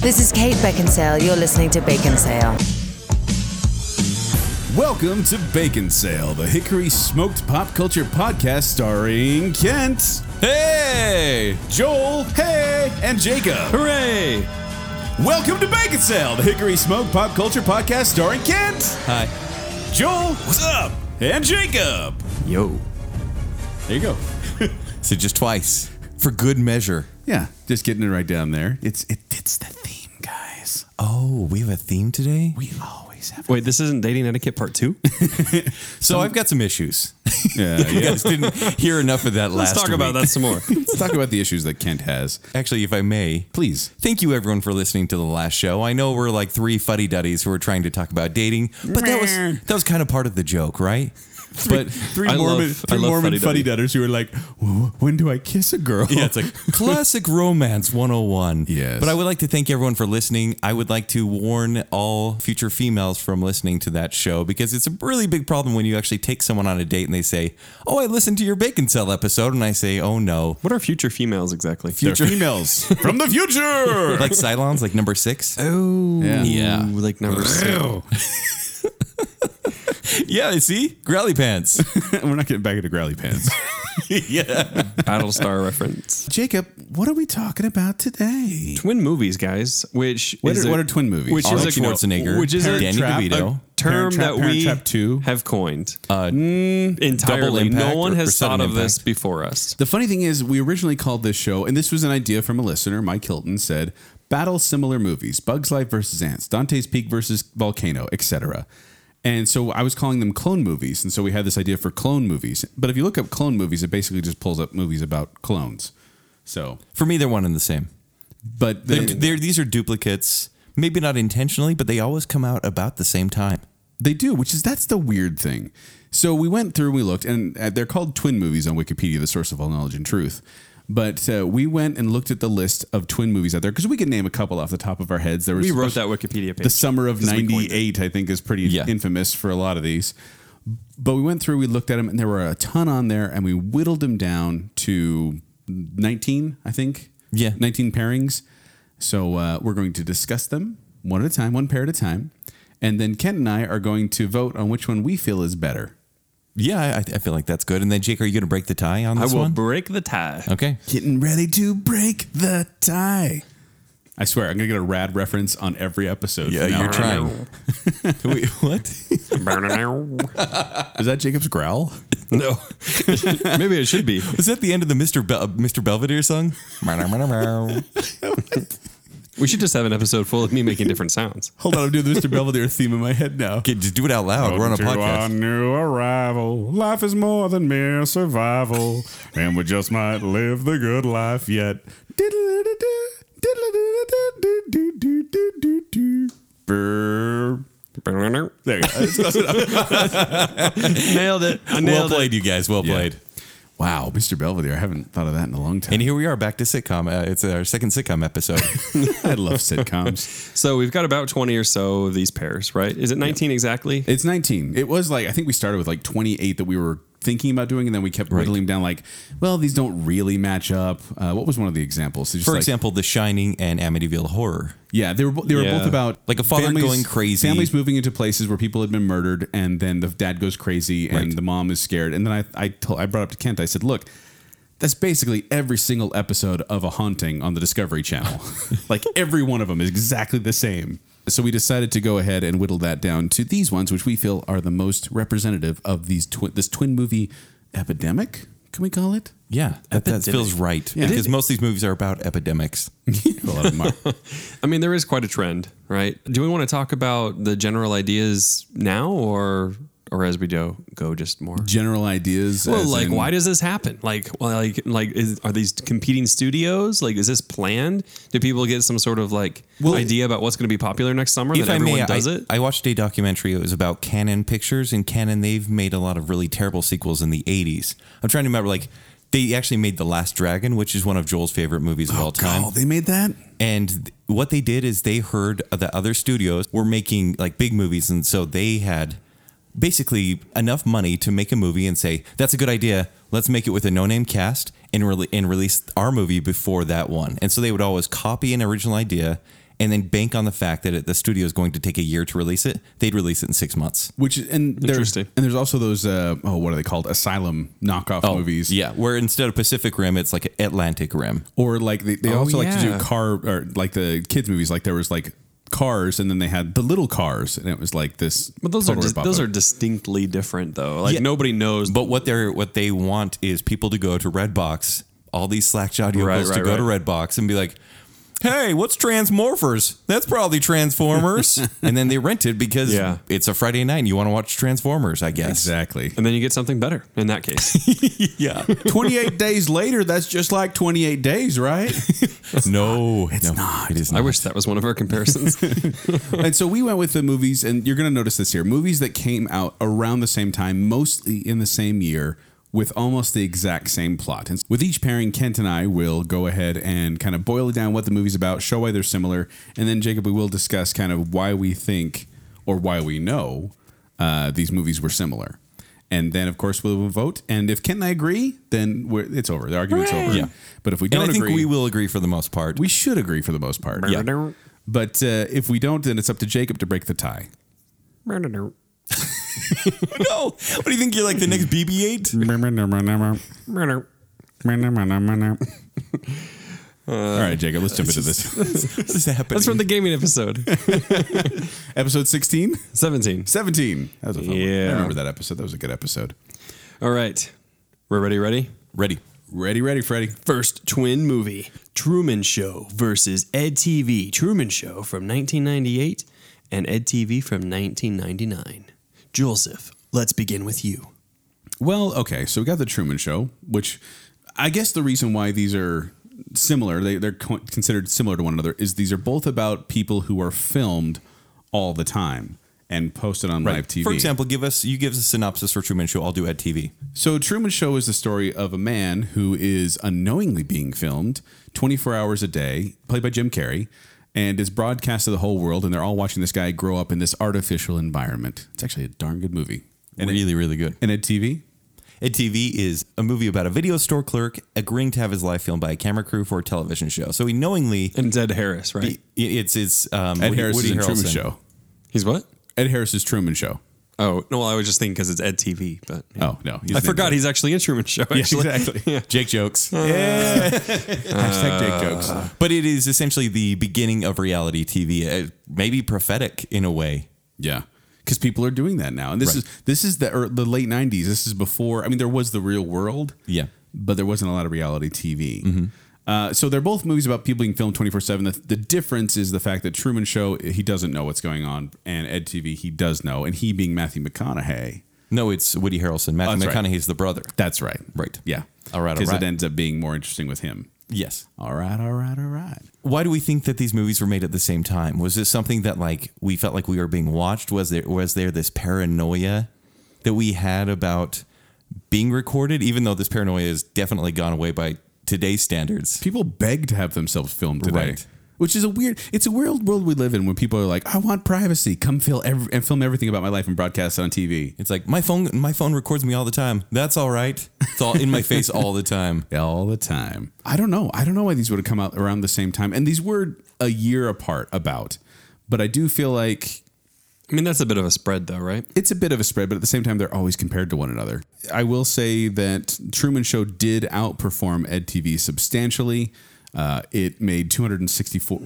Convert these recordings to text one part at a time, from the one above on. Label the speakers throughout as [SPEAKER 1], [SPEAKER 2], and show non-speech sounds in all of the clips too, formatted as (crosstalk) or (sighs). [SPEAKER 1] This is Kate Beckinsale. You're listening to Bacon Sale.
[SPEAKER 2] Welcome to Bacon Sale, the Hickory Smoked Pop Culture podcast starring Kent,
[SPEAKER 3] Hey!
[SPEAKER 2] Joel, Hey, and Jacob.
[SPEAKER 3] Hooray!
[SPEAKER 2] Welcome to Bacon Sale, the Hickory Smoked Pop Culture podcast starring Kent,
[SPEAKER 3] Hi.
[SPEAKER 2] Joel, what's up, and Jacob.
[SPEAKER 3] Yo.
[SPEAKER 2] There you go.
[SPEAKER 3] So just twice. For good measure.
[SPEAKER 2] Yeah, just getting it right down there. It's it fits the theme, guys.
[SPEAKER 3] Oh, we have a theme today?
[SPEAKER 2] We always have.
[SPEAKER 4] Wait, this isn't dating etiquette part two. (laughs)
[SPEAKER 3] So I've got some issues.
[SPEAKER 2] Yeah,
[SPEAKER 3] You
[SPEAKER 2] yeah.
[SPEAKER 3] guys didn't hear enough of (laughs) that
[SPEAKER 4] Let's
[SPEAKER 3] last
[SPEAKER 4] talk about
[SPEAKER 3] week.
[SPEAKER 4] that some more.
[SPEAKER 2] Let's talk about the issues that Kent has,
[SPEAKER 3] Actually, if I may,
[SPEAKER 2] please.
[SPEAKER 3] Thank you, everyone, for listening to the last show. I know we're like three fuddy duddies who are trying to talk about dating, but that was that was kind of part of the joke, right? But
[SPEAKER 2] Three
[SPEAKER 4] I
[SPEAKER 2] Mormon,
[SPEAKER 4] love- I
[SPEAKER 2] three
[SPEAKER 4] love
[SPEAKER 2] Mormon fuddy
[SPEAKER 4] fuddy-duddy.
[SPEAKER 2] dudders who are like, "Wh- when do I kiss a girl? (laughs)
[SPEAKER 3] yeah, it's like classic romance 101.
[SPEAKER 2] Yes.
[SPEAKER 3] But I would like to thank everyone for listening. I would like to warn all future females from listening to that show because it's a really big problem when you actually take someone on a date and they say, Oh, I listened to your bacon cell episode. And I say, Oh, no.
[SPEAKER 4] (laughs) What are future females exactly?
[SPEAKER 2] They're females from the future.
[SPEAKER 3] Like Cylons, like number six.
[SPEAKER 4] Oh,
[SPEAKER 2] Yeah. (laughs)
[SPEAKER 3] (laughs) Yeah.
[SPEAKER 4] like number six.
[SPEAKER 3] Yeah, see? Growly pants.
[SPEAKER 2] We're not getting back into growly pants.
[SPEAKER 3] yeah.
[SPEAKER 4] Battlestar (laughs) reference.
[SPEAKER 2] Jacob, what are we talking about today?
[SPEAKER 4] Twin movies, guys. Which
[SPEAKER 2] What
[SPEAKER 4] is
[SPEAKER 2] are-
[SPEAKER 4] a-
[SPEAKER 2] what are twin movies?
[SPEAKER 4] Which
[SPEAKER 3] Arnold
[SPEAKER 4] is a,
[SPEAKER 3] Schwarzenegger,
[SPEAKER 4] Which is a
[SPEAKER 3] Danny
[SPEAKER 2] Trap,
[SPEAKER 3] DeVito.
[SPEAKER 4] term
[SPEAKER 2] Parent Trap,
[SPEAKER 4] that
[SPEAKER 2] Parent
[SPEAKER 4] we
[SPEAKER 2] Trap 2.
[SPEAKER 4] have coined Mm,
[SPEAKER 3] Uh,
[SPEAKER 4] entirely.
[SPEAKER 3] Impact
[SPEAKER 4] No one
[SPEAKER 3] or- or
[SPEAKER 4] has
[SPEAKER 3] Sudden
[SPEAKER 4] thought of this
[SPEAKER 3] Impact.
[SPEAKER 4] before us.
[SPEAKER 2] The funny thing is, we originally called this show, and this was an idea from a listener, Mike Hilton said, battle similar movies, Bugs Life versus Ants, Dante's Peak versus Volcano, etc. And so I was calling them clone movies, and so we had this idea for clone movies. But if you look up clone movies, it basically just pulls up movies about clones. So,
[SPEAKER 3] For me, they're one and the same.
[SPEAKER 2] but
[SPEAKER 3] They're,
[SPEAKER 2] they,
[SPEAKER 3] they're, these are duplicates, maybe not intentionally, but they always come out about the same time.
[SPEAKER 2] they do, which is that's the weird thing. So we went through, we looked, and uh, they're called twin movies on Wikipedia, the source of all knowledge and truth. But uh, we went and looked at the list of twin movies out there because we could name a couple off the top of our heads. There was
[SPEAKER 4] We wrote that Wikipedia page.
[SPEAKER 2] the summer of
[SPEAKER 4] This week point.
[SPEAKER 2] '98, I think, is pretty
[SPEAKER 3] Yeah.
[SPEAKER 2] infamous for a lot of these. But we went through, we looked at them, and there were a ton on there, and we whittled them down to 19, I think.
[SPEAKER 3] Yeah.
[SPEAKER 2] 19 pairings. So uh, we're going to discuss them one at a time, one pair at a time. And then Kent and I are going to vote on which one we feel is better.
[SPEAKER 3] Yeah, I, I feel like that's good. And then, Jake, are you going to break the tie on
[SPEAKER 4] I
[SPEAKER 3] this
[SPEAKER 4] will
[SPEAKER 3] one?
[SPEAKER 4] break the tie.
[SPEAKER 3] okay.
[SPEAKER 2] Getting ready to break the tie. I swear, I'm going to get a rad reference on every episode.
[SPEAKER 3] Yeah,
[SPEAKER 2] from now
[SPEAKER 3] you're
[SPEAKER 2] on.
[SPEAKER 3] trying. Wait, (laughs) what?
[SPEAKER 2] Is that Jacob's growl?
[SPEAKER 4] (laughs) no, (laughs) maybe it should be.
[SPEAKER 3] Was that the end of the Mr. Bel- Mr. Belvedere song?
[SPEAKER 4] We should just have an episode full of me making different sounds.
[SPEAKER 2] Hold on, I'm doing the Mr. Belvedere theme in my head now.
[SPEAKER 3] Okay, just do it out loud. We're on a
[SPEAKER 5] to our
[SPEAKER 3] podcast.
[SPEAKER 5] new arrival. Life is more than mere survival, and we just might live the good life yet. Brr. There you go.
[SPEAKER 4] Nailed it. I
[SPEAKER 3] Well
[SPEAKER 4] nailed it.
[SPEAKER 3] played, you guys. Well played.
[SPEAKER 2] (laughs) Wow, Mr. Belvedere, I haven't thought of that in a long time.
[SPEAKER 3] And here we are back to sitcom. Uh, it's our second sitcom episode.
[SPEAKER 2] (laughs) I love sitcoms.
[SPEAKER 4] So we've got about 20 or so of these pairs, right? Is it 19 exactly?
[SPEAKER 2] it's 19. It was like, I think we started with like 28 that we were thinking about doing, and then we kept whittling down like, well, these don't really match up. Uh, what was one of the examples? It's just
[SPEAKER 3] For
[SPEAKER 2] like-
[SPEAKER 3] example, The Shining and Amityville Horror.
[SPEAKER 2] yeah, they were, bo- they were
[SPEAKER 4] Yeah.
[SPEAKER 2] both about
[SPEAKER 3] Like a father going crazy.
[SPEAKER 2] Families moving into places where people had been murdered, and then the dad goes crazy, and
[SPEAKER 3] Right.
[SPEAKER 2] the mom is scared. And then I, I, told, I brought up to Kent, I said, look, that's basically every single episode of a haunting on the Discovery Channel. (laughs) like every one of them is exactly the same. So we decided to go ahead and whittle that down to these ones, which we feel are the most representative of these twi- this twin movie epidemic. Can we call it? (laughs)
[SPEAKER 3] Yeah, that, that feels right.
[SPEAKER 2] Yeah.
[SPEAKER 3] Because most of these movies are about epidemics.
[SPEAKER 2] a lot of them are.
[SPEAKER 4] I mean, there is quite a trend, right? Do we want to talk about the general ideas now or or as we go go just more?
[SPEAKER 2] General ideas.
[SPEAKER 4] Well,
[SPEAKER 2] as
[SPEAKER 4] like
[SPEAKER 2] in-
[SPEAKER 4] why does this happen? Like well, like like is, are these competing studios? Like is this planned? Do people get some sort of like idea about what's going to be popular next summer and
[SPEAKER 3] If
[SPEAKER 4] then
[SPEAKER 3] I
[SPEAKER 4] everyone
[SPEAKER 3] may,
[SPEAKER 4] does
[SPEAKER 3] I,
[SPEAKER 4] it?
[SPEAKER 3] I watched a documentary. It was about Canon Pictures, and Canon they've made a lot of really terrible sequels in the '80s. I'm trying to remember, like they actually made The Last Dragon, which is one of Joel's favorite movies of all time.
[SPEAKER 2] Oh, they made that?
[SPEAKER 3] And th- what they did is they heard the other studios were making like big movies, and so they had basically enough money to make a movie and say that's a good idea. Let's make it with a no-name cast and, rele and release our movie before that one. And so they would always copy an original idea and then bank on the fact that it, the studio is going to take a year to release it, they'd release it in six months.
[SPEAKER 2] Which and there's
[SPEAKER 4] Interesting.
[SPEAKER 2] and there's also those uh, oh what are they called asylum knockoff
[SPEAKER 4] Oh,
[SPEAKER 2] movies
[SPEAKER 3] Yeah, where instead of Pacific Rim, it's like Atlantic Rim.
[SPEAKER 2] or like they, they
[SPEAKER 4] Oh,
[SPEAKER 2] also like to do
[SPEAKER 4] yeah.
[SPEAKER 2] car or like the kids movies like there was like cars and then they had the little cars and it was like this
[SPEAKER 4] But those are
[SPEAKER 2] total
[SPEAKER 4] dis-
[SPEAKER 2] ripoff
[SPEAKER 4] those
[SPEAKER 2] of-
[SPEAKER 4] are distinctly different though. Like
[SPEAKER 3] Yeah.
[SPEAKER 4] nobody knows.
[SPEAKER 3] But what they're what they want is people to go to Redbox, all these slack-jawed
[SPEAKER 4] Right,
[SPEAKER 3] yokels
[SPEAKER 4] right,
[SPEAKER 3] to go to Redbox and be like, "Hey, what's Transmorphers? That's probably Transformers." and then they rent it because
[SPEAKER 4] Yeah.
[SPEAKER 3] it's a Friday night and you want to watch Transformers, I guess.
[SPEAKER 2] exactly (laughs)
[SPEAKER 4] and then you get something better in that case.
[SPEAKER 3] (laughs) Yeah.
[SPEAKER 2] 28 days later that's just like 28 days right
[SPEAKER 3] no, it's not. It is
[SPEAKER 4] I
[SPEAKER 3] not.
[SPEAKER 4] wish that was one of our
[SPEAKER 3] (laughs)
[SPEAKER 4] comparisons.
[SPEAKER 2] and so we went with the movies and you're going to notice this here movies that came out around the same time mostly in the same year with almost the exact same plot and with each pairing kent and i will go ahead and kind of boil it down what the movie's about show why they're similar and then jacob we will discuss kind of why we think or why we know uh, these movies were similar and then of course we'll vote and if kent and i agree then we're, it's over the argument's over
[SPEAKER 3] Yeah.
[SPEAKER 2] but if we
[SPEAKER 3] and
[SPEAKER 2] don't
[SPEAKER 3] I think
[SPEAKER 2] agree
[SPEAKER 3] we will agree for the most part.
[SPEAKER 2] we should agree for the most part but uh, if we don't then it's up to jacob to break the tie
[SPEAKER 3] no. What do you think? You're like the next BB-8?
[SPEAKER 2] (laughs) All right, Jacob, let's jump into
[SPEAKER 3] (laughs)
[SPEAKER 2] this.
[SPEAKER 3] What is happening?
[SPEAKER 4] That's from the gaming (laughs) episode
[SPEAKER 2] episode 16?
[SPEAKER 4] 17.
[SPEAKER 2] 17. That was a fun one. I
[SPEAKER 4] Yeah.
[SPEAKER 2] remember that episode. That was a good episode.
[SPEAKER 4] All right. We're ready, ready?
[SPEAKER 3] Ready.
[SPEAKER 2] Ready, ready, Freddy.
[SPEAKER 4] First twin movie Truman Show versus Ed TV. Truman Show from 1998 and Ed TV from 1999. Joseph, let's begin with you.
[SPEAKER 2] Well, okay, so we got the Truman Show, which I guess the reason why these are similar, they, they're co- considered similar to one another, is these are both about people who are filmed all the time and posted on live TV.
[SPEAKER 3] For example, give us you give us a synopsis for Truman Show. I'll do Ed TV.
[SPEAKER 2] So Truman Show is the story of a man who is unknowingly being filmed 24 hours a day, played by Jim Carrey, and is broadcast to the whole world, and they're all watching this guy grow up in this artificial environment. It's actually a darn good movie. And
[SPEAKER 3] really, really good.
[SPEAKER 2] and Ed TV?
[SPEAKER 3] Ed TV is a movie about a video store clerk agreeing to have his life filmed by a camera crew for a television show. So he knowingly,
[SPEAKER 4] And Ed Harris, right?
[SPEAKER 3] it- it's it's um,
[SPEAKER 2] Ed
[SPEAKER 3] Woody-
[SPEAKER 2] Harris
[SPEAKER 3] Woody
[SPEAKER 2] is in Truman
[SPEAKER 3] Harrelson.
[SPEAKER 2] Show.
[SPEAKER 4] He's what?
[SPEAKER 2] Ed Harris's Truman Show.
[SPEAKER 4] Oh, no, well, I was just thinking because it's Ed TV, but
[SPEAKER 2] Oh no,
[SPEAKER 4] I forgot he's actually in Truman (laughs) Show,
[SPEAKER 2] (laughs)
[SPEAKER 4] actually.
[SPEAKER 2] exactly.
[SPEAKER 3] Jake (laughs) jokes,
[SPEAKER 2] Hashtag Jake jokes.
[SPEAKER 3] but it is essentially the beginning of reality TV, uh, maybe prophetic in a way.
[SPEAKER 2] Yeah, because people are doing that now, and this
[SPEAKER 3] Right.
[SPEAKER 2] is this is the er, the late '90s. This is before. I mean, there was the Real World.
[SPEAKER 3] Yeah. Mm-hmm.
[SPEAKER 2] but there wasn't a lot of reality TV. Uh, so they're both movies about people being filmed 24 7. The, the difference is the fact that Truman Show, he doesn't know what's going on, and Ed TV, he does know, and he being Matthew McConaughey.
[SPEAKER 3] No, it's Woody Harrelson. Matthew
[SPEAKER 2] that's right.
[SPEAKER 3] McConaughey's the brother.
[SPEAKER 2] That's right.
[SPEAKER 3] Oh, Right.
[SPEAKER 2] Yeah.
[SPEAKER 3] All right, all
[SPEAKER 2] Because
[SPEAKER 3] right.
[SPEAKER 2] it ends up being more interesting with him.
[SPEAKER 3] Yes.
[SPEAKER 2] All right, all right, all right.
[SPEAKER 3] Why do we think that these movies were made at the same time? Was this something that like we felt like we were being watched? Was there was there this paranoia that we had about being recorded? Even though this paranoia is definitely gone away by today's standards.
[SPEAKER 2] People beg to have themselves filmed today.
[SPEAKER 3] Right.
[SPEAKER 2] Which is a weird. It's a weird world we live in when people are like, "I want privacy. Come film every, and film everything about my life and broadcast it on TV."
[SPEAKER 3] It's like my phone my phone records me all the time. That's all right. It's all in my (laughs) face all the time.
[SPEAKER 2] all the time. I don't know. I don't know why these would have come out around the same time. And these were a year apart about. But I do feel like
[SPEAKER 4] I mean, that's a bit of a spread, though, right?
[SPEAKER 2] it's a bit of a spread, but at the same time, they're always compared to one another. I will say that Truman Show did outperform Ed TV substantially. Uh, it made 264,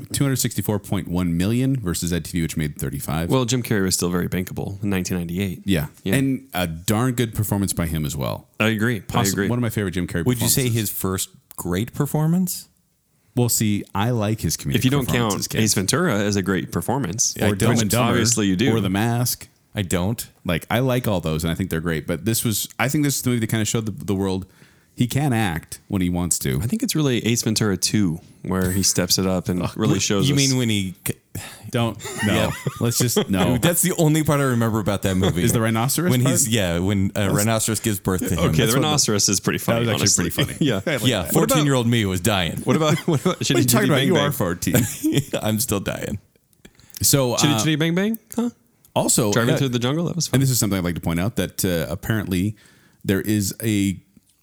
[SPEAKER 2] 264.1 million versus Ed TV, which made 35.
[SPEAKER 4] Well, Jim Carrey was still very bankable in 1998.
[SPEAKER 2] yeah.
[SPEAKER 4] Yeah.
[SPEAKER 2] And a darn good performance by him as well.
[SPEAKER 4] I agree. I
[SPEAKER 2] Possi-
[SPEAKER 4] agree.
[SPEAKER 2] One of my favorite Jim Carrey
[SPEAKER 3] Would you say
[SPEAKER 2] performances.
[SPEAKER 3] his first great performance?
[SPEAKER 2] Well, see, I like his comedic
[SPEAKER 4] if you don't
[SPEAKER 2] performances,
[SPEAKER 4] count
[SPEAKER 2] Ken.
[SPEAKER 4] Ace Ventura as a great performance,
[SPEAKER 3] I
[SPEAKER 4] or
[SPEAKER 3] don't.
[SPEAKER 4] which
[SPEAKER 2] and Dumber,
[SPEAKER 4] obviously you do.
[SPEAKER 2] Or The Mask.
[SPEAKER 3] I don't.
[SPEAKER 2] Like I like all those, and I think they're great. But this was, I think, this is the movie that kind of showed the, the world he can act when he wants to.
[SPEAKER 4] I think it's really Ace Ventura 2 where he steps it
[SPEAKER 2] (laughs)
[SPEAKER 4] up and really shows
[SPEAKER 3] You
[SPEAKER 4] us-
[SPEAKER 3] mean when he
[SPEAKER 2] Don't no. Let's just
[SPEAKER 4] (laughs)
[SPEAKER 2] no.
[SPEAKER 3] That's the only part I remember about that movie.
[SPEAKER 2] Is the rhinoceros
[SPEAKER 3] when
[SPEAKER 2] part?
[SPEAKER 3] he's yeah when a rhinoceros gives birth to him.
[SPEAKER 4] Okay,
[SPEAKER 3] That's
[SPEAKER 4] the
[SPEAKER 3] what
[SPEAKER 4] rhinoceros is pretty funny.
[SPEAKER 2] was actually
[SPEAKER 4] honestly.
[SPEAKER 2] pretty funny.
[SPEAKER 4] (laughs) yeah.
[SPEAKER 3] yeah, fourteen year old me was dying.
[SPEAKER 4] What about what about Shitty
[SPEAKER 2] what are you talking about?
[SPEAKER 4] Bang
[SPEAKER 2] You
[SPEAKER 4] Bang?
[SPEAKER 2] are fourteen.
[SPEAKER 3] (laughs) I'm still dying.
[SPEAKER 2] so
[SPEAKER 4] Chitty
[SPEAKER 2] uh,
[SPEAKER 4] Chitty Bang Bang? Huh?
[SPEAKER 2] also
[SPEAKER 4] Driving
[SPEAKER 2] uh,
[SPEAKER 4] through the jungle? That was fun.
[SPEAKER 2] and this is something I'd like to point out that uh, apparently there is a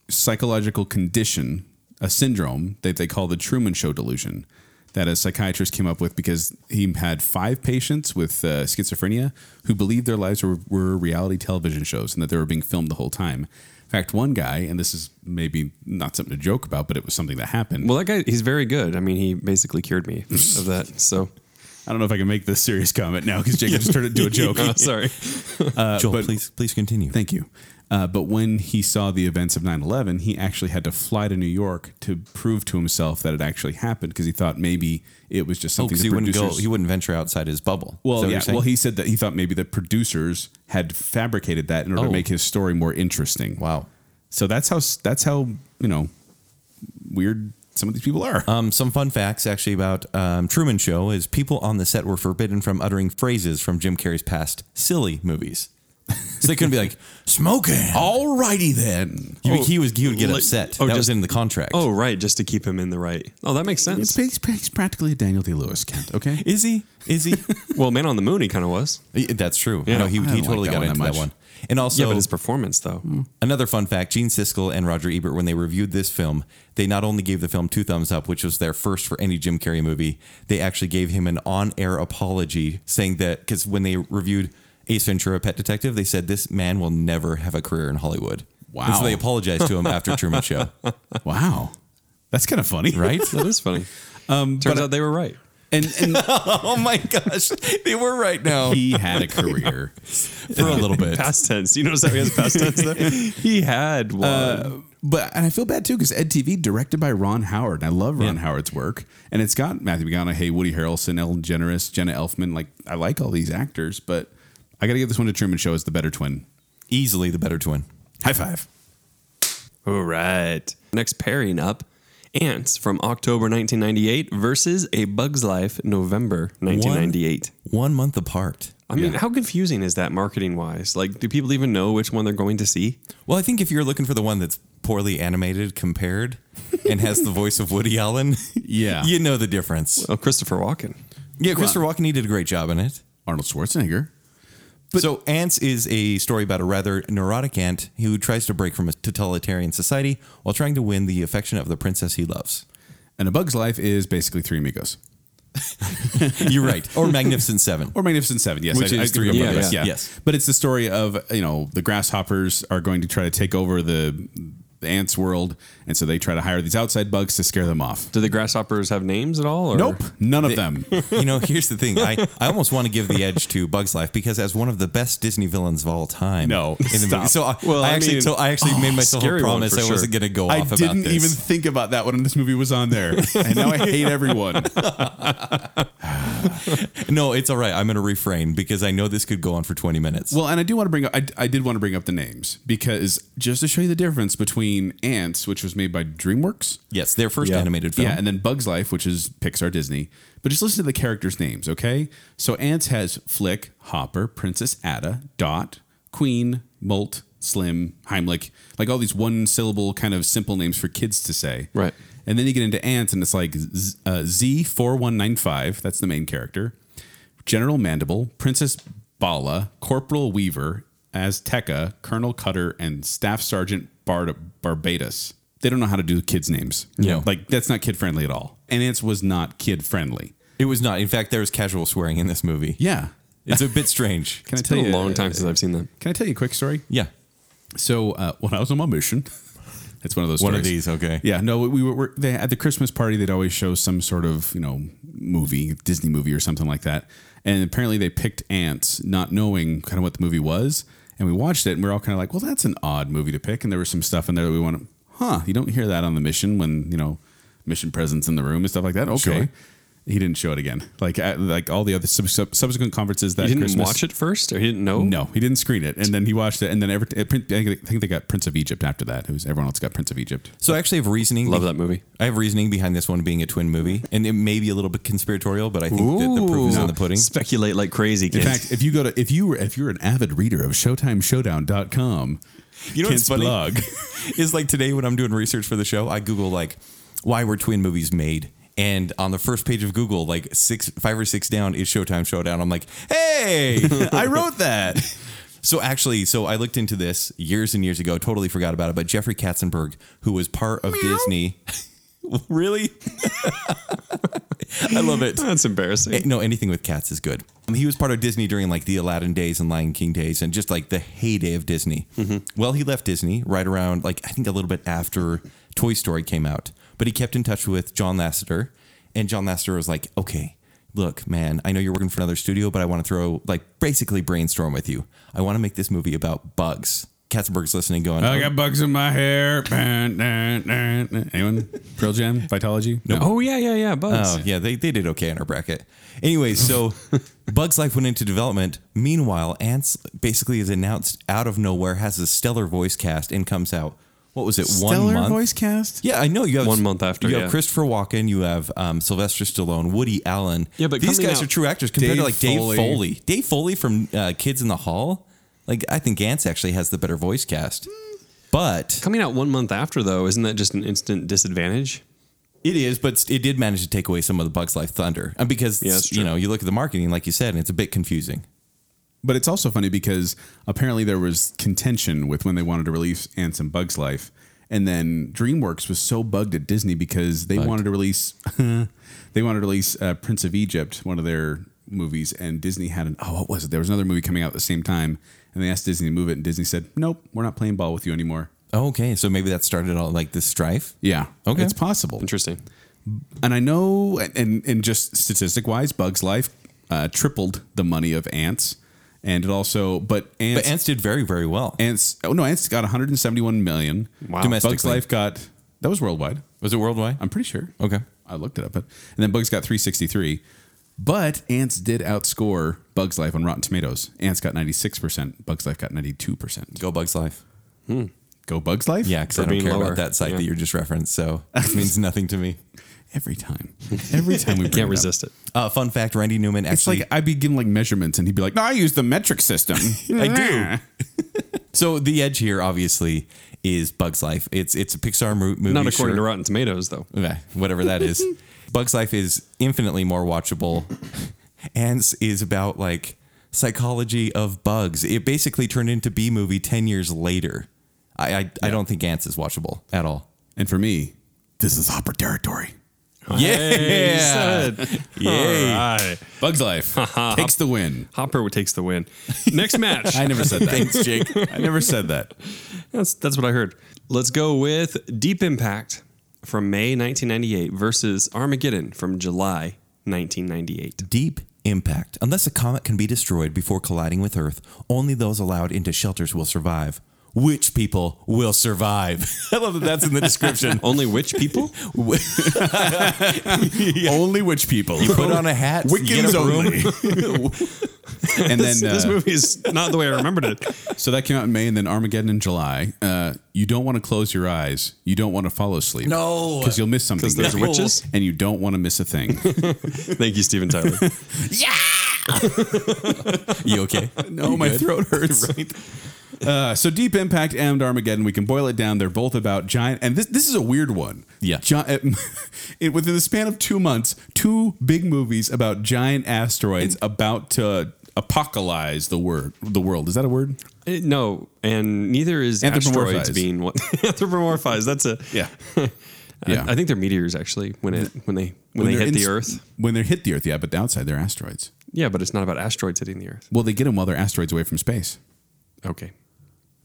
[SPEAKER 2] psychological condition, a syndrome that they call the Truman Show delusion. that a psychiatrist came up with because he had five patients with uh, schizophrenia who believed their lives were, were reality television shows and that they were being filmed the whole time. In fact, one guy, and this is maybe not something to joke about, but it was something that happened.
[SPEAKER 4] Well, that guy, he's very good. I mean, he basically
[SPEAKER 2] (laughs)
[SPEAKER 4] cured me of that. So,
[SPEAKER 2] I don't know if I can make this serious comment now because Jacob just turned it into a joke.
[SPEAKER 4] oh, (laughs) sorry. Uh,
[SPEAKER 3] Joel,
[SPEAKER 2] but-
[SPEAKER 3] please, please continue.
[SPEAKER 2] Thank you. Uh, but when he saw the events of 9 11, he actually had to fly to New York to prove to himself that it actually happened because he thought maybe it was just
[SPEAKER 3] Oh,
[SPEAKER 2] something
[SPEAKER 3] because
[SPEAKER 2] the
[SPEAKER 3] he wouldn't go.
[SPEAKER 2] producers-
[SPEAKER 3] He wouldn't venture outside his bubble. Is that
[SPEAKER 2] well,
[SPEAKER 3] what
[SPEAKER 2] yeah.
[SPEAKER 3] you're saying?
[SPEAKER 2] Well, he said that he thought maybe the producers had fabricated that in order
[SPEAKER 3] Oh.
[SPEAKER 2] to make his story more interesting.
[SPEAKER 3] Wow.
[SPEAKER 2] So that's how that's how you know weird some of these people are.
[SPEAKER 3] Um, some fun facts actually about um, Truman Show is people on the set were forbidden from uttering phrases from Jim Carrey's past silly movies. So they couldn't be like (laughs) smoking.
[SPEAKER 2] Alrighty then.
[SPEAKER 3] He, he was he would get
[SPEAKER 4] Oh, like-
[SPEAKER 3] upset.
[SPEAKER 4] oh,
[SPEAKER 3] that was
[SPEAKER 4] just-
[SPEAKER 3] in the contract.
[SPEAKER 4] Oh, right. Just to keep him in the right. Oh, that makes
[SPEAKER 2] It's,
[SPEAKER 4] sense.
[SPEAKER 2] he's- he's practically a Daniel Day Lewis, Kent. Okay.
[SPEAKER 3] is he?
[SPEAKER 4] (laughs)
[SPEAKER 3] Is he?
[SPEAKER 4] Well, Man on the Moon, he kind of was.
[SPEAKER 3] Yeah, That's true.
[SPEAKER 4] Yeah.
[SPEAKER 3] no, he,
[SPEAKER 4] I
[SPEAKER 2] don't
[SPEAKER 3] he totally
[SPEAKER 2] like that one
[SPEAKER 3] got
[SPEAKER 2] that
[SPEAKER 3] into that
[SPEAKER 2] much.
[SPEAKER 3] one. And also,
[SPEAKER 4] yeah, but his performance, though.
[SPEAKER 2] Hmm.
[SPEAKER 3] Another fun fact Gene Siskel and Roger Ebert, when they reviewed this film, they not only gave the film two thumbs up, which was their first for any Jim Carrey movie, they actually gave him an on air apology saying that because when they reviewed Ace Ventura Pet Detective, they said this man will never have a career in Hollywood. And
[SPEAKER 2] Wow.
[SPEAKER 3] so they apologized to him after Truman Show,
[SPEAKER 2] (laughs) wow. That's kind of funny,
[SPEAKER 3] right?
[SPEAKER 4] That is funny. Um, Turns out they were right.
[SPEAKER 2] (laughs) And,
[SPEAKER 3] (laughs)
[SPEAKER 2] and
[SPEAKER 3] oh my gosh. They were right now
[SPEAKER 2] he had a
[SPEAKER 3] (laughs)
[SPEAKER 2] career.
[SPEAKER 3] for a little
[SPEAKER 4] (laughs)
[SPEAKER 3] bit.
[SPEAKER 4] Past tense. You notice how he has past tense there? he had one.
[SPEAKER 2] Uh, But and I feel bad too because Ed TV directed by Ron Howard, and I love Ron
[SPEAKER 3] Yeah.
[SPEAKER 2] Howard's work, and it's got Matthew McConaughey, Woody Harrelson, Ellen DeGeneres, Jenna Elfman. Like I like all these actors, but I got to give this one to Truman Show as the better twin.
[SPEAKER 3] Easily the better twin.
[SPEAKER 2] High five!
[SPEAKER 4] All right. Next pairing up Ants from October 1998 versus A Bug's Life November 1998.
[SPEAKER 3] One month apart.
[SPEAKER 4] I mean, how confusing is that marketing wise? Like, do people even know which one they're going to see?
[SPEAKER 3] Well, I think if you're looking for the one that's poorly animated compared and has the voice of Woody Allen,
[SPEAKER 2] Yeah.
[SPEAKER 3] you know the difference.
[SPEAKER 4] Oh, Christopher Walken.
[SPEAKER 3] Yeah, Christopher Walken he did a great job in it.
[SPEAKER 2] Arnold Schwarzenegger.
[SPEAKER 3] so Ants is a story about a rather neurotic ant who tries to break from a totalitarian society while trying to win the affection of the princess he loves.
[SPEAKER 2] And A Bug's Life is basically Three Amigos
[SPEAKER 3] You're right. Or Magnificent Seven.
[SPEAKER 2] or Magnificent Seven. Yes,
[SPEAKER 3] Which
[SPEAKER 2] I,
[SPEAKER 3] is
[SPEAKER 2] I agree
[SPEAKER 3] Three
[SPEAKER 2] about
[SPEAKER 3] Amigos,
[SPEAKER 2] that,
[SPEAKER 3] yes.
[SPEAKER 2] But it's the story of you know the grasshoppers are going to try to take over the, the ants' world, and so they try to hire these outside bugs to scare them off.
[SPEAKER 4] Do the grasshoppers have names at all? Or?
[SPEAKER 2] Nope, none of
[SPEAKER 3] (laughs)
[SPEAKER 2] them.
[SPEAKER 3] You know, here's the thing. I, I almost want to give the edge to Bugs Life because as one of the best Disney villains of all
[SPEAKER 2] (laughs)
[SPEAKER 3] time.
[SPEAKER 2] No,
[SPEAKER 3] in the movie.
[SPEAKER 2] stop.
[SPEAKER 3] So I,
[SPEAKER 4] Well,
[SPEAKER 3] I
[SPEAKER 4] I
[SPEAKER 3] actually
[SPEAKER 4] mean-
[SPEAKER 3] so I actually made myself a
[SPEAKER 4] scary one
[SPEAKER 3] promise
[SPEAKER 4] for
[SPEAKER 3] I
[SPEAKER 4] sure.
[SPEAKER 3] wasn't going to go
[SPEAKER 2] I
[SPEAKER 3] off about
[SPEAKER 2] didn't
[SPEAKER 3] this.
[SPEAKER 2] even think about that when this movie was on there, and now I hate
[SPEAKER 3] (laughs)
[SPEAKER 2] everyone.
[SPEAKER 3] No, it's all right. I'm going to refrain because I know this could go on for 20 minutes.
[SPEAKER 2] Well, and I do want to bring up I, I did want to bring up the names because just to show you the difference between Ants, which was made by DreamWorks,
[SPEAKER 3] yes, their first animated film.
[SPEAKER 2] yeah, and then Bugs Life, which is Pixar Disney. But just listen to the characters' names, okay? So Ants has Flick, Hopper, Princess Ada, Dot, Queen, Molt, Slim, Heimlich, like all these one syllable kind of simple names for kids to say.
[SPEAKER 4] Right.
[SPEAKER 2] And then you get into ants, and it's like Z- uh, Z4195. That's the main character. General Mandible, Princess Bala, Corporal Weaver, Azteca, Colonel Cutter, and Staff Sergeant Bar- Barbados. They don't know how to do kids' names.
[SPEAKER 3] No.
[SPEAKER 2] Like, that's not kid friendly at all. And ants was not kid friendly.
[SPEAKER 3] it was not. In fact, there was casual swearing in this movie.
[SPEAKER 2] Yeah.
[SPEAKER 3] It's a bit
[SPEAKER 2] (laughs)
[SPEAKER 3] strange.
[SPEAKER 2] Can
[SPEAKER 4] It's been a long time since I've seen them.
[SPEAKER 2] Can I tell you a quick story?
[SPEAKER 3] Yeah.
[SPEAKER 2] So uh, when I was on my mission, (laughs) it's one of those.
[SPEAKER 3] One of
[SPEAKER 2] stories.
[SPEAKER 3] these, okay.
[SPEAKER 2] Yeah, no, we were, were they, at the Christmas party. They'd always show some sort of you know movie, Disney movie or something like that. And apparently they picked Ants, not knowing kind of what the movie was. And we watched it, and we are all kind of like, "Well, that's an odd movie to pick." And there was some stuff in there that we wanted. Huh? You don't hear that on the mission when you know mission presence in the room and stuff like that. Okay.
[SPEAKER 3] Sure.
[SPEAKER 2] He didn't show it again. Like at, like all the other sub- sub- subsequent conferences that
[SPEAKER 4] He didn't
[SPEAKER 2] Christmas.
[SPEAKER 4] watch it first, or he didn't know.
[SPEAKER 2] No, he didn't screen it, and then he watched it, and then every I think I think they got Prince of Egypt after that. It was everyone else got Prince of Egypt.
[SPEAKER 3] So I actually have reasoning.
[SPEAKER 4] Love that movie.
[SPEAKER 3] I have reasoning behind this one being a twin movie. And it may be a little bit conspiratorial, but I think that the proof is in the pudding.
[SPEAKER 4] Speculate like crazy,
[SPEAKER 2] In
[SPEAKER 4] kids.
[SPEAKER 2] fact, if you go to if you were if you're an avid reader of ShowtimeShowdown.com,
[SPEAKER 3] You know
[SPEAKER 2] Kent's
[SPEAKER 3] what's funny?
[SPEAKER 2] blog.
[SPEAKER 3] (laughs) is like today when I'm doing research for the show, I Google like why were twin movies made? And on the first page of Google, like six, five or six down is Showtime Showdown. I'm like, hey, I wrote that. So actually, so I looked into this years and years ago. Totally forgot about it. But Jeffrey (laughs) Katzenberg, who was part of Disney, really, (laughs) I love
[SPEAKER 4] (laughs)
[SPEAKER 3] it.
[SPEAKER 4] That's embarrassing.
[SPEAKER 3] Eh, No, anything with cats is good. Um, he was part of Disney during like the Aladdin days and Lion King days and just like the heyday of Disney. Well, he left Disney right around like I think a little bit after Toy Story came out, but he kept in touch with John Lasseter, and John Lasseter was like, "Okay, look, man, I know you're working for another studio, but I want to throw like basically brainstorm with you. I want to make this movie about bugs." Katzenberg's listening,
[SPEAKER 2] (laughs)
[SPEAKER 3] going,
[SPEAKER 2] I got bugs in my hair. Anyone? Pearl Jam? Vitology? No.
[SPEAKER 4] Oh yeah, yeah, yeah. Bugs.
[SPEAKER 3] Oh, yeah, they, they did okay in our bracket. Anyway,
[SPEAKER 4] (laughs)
[SPEAKER 3] so Bug's Life went into development. Meanwhile, Ants basically is announced out of nowhere, has a stellar voice cast, and comes out. What was it? one month.
[SPEAKER 2] cast?
[SPEAKER 3] Yeah, I know you have
[SPEAKER 4] One month after,
[SPEAKER 3] You
[SPEAKER 4] yeah.
[SPEAKER 3] have Christopher Walken, you have um, Sylvester Stallone, Woody Allen.
[SPEAKER 4] Yeah, but
[SPEAKER 3] these
[SPEAKER 4] coming
[SPEAKER 3] guys
[SPEAKER 4] out-
[SPEAKER 3] are true actors compared
[SPEAKER 2] Dave
[SPEAKER 3] to like Dave
[SPEAKER 2] Foley.
[SPEAKER 3] Foley. Dave Foley from uh, Kids in the Hall. Like I think Ants actually has the better voice cast,
[SPEAKER 4] Mm.
[SPEAKER 3] but
[SPEAKER 4] Coming out one month after though, isn't that just an instant disadvantage?
[SPEAKER 3] It is, but it did manage to take away some of the Bugs Life thunder And because
[SPEAKER 4] Yeah, that's
[SPEAKER 3] you
[SPEAKER 4] true.
[SPEAKER 3] know you look at the marketing, like you said, and it's a bit confusing.
[SPEAKER 2] But it's also funny because apparently there was contention with when they wanted to release Ants and Bugs Life. And then DreamWorks was so bugged at Disney because they wanted to release (laughs) they wanted to release uh, Prince of Egypt, one of their movies, and Disney had an oh what was it? There was another movie coming out at the same time, and they asked Disney to move it, and Disney said, "Nope, we're not playing ball with you anymore."
[SPEAKER 3] Okay, so maybe that started all like this strife.
[SPEAKER 2] Yeah,
[SPEAKER 3] Okay.
[SPEAKER 2] it's possible.
[SPEAKER 4] Interesting.
[SPEAKER 2] and I know, and and just statistic wise, Bugs Life uh, tripled the money of Ants, and it also, but Ants,
[SPEAKER 3] But Ants did very very well.
[SPEAKER 2] Ants- oh no, Ants got 171 million.
[SPEAKER 4] Wow.
[SPEAKER 2] Bugs
[SPEAKER 3] Domestically.
[SPEAKER 2] Life got that was worldwide.
[SPEAKER 3] Was it worldwide?
[SPEAKER 2] I'm pretty sure.
[SPEAKER 3] okay.
[SPEAKER 2] I looked it up, but and then Bugs got 363. But Ants did outscore Bugs Life on Rotten Tomatoes. Ants got 96%. Bugs Life got 92%.
[SPEAKER 3] Go Bugs Life.
[SPEAKER 2] Go Bugs Life?
[SPEAKER 3] Yeah, because
[SPEAKER 4] For
[SPEAKER 3] I don't
[SPEAKER 4] being
[SPEAKER 3] care
[SPEAKER 4] lower.
[SPEAKER 3] about that site
[SPEAKER 4] Yeah.
[SPEAKER 3] that you just
[SPEAKER 4] (laughs)
[SPEAKER 3] referenced, so it means nothing to me.
[SPEAKER 2] Every time. Every (laughs) time we bring
[SPEAKER 4] Can't
[SPEAKER 2] it up.
[SPEAKER 4] resist it.
[SPEAKER 3] Uh, fun fact: Randy Newman
[SPEAKER 2] It's
[SPEAKER 3] actually.
[SPEAKER 2] like I'd be giving like measurements, and he'd be like, "No, I use the metric (laughs) system.
[SPEAKER 3] I do. so the edge here, obviously, is Bugs Life. It's it's a Pixar mo- movie.
[SPEAKER 4] Not according
[SPEAKER 3] sure.
[SPEAKER 4] to Rotten Tomatoes though.
[SPEAKER 3] Okay, whatever that is. Bugs Life is infinitely more watchable. Ants is about like psychology of bugs. It basically turned into B movie ten years later. I I, I don't think Ants is watchable at all.
[SPEAKER 2] (laughs) And for me, this is opera territory.
[SPEAKER 3] Yeah,
[SPEAKER 4] All
[SPEAKER 3] (laughs) Yay.
[SPEAKER 4] right.
[SPEAKER 2] Bugs (laughs) Life takes the win.
[SPEAKER 4] Hopper takes
[SPEAKER 2] (laughs)
[SPEAKER 4] the win. Next match.
[SPEAKER 2] I never said that.
[SPEAKER 3] Thanks, Jake.
[SPEAKER 2] I never said that.
[SPEAKER 4] That's that's what I heard. Let's go with Deep Impact from May 1998 versus Armageddon from July 1998.
[SPEAKER 3] Deep impact. Unless a comet can be destroyed before colliding with Earth, only those allowed into shelters will survive. Which people will survive? (laughs) I love that that's in the description.
[SPEAKER 4] Only which
[SPEAKER 3] (laughs)
[SPEAKER 4] people?
[SPEAKER 2] Only witch people.
[SPEAKER 3] Put on a hat,
[SPEAKER 2] Wiccans
[SPEAKER 3] get a broom.
[SPEAKER 2] only. (laughs) and then
[SPEAKER 4] this
[SPEAKER 2] uh,
[SPEAKER 4] movie is not the way I remembered it.
[SPEAKER 2] (laughs) so that came out in May, and then Armageddon in July. Uh, you don't want to close your eyes. You don't want to fall asleep.
[SPEAKER 3] (laughs) No.
[SPEAKER 2] because you'll miss something.
[SPEAKER 4] 'Cause there's
[SPEAKER 2] No.
[SPEAKER 4] witches?
[SPEAKER 2] and you don't want to miss a thing.
[SPEAKER 4] Thank you, Steven Tyler.
[SPEAKER 3] You okay?
[SPEAKER 2] No, (laughs) my throat hurts.
[SPEAKER 4] (laughs)
[SPEAKER 2] Uh, so Deep Impact and Armageddon, we can boil it down. They're both about giant, and this this is a weird one.
[SPEAKER 3] Yeah.
[SPEAKER 2] Gi- (laughs) it, within the span of two months, two big movies about giant asteroids about to apocalypse the word the world. Is that a word?
[SPEAKER 4] Uh, no, and neither is asteroids
[SPEAKER 2] Anthropomorphized.
[SPEAKER 4] being (laughs) what anthropomorphized. That's a
[SPEAKER 2] Yeah.
[SPEAKER 4] I-
[SPEAKER 2] yeah.
[SPEAKER 4] I, think they're meteors actually when it when they when, they
[SPEAKER 2] they're
[SPEAKER 4] hit
[SPEAKER 2] in
[SPEAKER 4] the
[SPEAKER 2] s-
[SPEAKER 4] Earth.
[SPEAKER 2] When they hit the Earth, yeah, but outside they're asteroids.
[SPEAKER 4] Yeah, but it's not about asteroids hitting the Earth.
[SPEAKER 2] Well, they get them while they're asteroids away from space.
[SPEAKER 4] Okay.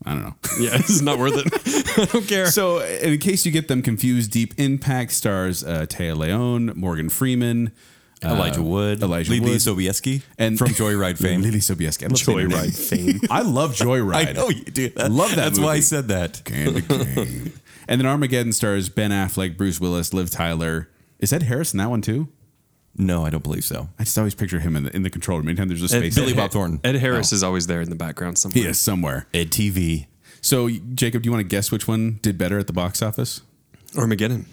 [SPEAKER 2] I don't know. (laughs)
[SPEAKER 4] Yeah, (laughs) this is not worth it. (laughs) I don't care.
[SPEAKER 2] So, in case you get them confused, Deep Impact stars uh, Taya Leone, Morgan Freeman, uh,
[SPEAKER 3] Elijah Wood,
[SPEAKER 2] Elijah
[SPEAKER 3] Lily
[SPEAKER 2] Wood.
[SPEAKER 3] Sobieski,
[SPEAKER 2] and (laughs)
[SPEAKER 3] from Joyride fame.
[SPEAKER 2] Lily Sobieski. I love saying her name.
[SPEAKER 4] Joyride fame.
[SPEAKER 2] (laughs) I
[SPEAKER 3] (laughs)
[SPEAKER 2] love Joyride.
[SPEAKER 3] I know you do.
[SPEAKER 2] Love that
[SPEAKER 3] That's why I
[SPEAKER 2] movie.
[SPEAKER 3] said that.
[SPEAKER 2] Candy cane. and then Armageddon stars Ben Affleck, Bruce Willis, Liv Tyler. Is Ed Harris in that one too?
[SPEAKER 3] No, I don't believe so.
[SPEAKER 2] I just always picture him in the, in the control room. Anytime there's a space,
[SPEAKER 3] Billy
[SPEAKER 2] Ed-
[SPEAKER 3] Bob Thornton.
[SPEAKER 4] Ed Harris is always there in the background somewhere.
[SPEAKER 2] oh. He is somewhere.
[SPEAKER 3] Ed TV.
[SPEAKER 2] So, Jacob, do you want to guess which one did better at the box office?
[SPEAKER 4] Armageddon,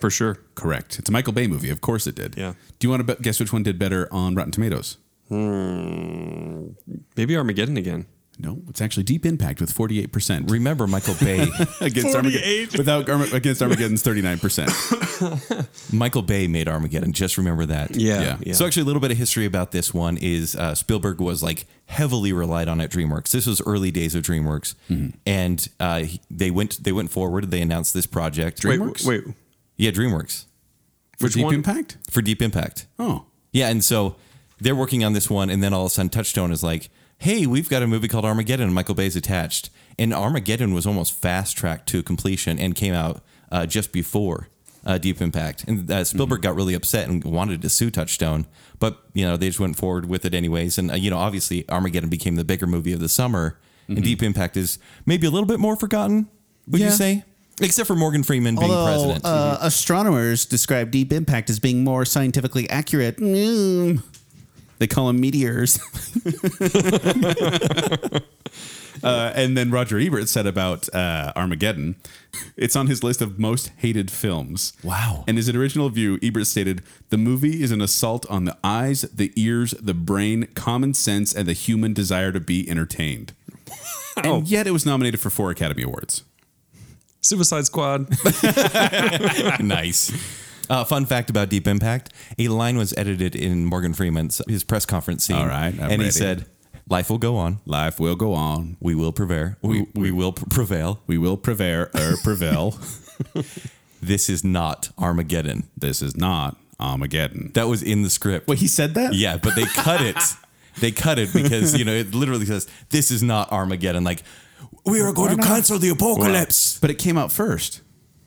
[SPEAKER 4] for sure.
[SPEAKER 2] Correct. It's a Michael Bay movie. Of course it did.
[SPEAKER 4] Yeah.
[SPEAKER 2] Do you want to be- guess which one did better on Rotten Tomatoes?
[SPEAKER 4] Maybe Armageddon again.
[SPEAKER 2] No, it's actually Deep Impact with 48%.
[SPEAKER 3] Remember Michael
[SPEAKER 2] (laughs)
[SPEAKER 3] Bay.
[SPEAKER 2] against Armageddon. Without Arma- against Armageddon's
[SPEAKER 3] (coughs)
[SPEAKER 2] 39%.
[SPEAKER 3] Michael Bay made Armageddon. Just remember that.
[SPEAKER 2] Yeah. yeah.
[SPEAKER 3] So actually, a little bit of history about this one is uh, Spielberg was like heavily relied on at DreamWorks. This was early days of DreamWorks,
[SPEAKER 2] Mm-hmm.
[SPEAKER 3] and uh, he- they went they went forward. They announced this project.
[SPEAKER 4] wait, wait.
[SPEAKER 3] yeah, DreamWorks.
[SPEAKER 2] For
[SPEAKER 3] Which
[SPEAKER 2] Deep
[SPEAKER 3] one?
[SPEAKER 2] Impact?
[SPEAKER 3] for Deep Impact.
[SPEAKER 2] Oh.
[SPEAKER 3] Yeah, and so they're working on this one, and then all of a sudden, Touchstone is like, "Hey, we've got a movie called Armageddon. and Michael Bay's attached." And Armageddon was almost fast tracked to completion and came out uh, just before uh, Deep Impact. And uh, Spielberg
[SPEAKER 6] Mm-hmm.
[SPEAKER 3] got really upset and wanted to sue Touchstone, but you know they just went forward with it anyways. And uh, you know, obviously, Armageddon became the bigger movie of the summer,
[SPEAKER 6] Mm-hmm.
[SPEAKER 3] and Deep Impact is maybe a little bit more forgotten. Would you
[SPEAKER 2] Yeah.
[SPEAKER 3] say? Except for Morgan Freeman being
[SPEAKER 6] Although
[SPEAKER 3] president.
[SPEAKER 6] Uh, astronomers describe Deep Impact as being more scientifically accurate. Mm. They call them meteors. (laughs)
[SPEAKER 2] (laughs) Uh, and then Roger Ebert said about uh, Armageddon, it's on his list of most hated films.
[SPEAKER 3] Wow.
[SPEAKER 2] In his original view, Ebert stated, the movie is an assault on the eyes, the ears, the brain, common sense, and the human desire to be entertained. And yet it was nominated for four Academy Awards. (laughs)
[SPEAKER 4] Suicide Squad.
[SPEAKER 3] nice. (laughs) Uh, fun fact about Deep Impact: a line was edited in Morgan Freeman's his press conference scene.
[SPEAKER 2] All right, I'm
[SPEAKER 3] and he
[SPEAKER 2] ready.
[SPEAKER 3] said, "Life will go on.
[SPEAKER 2] Life will go on.
[SPEAKER 3] We will prevail. We, we will pr- prevail.
[SPEAKER 2] We will prevail or (laughs) prevail.
[SPEAKER 3] This is not Armageddon."
[SPEAKER 2] this is not Armageddon.
[SPEAKER 3] That was in the script.
[SPEAKER 2] Wait, he said that?
[SPEAKER 3] Yeah, but they
[SPEAKER 2] (laughs)
[SPEAKER 3] cut it. They cut it because you know it literally says, "This is not Armageddon." Like we are going to cancel the apocalypse.
[SPEAKER 2] But it came out first.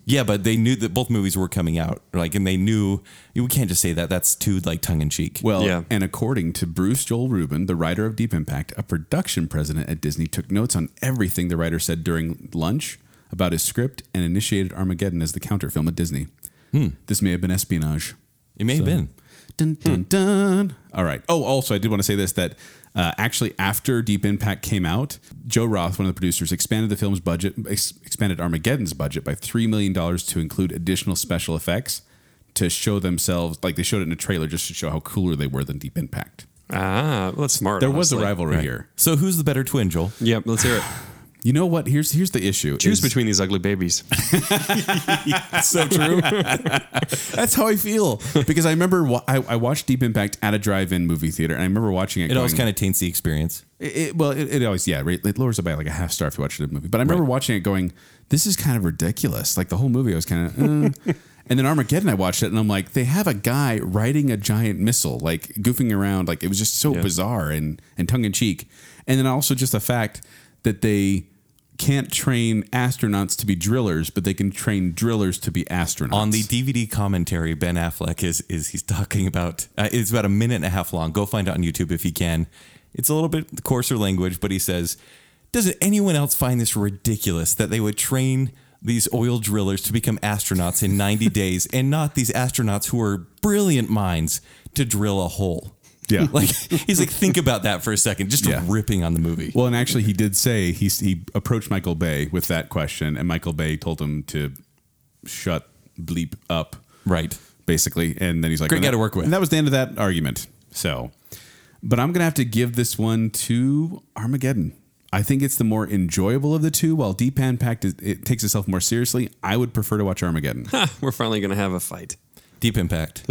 [SPEAKER 3] Yeah, but they knew that both movies were coming out. Like, and they knew we can't just say that. That's too like tongue in cheek.
[SPEAKER 2] Well,
[SPEAKER 4] Yeah.
[SPEAKER 2] and according to Bruce Joel Rubin, the writer of Deep Impact, a production president at Disney took notes on everything the writer said during lunch about his script and initiated Armageddon as the counterfilm at Disney. This may have been espionage.
[SPEAKER 3] it may have been.
[SPEAKER 2] Dun, dun, dun. All right. Oh, also, I did want to say this that uh, actually, after Deep Impact came out, Joe Roth, one of the producers, expanded the film's budget, ex- expanded Armageddon's budget by $3 million to include additional special effects to show themselves, like they showed it in a trailer just to show how cooler they were than Deep Impact.
[SPEAKER 4] ah, well, that's smart.
[SPEAKER 2] There was a
[SPEAKER 4] honestly.
[SPEAKER 2] rivalry here.
[SPEAKER 3] So who's the better twin, Joel?
[SPEAKER 4] Yep, let's hear it.
[SPEAKER 2] (laughs) You know what? Here's here's the issue.
[SPEAKER 4] Choose
[SPEAKER 2] is-
[SPEAKER 4] between these
[SPEAKER 2] (laughs)
[SPEAKER 4] ugly babies. (laughs)
[SPEAKER 3] So true.
[SPEAKER 2] That's how I feel because I remember wa- I, I watched Deep Impact at a drive-in movie theater, and I remember watching it.
[SPEAKER 3] It always
[SPEAKER 2] going-
[SPEAKER 3] kind of taints the experience.
[SPEAKER 2] It, it- well, it, it always yeah, right, it lowers it by like a half star if you watch it in a movie. But I remember watching it going, this is kind of ridiculous. Like the whole movie, I was kind of.
[SPEAKER 3] (laughs)
[SPEAKER 2] mm. and then Armageddon, I watched it, and I'm like, they have a guy riding a giant missile, like goofing around, like it was just so bizarre and and tongue in cheek. And then also just the fact that they can't train astronauts to be drillers, but they can train drillers to be astronauts.
[SPEAKER 3] On the DVD commentary, Ben Affleck is is he's talking about uh, it's about a minute and a half long. Go find it on YouTube if you can. It's a little bit coarser language, but he says, "Doesn't anyone else find this ridiculous that they would train these oil drillers to become astronauts
[SPEAKER 2] (laughs)
[SPEAKER 3] in 90 days and not these astronauts who are brilliant minds to drill a hole?" (laughs)
[SPEAKER 2] Yeah.
[SPEAKER 3] like he's like, think about that for a second. Just
[SPEAKER 2] Yeah.
[SPEAKER 3] ripping on the movie.
[SPEAKER 2] Well, and actually, he did say he he approached Michael Bay with that question, and Michael Bay told him to shut bleep up,
[SPEAKER 3] right.
[SPEAKER 2] basically. And then he's like,
[SPEAKER 3] Great
[SPEAKER 2] and
[SPEAKER 3] guy to
[SPEAKER 2] that-
[SPEAKER 3] work with.
[SPEAKER 2] And that was the end of that argument. So, but I'm gonna have to give this one to Armageddon. I think it's the more enjoyable of the two. While Deep Impact is, it takes itself more seriously, I would prefer to watch
[SPEAKER 3] (laughs)
[SPEAKER 2] Armageddon.
[SPEAKER 4] We're finally going to have a fight.
[SPEAKER 2] (laughs)
[SPEAKER 3] Deep Impact.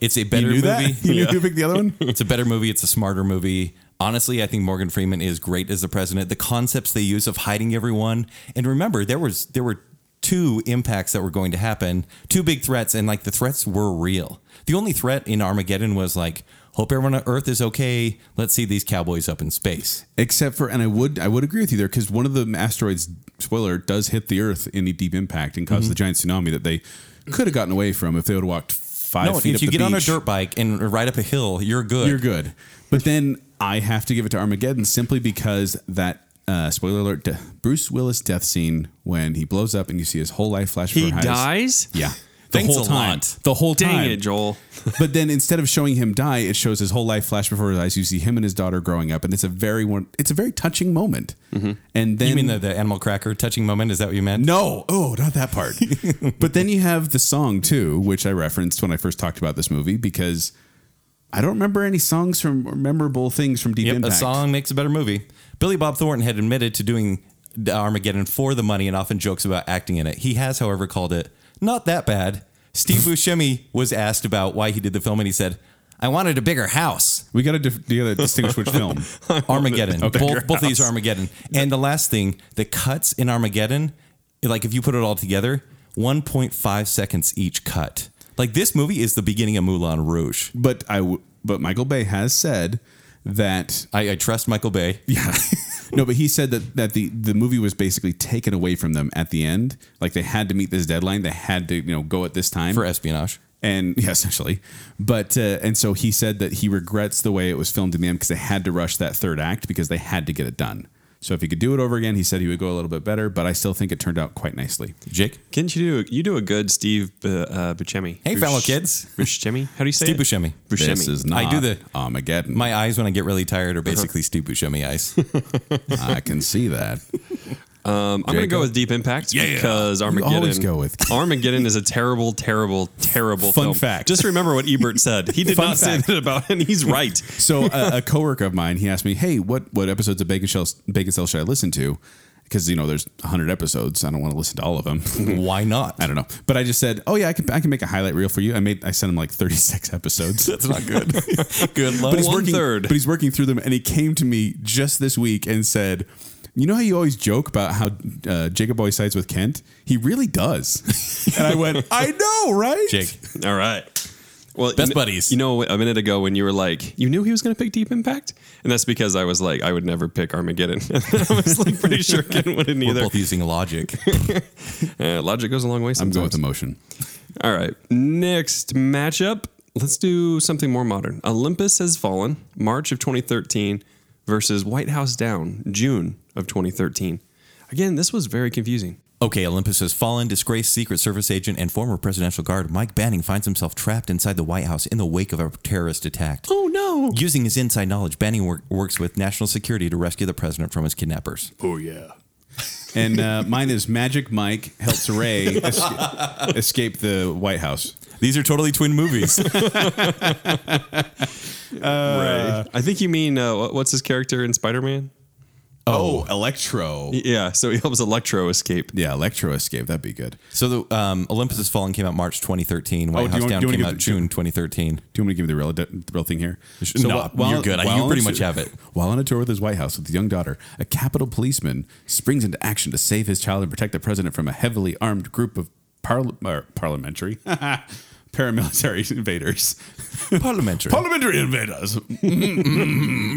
[SPEAKER 3] it's a better
[SPEAKER 2] you knew
[SPEAKER 3] movie.
[SPEAKER 2] that. (laughs) You knew you picked the other
[SPEAKER 3] (laughs)
[SPEAKER 2] one.
[SPEAKER 3] It's a better movie. It's a smarter movie. Honestly, I think Morgan Freeman is great as the president. The concepts they use of hiding everyone, and remember, there was there were two impacts that were going to happen, two big threats, and like the threats were real. The only threat in Armageddon was like, hope everyone on Earth is okay. Let's see these cowboys up in space.
[SPEAKER 2] except for and I would I would agree with you there because one of the asteroids spoiler does hit the Earth in a deep impact and cause the
[SPEAKER 3] Mm-hmm.
[SPEAKER 2] giant tsunami that they could have gotten away from if they would have walked five
[SPEAKER 3] No,
[SPEAKER 2] feet.
[SPEAKER 3] if
[SPEAKER 2] up
[SPEAKER 3] you
[SPEAKER 2] the
[SPEAKER 3] get on a
[SPEAKER 2] beach,
[SPEAKER 3] dirt bike and ride up a hill, you're good.
[SPEAKER 2] you're good. But then I have to give it to Armageddon simply because that uh, spoiler alert de- Bruce Willis death scene when he blows up and you see his whole life flash.
[SPEAKER 4] He
[SPEAKER 2] before your eyes.
[SPEAKER 4] dies?
[SPEAKER 2] Yeah, the
[SPEAKER 3] Thanks
[SPEAKER 2] whole
[SPEAKER 3] a
[SPEAKER 2] time.
[SPEAKER 3] lot.
[SPEAKER 2] The whole
[SPEAKER 4] Dang
[SPEAKER 2] time.
[SPEAKER 4] it, Joel.
[SPEAKER 2] but then instead of showing him die, it shows his whole life flash before his eyes. You see him and his daughter growing up, and it's a very one. It's a very touching moment. And then
[SPEAKER 3] Mm-hmm. You mean the, the animal cracker touching moment? Is that what you meant?
[SPEAKER 2] no, oh, not that
[SPEAKER 3] (laughs)
[SPEAKER 2] part. but then you have the song too, which I referenced when I first talked about this movie because I don't remember any songs from or memorable things from Deep
[SPEAKER 3] Yep,
[SPEAKER 2] Impact.
[SPEAKER 3] a song makes a better movie. Billy Bob Thornton had admitted to doing the Armageddon for the money and often jokes about acting in it. He has, however, called it not that bad. Steve Buscemi was asked about why he did the film, and he said, "I wanted a bigger house."
[SPEAKER 2] We got to dif- you gotta distinguish
[SPEAKER 3] (laughs)
[SPEAKER 2] which film.
[SPEAKER 3] Armageddon.
[SPEAKER 2] Okay.
[SPEAKER 3] both both these are Armageddon. And the last thing, the cuts in Armageddon, like if you put it all together, 1.5 seconds each cut. Like this movie is the beginning of Moulin Rouge.
[SPEAKER 2] But I w- but Michael Bay has said that
[SPEAKER 3] I, I trust Michael Bay.
[SPEAKER 2] yeah. (laughs) no, but he said that that the the movie was basically taken away from them at the end. Like they had to meet this deadline. They had to, you know, go at this time.
[SPEAKER 3] for espionage.
[SPEAKER 2] and (laughs) yeah, essentially. But uh, and so he said that he regrets the way it was filmed in the end because they had to rush that third act because they had to get it done. So if he could do it over again, he said he would go a little bit better. But I still think it turned out quite nicely.
[SPEAKER 3] Jake,
[SPEAKER 4] Can't you do you do a good Steve B- uh, Buscemi?
[SPEAKER 3] Hey, fellow kids.
[SPEAKER 4] Buscemi. How do you say
[SPEAKER 3] Steve
[SPEAKER 4] it?
[SPEAKER 3] Buscemi.
[SPEAKER 4] Buscemi.
[SPEAKER 2] This is not.
[SPEAKER 3] I do the-
[SPEAKER 2] Armageddon.
[SPEAKER 3] my eyes when I get really tired are basically Steve Buscemi eyes.
[SPEAKER 2] I can see
[SPEAKER 3] (laughs)
[SPEAKER 2] that.
[SPEAKER 4] um, I'm going to
[SPEAKER 2] Jacob?
[SPEAKER 4] go with Deep Impact because Armageddon.
[SPEAKER 2] always go with-
[SPEAKER 4] Armageddon is a terrible, terrible, terrible
[SPEAKER 2] Fun
[SPEAKER 4] film.
[SPEAKER 2] fact.
[SPEAKER 4] Just remember what Ebert said. He did
[SPEAKER 2] Fun
[SPEAKER 4] not
[SPEAKER 2] fact.
[SPEAKER 4] say that about, and
[SPEAKER 3] (laughs)
[SPEAKER 4] he's right.
[SPEAKER 2] So a, a coworker of mine, he asked me, "Hey, what what episodes of Bacon Shell Bacon Cell should I listen to?" Because you know, there's 100 episodes. I don't want to listen to all of them. (laughs)
[SPEAKER 3] Why not?
[SPEAKER 2] I don't know, but I just said, "Oh yeah, I can I can make a highlight reel for you." I made I sent him like 36 (laughs) episodes.
[SPEAKER 3] That's not good. good luck.
[SPEAKER 2] but he's
[SPEAKER 4] One
[SPEAKER 2] working,
[SPEAKER 4] third.
[SPEAKER 2] But he's working through them, and he came to me just this week and said, "You know how you always joke about how uh, Jacob always sides with Kent? He really does." (laughs) and I went, (laughs) "I know, right?"
[SPEAKER 3] Jake,
[SPEAKER 4] All right. Well,
[SPEAKER 3] Best
[SPEAKER 4] you kn-
[SPEAKER 3] buddies.
[SPEAKER 4] You know, a minute ago when you were like, you knew he was going to pick Deep Impact, and that's because I was like, I would never pick Armageddon. (laughs) I was like, pretty sure Ken wouldn't
[SPEAKER 3] we're
[SPEAKER 4] either.
[SPEAKER 3] both using logic.
[SPEAKER 4] Uh, logic goes a long way.
[SPEAKER 2] I'm
[SPEAKER 4] Sometimes.
[SPEAKER 2] going with emotion.
[SPEAKER 4] All right. Next matchup. Let's do something more modern. Olympus Has Fallen, March of 2013 versus White House Down, June of 2013. Again, this was very confusing.
[SPEAKER 3] Okay, Olympus has fallen. Disgraced Secret Service agent and former presidential guard Mike Banning finds himself trapped inside the White House in the wake of a terrorist attack.
[SPEAKER 4] Oh no.
[SPEAKER 3] Using his inside knowledge, Banning wor- works with national security to rescue the president from his kidnappers.
[SPEAKER 2] And uh, mine is Magic Mike helps Ray
[SPEAKER 3] (laughs)
[SPEAKER 2] esca- escape the White House.
[SPEAKER 3] These are totally twin movies.
[SPEAKER 4] Ray. I think you mean uh, what- what's his character in Spider-Man?
[SPEAKER 2] Oh, Electro.
[SPEAKER 4] Yeah, so he helps Electro escape.
[SPEAKER 2] Yeah, Electro escape. That'd be good.
[SPEAKER 3] (laughs) so the um, Olympus has fallen came out March 2013. White
[SPEAKER 2] do you
[SPEAKER 3] House
[SPEAKER 2] want-
[SPEAKER 3] Down
[SPEAKER 2] do you wanna
[SPEAKER 3] came
[SPEAKER 2] give
[SPEAKER 3] out
[SPEAKER 2] the-
[SPEAKER 3] June 2013.
[SPEAKER 2] Do you want me to give you the real, the real thing here?
[SPEAKER 3] No,
[SPEAKER 2] whi-
[SPEAKER 3] you're good. I- you
[SPEAKER 2] on
[SPEAKER 3] pretty
[SPEAKER 2] a-
[SPEAKER 3] much have it.
[SPEAKER 2] (laughs) While on a tour with his White House with his young daughter, a Capitol policeman springs into action to save his child and protect the president from a heavily armed group of parl- or parliamentary (laughs) paramilitary invaders.
[SPEAKER 3] Parliamentary.
[SPEAKER 2] Parliamentary invaders. (laughs)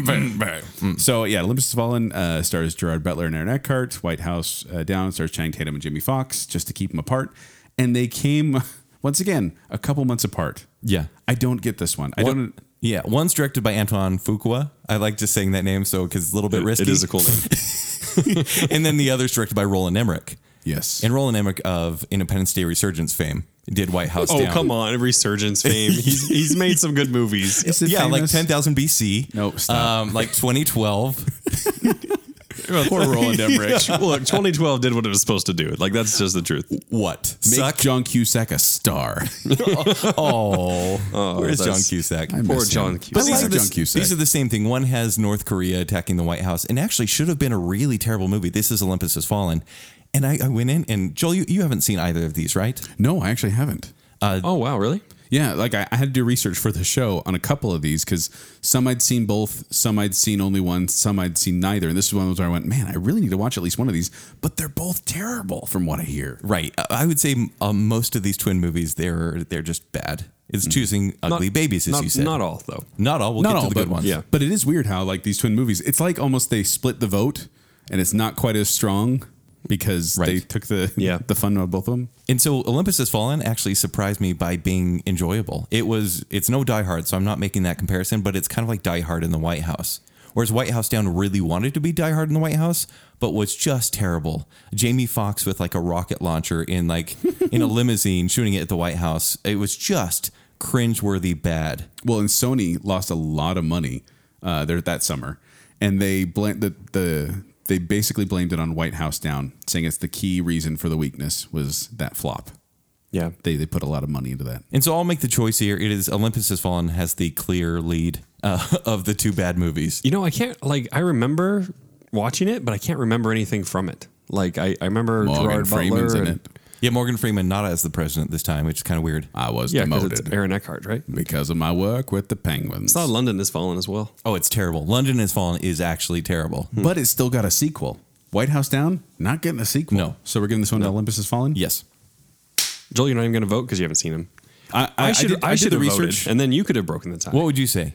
[SPEAKER 2] Mm-hmm. so yeah, Olympus Has Fallen uh, stars Gerard Butler and Aaron Eckhart. White House uh, Down stars Channing Tatum and Jimmy Fox, just to keep them apart. And they came (laughs) once again a couple months apart.
[SPEAKER 3] Yeah.
[SPEAKER 2] I don't get this one. I
[SPEAKER 3] One-
[SPEAKER 2] don't.
[SPEAKER 3] Yeah, one's directed by Antoine Fuqua. I like just saying that name, so because it's a little bit risky.
[SPEAKER 4] It is a cool name.
[SPEAKER 3] and then the other's directed by Roland Emmerich.
[SPEAKER 2] Yes.
[SPEAKER 3] And Roland Emmerich of Independence Day Resurgence fame did White House
[SPEAKER 4] Oh
[SPEAKER 3] Down.
[SPEAKER 4] come on, Resurgence fame. He's he's made some good movies.
[SPEAKER 2] Is it
[SPEAKER 3] Yeah, like
[SPEAKER 2] famous?
[SPEAKER 3] 10,000 BC.
[SPEAKER 2] No, stop.
[SPEAKER 3] Um,
[SPEAKER 2] (laughs)
[SPEAKER 3] like 2012. (laughs)
[SPEAKER 2] Poor
[SPEAKER 4] (laughs)
[SPEAKER 2] Roland Emmerich.
[SPEAKER 4] Look, 2012 did what it was supposed to do. Like that's just the truth.
[SPEAKER 3] what?
[SPEAKER 2] Make
[SPEAKER 3] Suck.
[SPEAKER 2] John Cusack a star.
[SPEAKER 3] (laughs) oh, where's John
[SPEAKER 4] that's-
[SPEAKER 3] Cusack?
[SPEAKER 4] Poor
[SPEAKER 2] miss him.
[SPEAKER 4] John
[SPEAKER 2] But
[SPEAKER 3] But
[SPEAKER 4] Cusack.
[SPEAKER 3] these,
[SPEAKER 2] like
[SPEAKER 3] are
[SPEAKER 2] John
[SPEAKER 3] the,
[SPEAKER 2] Cusack.
[SPEAKER 3] these are the same thing. One has North Korea attacking the White House, and actually should have been a really terrible movie. This is Olympus Has Fallen. And I, I went in, and Joel, you, you haven't seen either of these, right?
[SPEAKER 2] no, I actually haven't.
[SPEAKER 4] Oh wow, really?
[SPEAKER 2] Yeah, like I, I had to do research for the show on a couple of these because some I'd seen both, some I'd seen only one, some I'd seen neither. And this is one of those where I went, man, I really need to watch at least one of these, but they're both terrible from what I hear.
[SPEAKER 3] Right. I- I would say um, most of these twin movies, they're they're just bad. It's choosing ugly babies, as
[SPEAKER 4] Mm. not,
[SPEAKER 3] you said.
[SPEAKER 4] Not all though.
[SPEAKER 3] Not all. We'll
[SPEAKER 2] Not
[SPEAKER 3] get
[SPEAKER 2] all
[SPEAKER 3] to the
[SPEAKER 2] but,
[SPEAKER 3] good ones.
[SPEAKER 4] Yeah.
[SPEAKER 2] But it is weird how, like, these twin movies, it's like almost they split the vote and it's not quite as strong because
[SPEAKER 3] Right.
[SPEAKER 2] they took the,
[SPEAKER 4] Yeah.
[SPEAKER 2] (laughs) the fun of both of them.
[SPEAKER 3] And so Olympus Has Fallen actually surprised me by being enjoyable. It was. It's no Die Hard, so I'm not making that comparison. But it's kind of like Die Hard in the White House. Whereas White House Down really wanted to be Die Hard in the White House, but was just terrible. Jamie Foxx with like a rocket launcher in like in a limousine shooting it at the White House. It was just cringeworthy bad.
[SPEAKER 2] Well, and Sony lost a lot of money uh, there that summer, and they blamed the, the they basically blamed it on White House Down, saying it's the key reason for the weakness was that flop.
[SPEAKER 4] Yeah.
[SPEAKER 2] They they put a lot of money into that.
[SPEAKER 3] And so I'll make the choice here. It is Olympus Has Fallen has the clear lead uh, (laughs) of the two bad movies.
[SPEAKER 4] You know, I can't like I remember watching it, but I can't remember anything from it. Like I, I remember
[SPEAKER 2] Morgan
[SPEAKER 4] Gerard
[SPEAKER 2] Freeman's
[SPEAKER 4] Butler
[SPEAKER 2] in
[SPEAKER 4] and-
[SPEAKER 2] it.
[SPEAKER 3] Yeah, Morgan Freeman not as the president this time, which is kind of weird.
[SPEAKER 2] I was
[SPEAKER 4] Yeah, 'cause it's
[SPEAKER 2] demoted
[SPEAKER 4] Aaron Eckhart, right?
[SPEAKER 2] because of my work with the Penguins,
[SPEAKER 4] Saw London has fallen as well.
[SPEAKER 3] Oh, it's terrible. London Has Fallen is actually terrible.
[SPEAKER 2] but it's still got a sequel. White House Down not getting a sequel.
[SPEAKER 3] No.
[SPEAKER 2] so we're giving this one to Olympus Has Fallen.
[SPEAKER 3] Yes.
[SPEAKER 4] Joel, you're not even going to vote because you haven't seen him.
[SPEAKER 2] I, I,
[SPEAKER 4] I should I,
[SPEAKER 2] did, I did
[SPEAKER 4] should
[SPEAKER 2] the
[SPEAKER 4] have voted,
[SPEAKER 2] research.
[SPEAKER 4] and then you could have broken the tie.
[SPEAKER 3] What would you say?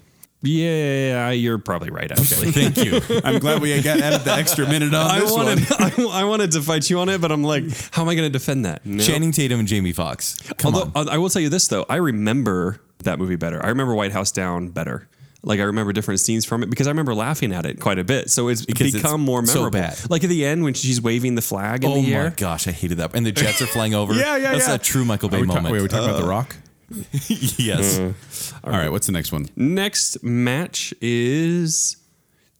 [SPEAKER 4] yeah, you're probably
[SPEAKER 2] (laughs)
[SPEAKER 4] right. Actually,
[SPEAKER 3] Thank you.
[SPEAKER 2] I'm glad we got added the extra minute on
[SPEAKER 4] (laughs) I
[SPEAKER 2] this one.
[SPEAKER 4] wanted I, w- I wanted to fight you on it, but I'm like, how am I going to defend that? No.
[SPEAKER 3] (laughs) Channing Tatum and Jamie Foxx. Come
[SPEAKER 4] Although
[SPEAKER 3] on.
[SPEAKER 4] I I will tell you this though, I remember that movie better. I remember White House Down better. Like I remember different scenes from it because I remember laughing at it quite a bit. So it's
[SPEAKER 3] Because it's
[SPEAKER 4] become more
[SPEAKER 3] so
[SPEAKER 4] memorable.
[SPEAKER 3] bad.
[SPEAKER 4] Like at the end when she's waving the flag in
[SPEAKER 3] Oh
[SPEAKER 4] the
[SPEAKER 3] my
[SPEAKER 4] air.
[SPEAKER 3] gosh, I hated that. And the jets are flying
[SPEAKER 2] (laughs)
[SPEAKER 3] over.
[SPEAKER 2] Yeah, yeah,
[SPEAKER 3] That's
[SPEAKER 2] yeah.
[SPEAKER 3] a true Michael Bay
[SPEAKER 2] Are we ta-
[SPEAKER 3] moment.
[SPEAKER 2] wait, are we talking about The Rock?
[SPEAKER 3] (laughs)
[SPEAKER 2] Uh-huh.
[SPEAKER 3] yes.
[SPEAKER 2] Uh, All right, what's the next one?
[SPEAKER 4] Next match is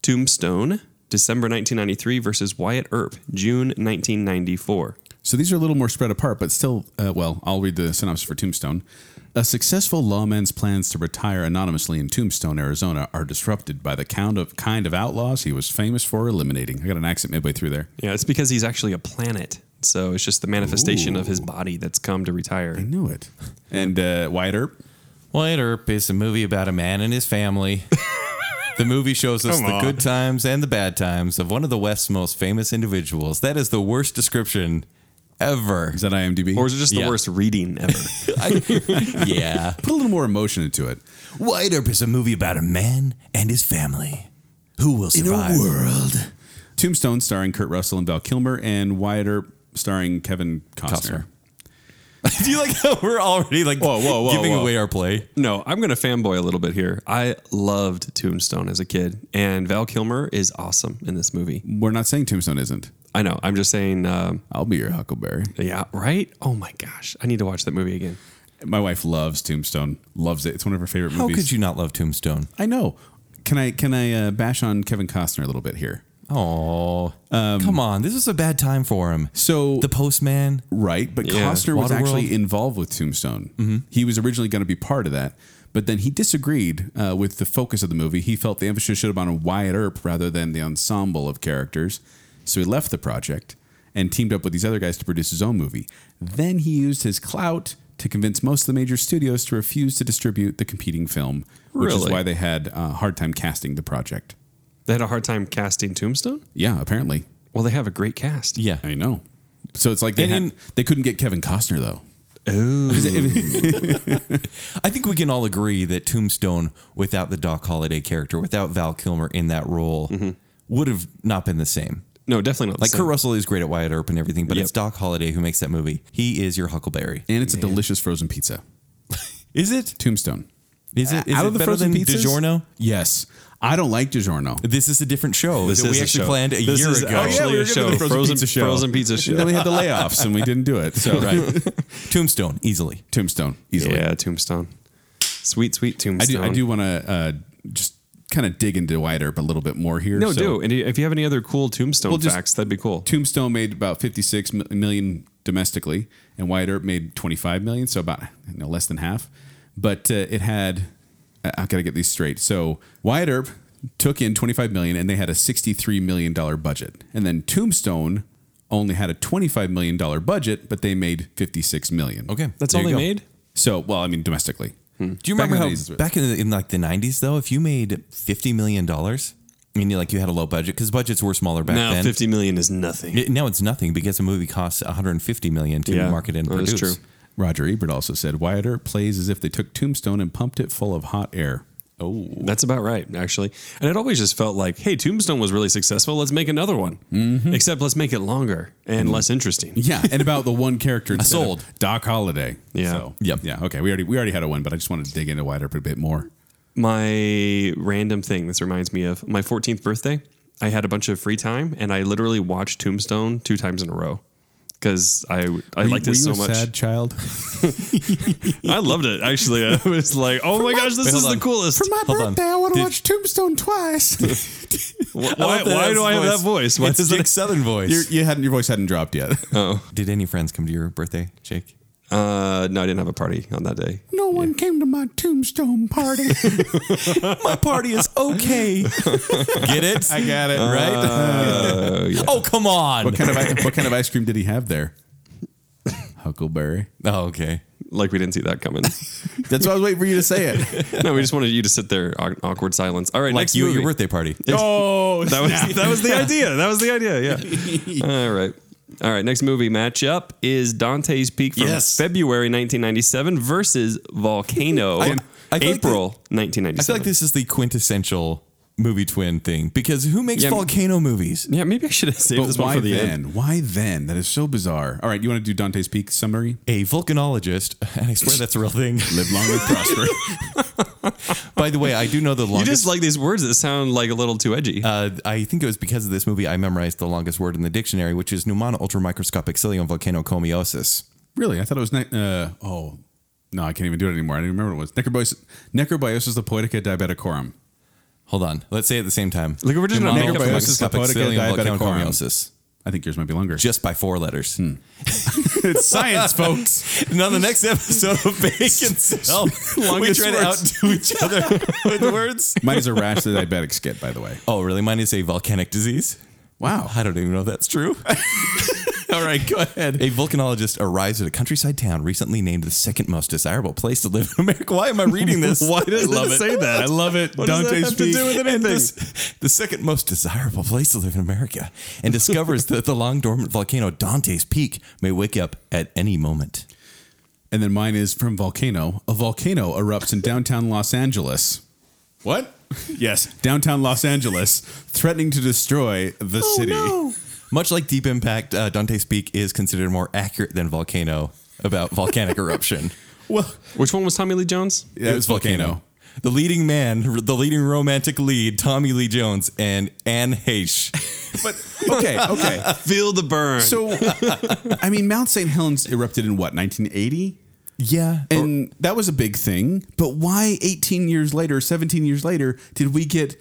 [SPEAKER 4] Tombstone, December 1993 versus Wyatt Earp, June 1994.
[SPEAKER 2] So these are a little more spread apart, but still, uh, well, I'll read the synopsis for Tombstone. A successful lawman's plans to retire anonymously in Tombstone, Arizona, are disrupted by the count of kind of outlaws he was famous for eliminating. I got an accent midway through there.
[SPEAKER 4] Yeah, it's because he's actually a planet. So it's just the manifestation of his body that's come to retire.
[SPEAKER 2] knew it. And uh, Wyatt Earp.
[SPEAKER 3] Wyatt Earp is a movie about a man and
[SPEAKER 2] (laughs)
[SPEAKER 3] his family. the movie shows us the good times and the bad times of one of the West's most famous individuals. That is the worst description
[SPEAKER 2] (laughs)
[SPEAKER 3] ever.
[SPEAKER 2] Is that IMDb?
[SPEAKER 4] Or is it just the
[SPEAKER 3] Yeah.
[SPEAKER 4] worst reading ever?
[SPEAKER 3] yeah.
[SPEAKER 2] put a little more emotion into it.
[SPEAKER 3] Wyatt Earp is a movie about a man and his family who will survive.
[SPEAKER 2] world. Tombstone starring Kurt Russell and Val Kilmer, and Wyatt Earp starring Kevin Costner.
[SPEAKER 3] Costner. (laughs) Do you like how we're already like
[SPEAKER 2] Whoa, whoa, whoa,
[SPEAKER 3] giving
[SPEAKER 2] whoa.
[SPEAKER 3] away our play?
[SPEAKER 4] No, I'm going to fanboy a little bit here. I loved Tombstone as a kid, and Val Kilmer is awesome in this movie.
[SPEAKER 2] We're not saying Tombstone isn't.
[SPEAKER 4] I know. I'm just saying, um,
[SPEAKER 2] I'll be your Huckleberry.
[SPEAKER 4] yeah, right? Oh my gosh. I need to watch that movie again.
[SPEAKER 2] My wife loves Tombstone. Loves it. It's one of her favorite
[SPEAKER 3] How
[SPEAKER 2] movies.
[SPEAKER 3] could you not love Tombstone?
[SPEAKER 2] I know. Can I can I uh, bash on Kevin Costner a little bit here?
[SPEAKER 3] Oh, come on! This is a bad time for him.
[SPEAKER 2] So
[SPEAKER 3] The postman.
[SPEAKER 2] right, but
[SPEAKER 4] Yeah.
[SPEAKER 2] Costner was
[SPEAKER 3] Waterworld.
[SPEAKER 2] actually involved with Tombstone. He was originally going to be part of that, but then he disagreed uh, with the focus of the movie. He felt the emphasis should have been on Wyatt Earp rather than the ensemble of characters, so he left the project and teamed up with these other guys to produce his own movie. Then he used his clout to convince most of the major studios to refuse to distribute the competing film, which is
[SPEAKER 4] Really?
[SPEAKER 2] why they had a hard time casting the project.
[SPEAKER 4] They had a hard time casting Tombstone?
[SPEAKER 2] Yeah, apparently.
[SPEAKER 4] Well, they have a great cast.
[SPEAKER 3] Yeah,
[SPEAKER 2] I know. So it's like they
[SPEAKER 3] And
[SPEAKER 2] had,
[SPEAKER 3] in-
[SPEAKER 2] they couldn't get Kevin Costner though. Mm.
[SPEAKER 3] I think we can all agree that Tombstone, without the Doc Holliday character, without Val Kilmer in that role, would have not been the same.
[SPEAKER 4] No, definitely not. the
[SPEAKER 3] Like
[SPEAKER 4] same.
[SPEAKER 3] Kurt Russell is great at Wyatt Earp and everything, but
[SPEAKER 4] Yep.
[SPEAKER 3] it's Doc Holliday who makes that movie. He is your Huckleberry.
[SPEAKER 2] And (laughs) it's a delicious frozen pizza.
[SPEAKER 3] Is it?
[SPEAKER 2] Tombstone.
[SPEAKER 3] Is it? Is
[SPEAKER 2] Out
[SPEAKER 3] it
[SPEAKER 2] of the
[SPEAKER 3] better
[SPEAKER 2] frozen
[SPEAKER 3] than
[SPEAKER 2] pizzas?
[SPEAKER 3] DiGiorno?
[SPEAKER 2] Yes. I don't like DiGiorno.
[SPEAKER 3] This is a different show
[SPEAKER 4] This
[SPEAKER 3] that
[SPEAKER 4] is
[SPEAKER 3] we
[SPEAKER 4] a
[SPEAKER 3] actually
[SPEAKER 4] show.
[SPEAKER 3] planned a
[SPEAKER 4] This
[SPEAKER 3] year
[SPEAKER 4] is
[SPEAKER 3] ago. Oh,
[SPEAKER 4] actually
[SPEAKER 2] Oh, we were
[SPEAKER 4] a
[SPEAKER 2] gonna do
[SPEAKER 4] show.
[SPEAKER 2] the Frozen
[SPEAKER 4] Frozen
[SPEAKER 2] Pizza show.
[SPEAKER 4] Frozen Pizza show.
[SPEAKER 2] (laughs) then we had the layoffs and we didn't do it. So (laughs)
[SPEAKER 3] right. Tombstone, easily.
[SPEAKER 2] Tombstone easily.
[SPEAKER 4] Yeah, Tombstone. Sweet, sweet
[SPEAKER 2] I
[SPEAKER 4] Tombstone.
[SPEAKER 2] do. I do want to uh, just kind of dig into Wyatt Earp a little bit more here.
[SPEAKER 4] No,
[SPEAKER 2] So
[SPEAKER 4] do. And if you have any other cool Tombstone
[SPEAKER 2] Well, just-
[SPEAKER 4] facts, that'd be cool.
[SPEAKER 2] Tombstone made about fifty-six mi- million domestically, and Wyatt Earp made twenty-five million, so about you know, less than half. But uh, it had. I I gotta get these straight. So Wyatt Earp took in twenty-five million, and they had a sixty-three million dollar budget, and then Tombstone only had a twenty-five million dollar budget, but they made fifty-six million.
[SPEAKER 3] Okay.
[SPEAKER 4] That's
[SPEAKER 3] there
[SPEAKER 4] all they
[SPEAKER 3] you go.
[SPEAKER 4] made?
[SPEAKER 2] So, well, I mean, domestically.
[SPEAKER 3] Do you
[SPEAKER 2] Back
[SPEAKER 3] remember
[SPEAKER 2] in the
[SPEAKER 3] how
[SPEAKER 2] 80s is what-
[SPEAKER 3] back in, the, in like the nineties though, if you made fifty million dollars, I mean, like you had a low budget because budgets were smaller back
[SPEAKER 4] Now,
[SPEAKER 3] then.
[SPEAKER 4] 50 million is nothing.
[SPEAKER 3] It- now it's nothing because a movie costs one hundred and fifty million to
[SPEAKER 4] Yeah,
[SPEAKER 3] market and
[SPEAKER 4] that is
[SPEAKER 3] produce.
[SPEAKER 4] true.
[SPEAKER 2] Roger Ebert also said Wyatt Earp plays as if they took Tombstone and pumped it full of hot air. Oh,
[SPEAKER 4] That's about right, actually. And it always just felt like, hey, Tombstone was really successful. Let's make another one. Except let's make it longer and less interesting.
[SPEAKER 2] yeah, and about the one
[SPEAKER 3] (laughs)
[SPEAKER 2] character instead of
[SPEAKER 3] sold.
[SPEAKER 2] Doc Holliday.
[SPEAKER 4] Yeah.
[SPEAKER 2] so,
[SPEAKER 3] Yep.
[SPEAKER 2] yeah. Okay, we already we already had a one, but I just wanted to dig into Wyatt Earp a bit more.
[SPEAKER 4] My random thing, this reminds me of my 14th birthday. I had a bunch of free time and I literally watched Tombstone two times in a row because I, I liked
[SPEAKER 2] were
[SPEAKER 4] it so
[SPEAKER 2] you a
[SPEAKER 4] much.
[SPEAKER 2] Sad
[SPEAKER 4] (laughs)
[SPEAKER 2] child.
[SPEAKER 4] I loved it, actually. I was like, oh my gosh, this
[SPEAKER 3] Hold
[SPEAKER 4] is the
[SPEAKER 3] on.
[SPEAKER 4] coolest.
[SPEAKER 2] my
[SPEAKER 3] Hold on. birthday, I wanna Did- watch
[SPEAKER 2] Tombstone
[SPEAKER 3] (laughs)
[SPEAKER 2] twice.
[SPEAKER 4] Why,
[SPEAKER 3] I
[SPEAKER 4] why,
[SPEAKER 3] love that that's
[SPEAKER 4] do I have that voice? Why
[SPEAKER 3] it's
[SPEAKER 4] does
[SPEAKER 3] Dick
[SPEAKER 4] it?
[SPEAKER 3] Southern voice.
[SPEAKER 2] Your, you hadn't your voice hadn't dropped
[SPEAKER 4] (laughs)
[SPEAKER 2] yet.
[SPEAKER 3] Did any friends come to your birthday, Jake?
[SPEAKER 4] Uh, no, I didn't have a party on that day.
[SPEAKER 2] no one came to my Tombstone
[SPEAKER 4] (laughs)
[SPEAKER 2] party.
[SPEAKER 3] My party is okay. (laughs) Get it?
[SPEAKER 2] I got it
[SPEAKER 3] right?
[SPEAKER 4] (laughs)
[SPEAKER 3] Oh come on.
[SPEAKER 2] Uh, What kind of ice- what kind of ice cream did he have there? Huckleberry.
[SPEAKER 3] oh okay.
[SPEAKER 4] Like, we didn't see that coming.
[SPEAKER 2] That's why I was waiting for you to say
[SPEAKER 4] (laughs)
[SPEAKER 2] it.
[SPEAKER 4] no, we just wanted you to sit there, aw- awkward silence. All right,
[SPEAKER 3] Like
[SPEAKER 4] next
[SPEAKER 3] you at your
[SPEAKER 4] movie.
[SPEAKER 3] birthday party.
[SPEAKER 2] oh,
[SPEAKER 3] (laughs)
[SPEAKER 4] That was that was the idea. That was the idea. Yeah. All right. All right, next movie matchup is Dante's Peak from
[SPEAKER 3] Yes.
[SPEAKER 4] February 1997 versus Volcano
[SPEAKER 3] I- I feel like
[SPEAKER 4] April
[SPEAKER 3] I feel
[SPEAKER 4] 1997.
[SPEAKER 3] like this is the quintessential movie twin thing because who makes
[SPEAKER 4] Yeah, I mean-
[SPEAKER 3] volcano movies?
[SPEAKER 4] yeah, maybe I should have saved
[SPEAKER 2] But
[SPEAKER 4] this one
[SPEAKER 2] why
[SPEAKER 4] for the
[SPEAKER 2] then?
[SPEAKER 4] end.
[SPEAKER 2] Why then? That is so bizarre. All right, you want to do Dante's Peak summary?
[SPEAKER 3] A volcanologist, (laughs) and I swear that's a
[SPEAKER 4] (laughs)
[SPEAKER 3] real thing.
[SPEAKER 2] Live long and prosper.
[SPEAKER 3] By the way, I do know the
[SPEAKER 4] You
[SPEAKER 3] longest.
[SPEAKER 4] just like these words that sound like a little too edgy.
[SPEAKER 3] uh, I think it was because of this movie I memorized the longest word in the dictionary, which is pneumon ultramicroscopic cilium volcano comiosis.
[SPEAKER 2] really? I thought it was. Ne- uh, oh, no, I can't even do it anymore. I don't even remember what it was. Necrobiosis, necrobiosis the poetica diabeticorum.
[SPEAKER 3] Hold on, let's say it at the same time.
[SPEAKER 4] Look, we're just gonna
[SPEAKER 3] Pneumon
[SPEAKER 4] make up
[SPEAKER 2] for
[SPEAKER 3] ultramicroscopic
[SPEAKER 2] myself.
[SPEAKER 3] cilium
[SPEAKER 2] Diabetic
[SPEAKER 3] volcano
[SPEAKER 2] quorum.
[SPEAKER 3] comiosis.
[SPEAKER 2] I think yours might be longer.
[SPEAKER 3] Just by four letters.
[SPEAKER 4] Hmm.
[SPEAKER 3] (laughs)
[SPEAKER 2] it's science, folks.
[SPEAKER 3] Now the next episode
[SPEAKER 4] (laughs)
[SPEAKER 3] of Bacon Cell, we
[SPEAKER 2] Longest
[SPEAKER 3] try to
[SPEAKER 2] words.
[SPEAKER 3] outdo each other with words.
[SPEAKER 2] Mine is a rash the diabetic skit, by the way.
[SPEAKER 3] Oh, really? Mine is a volcanic disease.
[SPEAKER 2] Wow.
[SPEAKER 3] I don't even know if that's (laughs) true. (laughs) All right, go ahead. A volcanologist arrives at a countryside town recently named the second most desirable place to live in America. Why am I (laughs) reading this? Why
[SPEAKER 4] does it say that?
[SPEAKER 3] I love it.
[SPEAKER 4] What does that have to do with
[SPEAKER 3] And
[SPEAKER 4] anything?
[SPEAKER 3] this- the second most desirable place to live in America (laughs) and discovers that the long dormant volcano Dante's Peak may wake up at any moment.
[SPEAKER 2] And then mine is from volcano. A volcano erupts in downtown Los Angeles. What? Yes, downtown Los Angeles, threatening to destroy the
[SPEAKER 3] Oh,
[SPEAKER 2] city.
[SPEAKER 3] Much like Deep Impact, uh, Dante's Peak is considered more accurate than Volcano about volcanic (laughs) eruption.
[SPEAKER 2] Well,
[SPEAKER 4] Which one was Tommy Lee Jones?
[SPEAKER 2] it was volcano.
[SPEAKER 3] The leading man, the leading romantic lead, Tommy Lee Jones, and Anne Heche.
[SPEAKER 2] But okay, okay.
[SPEAKER 4] Feel the burn.
[SPEAKER 2] So, I mean, Mount St. Helens erupted in what 1980,
[SPEAKER 3] (laughs) Yeah.
[SPEAKER 2] and that was a big thing. But why 18 years later, 17 years later, did we get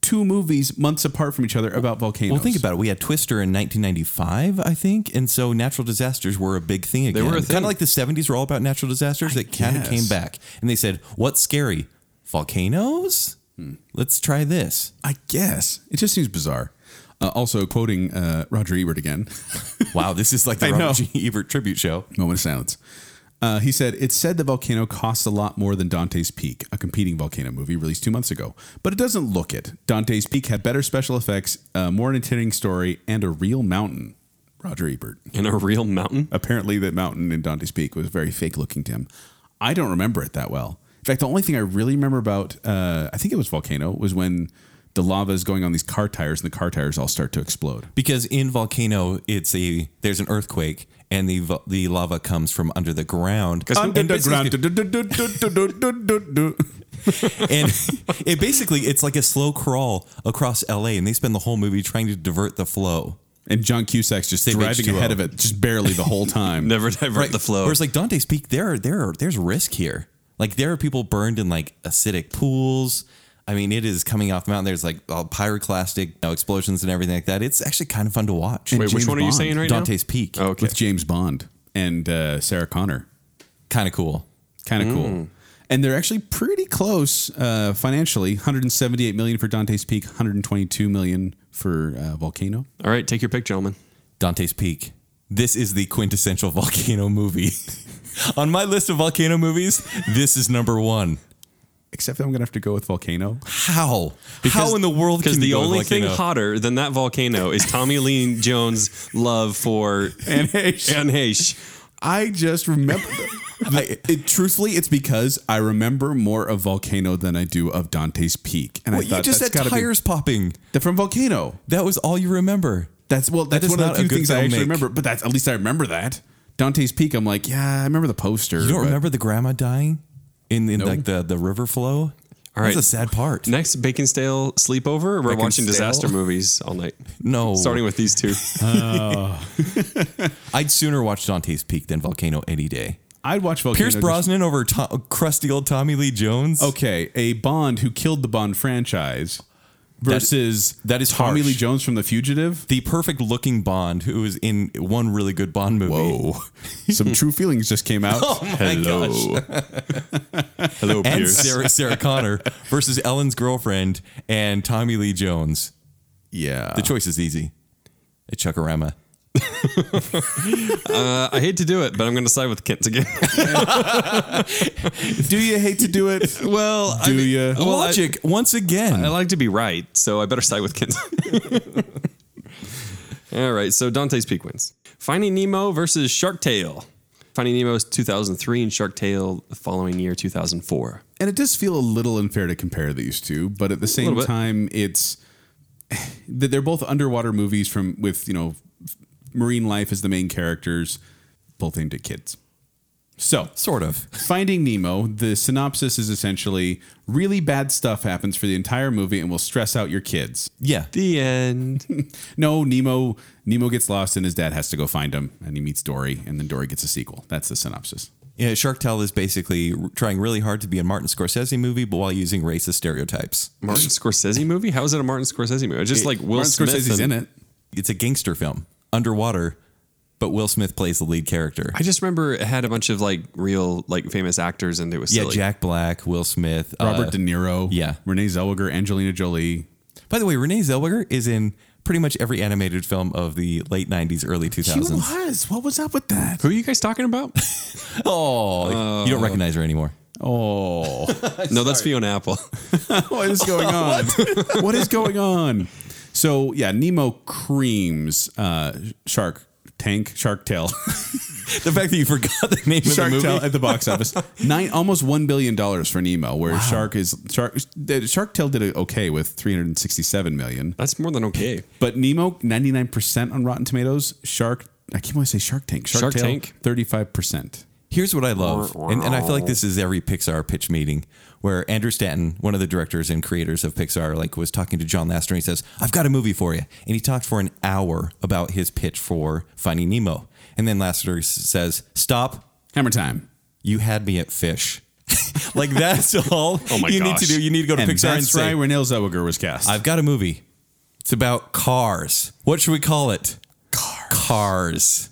[SPEAKER 2] two movies months apart from each other about volcanoes?
[SPEAKER 3] well, think about it. We had Twister in 1995, I think, and so natural disasters were a big thing again.
[SPEAKER 4] were a
[SPEAKER 3] Kind
[SPEAKER 4] thing.
[SPEAKER 3] of like the 70s were all about natural disasters. it kind of
[SPEAKER 2] guess.
[SPEAKER 3] came back, and they said, "What's scary? Volcanoes? Let's try this."
[SPEAKER 2] I guess it just seems bizarre. Uh, also, quoting uh, Roger Ebert (laughs) again.
[SPEAKER 3] Wow, this is (laughs) like
[SPEAKER 2] I
[SPEAKER 3] the
[SPEAKER 2] know.
[SPEAKER 3] Robert G. Ebert tribute show.
[SPEAKER 2] Moment of silence. Uh, he said, It's said the volcano costs a lot more than Dante's Peak, a competing volcano movie released two months ago, but it doesn't look it. Dante's Peak had better special effects, a more entertaining story, and a real mountain. Roger Ebert.
[SPEAKER 4] in a real mountain?
[SPEAKER 2] Apparently, that mountain in Dante's Peak was very fake looking to him. I don't remember it that well. In fact, the only thing I really remember about, uh, I think it was Volcano, was when the lava is going on these car tires and the car tires all start to explode.
[SPEAKER 3] Because in volcano, it's a there's an earthquake and the vo- the lava comes from under the ground.
[SPEAKER 2] Under
[SPEAKER 3] And
[SPEAKER 2] the
[SPEAKER 3] basically-
[SPEAKER 2] ground. Du-du-du-du-du-du-du-du-du.
[SPEAKER 3] and (laughs) it basically it's like a slow crawl across LA, and they spend the whole movie trying to divert the flow.
[SPEAKER 2] (laughs) And John Cusack's just
[SPEAKER 3] Same
[SPEAKER 2] driving
[SPEAKER 3] H2O.
[SPEAKER 2] ahead of it, just barely the
[SPEAKER 4] (laughs)
[SPEAKER 2] whole time.
[SPEAKER 4] Never divert the flow.
[SPEAKER 3] Whereas like Dante's Peak, there are, there are, there's risk here. Like there are people burned in like acidic pools. I mean, it is coming off the mountain. There's like all pyroclastic you know, explosions and everything like that. It's actually kind of fun to watch.
[SPEAKER 2] And
[SPEAKER 4] Wait, which
[SPEAKER 2] James
[SPEAKER 4] one are you
[SPEAKER 2] Bond.
[SPEAKER 4] saying right
[SPEAKER 3] Dante's Peak,
[SPEAKER 4] now? Oh, Okay.
[SPEAKER 2] With James Bond and uh, Sarah Connor.
[SPEAKER 3] kind of cool.
[SPEAKER 2] Kind of
[SPEAKER 4] Mm.
[SPEAKER 2] cool. And they're actually pretty close uh, financially. 178 million for Dante's Peak, 122 million for uh, Volcano.
[SPEAKER 4] All right, take your pick, gentlemen.
[SPEAKER 3] Dante's Peak. This is the quintessential volcano movie. (laughs) On my list of volcano movies, this is number one.
[SPEAKER 2] Except I'm going to have to go with (laughs) Volcano.
[SPEAKER 3] How?
[SPEAKER 4] Because-
[SPEAKER 3] How in the world?
[SPEAKER 4] Because
[SPEAKER 3] can
[SPEAKER 4] the
[SPEAKER 3] you go with
[SPEAKER 4] only thing
[SPEAKER 3] volcano?
[SPEAKER 4] hotter than that volcano is
[SPEAKER 3] (laughs)
[SPEAKER 4] Tommy Lee Jones' love for
[SPEAKER 2] And hey,
[SPEAKER 4] Anne Heche.
[SPEAKER 2] I just
[SPEAKER 3] (laughs)
[SPEAKER 2] remember. I, it, truthfully, it's because I remember more of Volcano than I do of Dante's Peak. And
[SPEAKER 3] What,
[SPEAKER 2] I
[SPEAKER 3] you
[SPEAKER 2] thought
[SPEAKER 3] just
[SPEAKER 2] that's
[SPEAKER 3] had
[SPEAKER 2] gotta be-
[SPEAKER 3] tires popping.
[SPEAKER 2] They're from Volcano.
[SPEAKER 3] That was all you remember.
[SPEAKER 2] That's well. That's
[SPEAKER 3] is
[SPEAKER 2] one of
[SPEAKER 3] not
[SPEAKER 2] the
[SPEAKER 3] a
[SPEAKER 2] few
[SPEAKER 3] good
[SPEAKER 2] things I actually
[SPEAKER 3] filmic.
[SPEAKER 2] remember. But that's at least I remember that Dante's Peak. I'm like, yeah, I remember the poster.
[SPEAKER 3] You don't
[SPEAKER 2] but-
[SPEAKER 3] remember the grandma dying in, in like the, the river flow?
[SPEAKER 4] All right.
[SPEAKER 3] That's a sad part.
[SPEAKER 4] Next, Baconstale sleepover. We're watching
[SPEAKER 3] Baconstale?
[SPEAKER 4] disaster movies all night,
[SPEAKER 3] No.
[SPEAKER 4] starting with these two.
[SPEAKER 3] I'd sooner watch Dante's Peak than Volcano any day.
[SPEAKER 2] I'd watch Volcano.
[SPEAKER 3] Pierce
[SPEAKER 2] just-
[SPEAKER 3] Brosnan over to- crusty old Tommy Lee Jones.
[SPEAKER 4] Oh.
[SPEAKER 2] okay, a Bond who killed the Bond franchise versus
[SPEAKER 3] that is
[SPEAKER 2] Tommy
[SPEAKER 3] harsh.
[SPEAKER 2] Lee Jones from The Fugitive.
[SPEAKER 3] The perfect looking Bond who is in one really good Bond movie.
[SPEAKER 2] Whoa, some true feelings just came out.
[SPEAKER 3] Oh my
[SPEAKER 2] Hello. (laughs) Hello,
[SPEAKER 3] and Sarah,
[SPEAKER 4] (laughs)
[SPEAKER 3] Sarah Connor versus Ellen's girlfriend and Tommy Lee Jones.
[SPEAKER 2] yeah,
[SPEAKER 3] The choice is easy. A Chuckarama.
[SPEAKER 4] Uh, I hate to do it, but I'm going to side with Kent
[SPEAKER 3] (laughs)
[SPEAKER 4] again.
[SPEAKER 2] do you hate to do (laughs) it?
[SPEAKER 4] well,
[SPEAKER 2] Do ya?
[SPEAKER 4] well, I-
[SPEAKER 3] Logic once again.
[SPEAKER 4] I like to be right, so I better side with Kent. (laughs) All right, so Dante's Peak wins. Finding Nemo versus Shark Tale. Finding Nemo is 2003 and Shark Tale the following year, 2004.
[SPEAKER 2] And it does feel a little unfair to compare these two, but at the same
[SPEAKER 4] little bit.
[SPEAKER 2] time, it's (sighs) that they're both underwater movies from with you know marine life as the main characters, both aimed at kids. So
[SPEAKER 3] Sort of.
[SPEAKER 2] Finding Nemo, the synopsis is essentially really bad stuff happens for the entire movie and will stress out your kids.
[SPEAKER 3] Yeah.
[SPEAKER 4] The end.
[SPEAKER 2] No, Nemo Nemo gets lost and his dad has to go find him and he meets Dory and then Dory gets a sequel. That's the synopsis.
[SPEAKER 3] Yeah, Shark Tale is basically r- trying really hard to be a Martin Scorsese movie, but while using racist stereotypes.
[SPEAKER 4] Martin Scorsese movie? How is it a Martin Scorsese movie? It's Just like Will
[SPEAKER 2] Martin
[SPEAKER 4] Smith.
[SPEAKER 2] Scorsese's
[SPEAKER 4] and-
[SPEAKER 2] in it.
[SPEAKER 3] It's a gangster film, underwater, but Will Smith plays the lead character.
[SPEAKER 4] I just remember it had a bunch of like real, like famous actors, and it was
[SPEAKER 3] yeah,
[SPEAKER 4] silly.
[SPEAKER 3] Jack Black, Will Smith,
[SPEAKER 2] Robert
[SPEAKER 3] uh,
[SPEAKER 2] De Niro,
[SPEAKER 3] yeah.
[SPEAKER 2] Renee Zellweger, Angelina Jolie.
[SPEAKER 3] By the way, Renee Zellweger is in pretty much every animated film of the late '90s, early 2000s.
[SPEAKER 2] was. What was up with that?
[SPEAKER 4] Who are you guys talking about?
[SPEAKER 3] Oh, you don't recognize her anymore.
[SPEAKER 2] Oh,
[SPEAKER 4] no, that's Fiona Apple.
[SPEAKER 2] (laughs)
[SPEAKER 4] (laughs)
[SPEAKER 2] what is going on? what is going on? So yeah, Nemo creams uh, shark tank shark tail
[SPEAKER 3] The fact that you forgot the
[SPEAKER 2] (laughs)
[SPEAKER 3] name
[SPEAKER 2] shark
[SPEAKER 3] of the
[SPEAKER 2] tail
[SPEAKER 3] movie.
[SPEAKER 2] at the box office nine almost one billion dollars for Nemo where shark is shark the shark tail did it okay with 367 million
[SPEAKER 4] That's more than okay.
[SPEAKER 2] but Nemo 99% on Rotten Tomatoes shark I keep wanting to say shark tank shark,
[SPEAKER 4] Shark
[SPEAKER 2] tail
[SPEAKER 4] Tank?
[SPEAKER 2] 35%
[SPEAKER 3] Here's what I love, and, and I feel like this is every Pixar pitch meeting where Andrew Stanton, one of the directors and creators of Pixar, like was talking to John Lasseter. And he says, "I've got a movie for you," and he talked for an hour about his pitch for Finding Nemo. And then Lasseter s- says, "Stop!
[SPEAKER 2] hammer time
[SPEAKER 3] You had me at fish." (laughs) like that's all
[SPEAKER 4] my
[SPEAKER 3] you
[SPEAKER 4] gosh.
[SPEAKER 3] need to do. You need to go to
[SPEAKER 2] and
[SPEAKER 3] Pixar and
[SPEAKER 2] that's
[SPEAKER 3] say,
[SPEAKER 2] right where Neil Zellweger was cast
[SPEAKER 3] I've got a movie. It's about cars. What should we call it? Cars. Cars.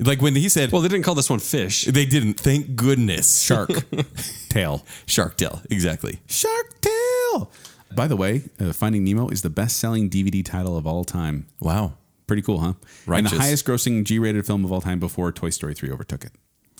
[SPEAKER 3] Like when he said,
[SPEAKER 4] Well, they didn't call this one fish.
[SPEAKER 3] they didn't. Thank goodness.
[SPEAKER 2] shark
[SPEAKER 3] (laughs)
[SPEAKER 2] tail
[SPEAKER 3] Shark Tale. Exactly.
[SPEAKER 2] Shark Tale. By the way, uh, Finding Nemo is the best-selling DVD title of all time.
[SPEAKER 3] Wow.
[SPEAKER 2] Pretty cool, huh? And
[SPEAKER 3] Righteous.
[SPEAKER 2] the highest-grossing G-rated film of all time before Toy Story 3 overtook it.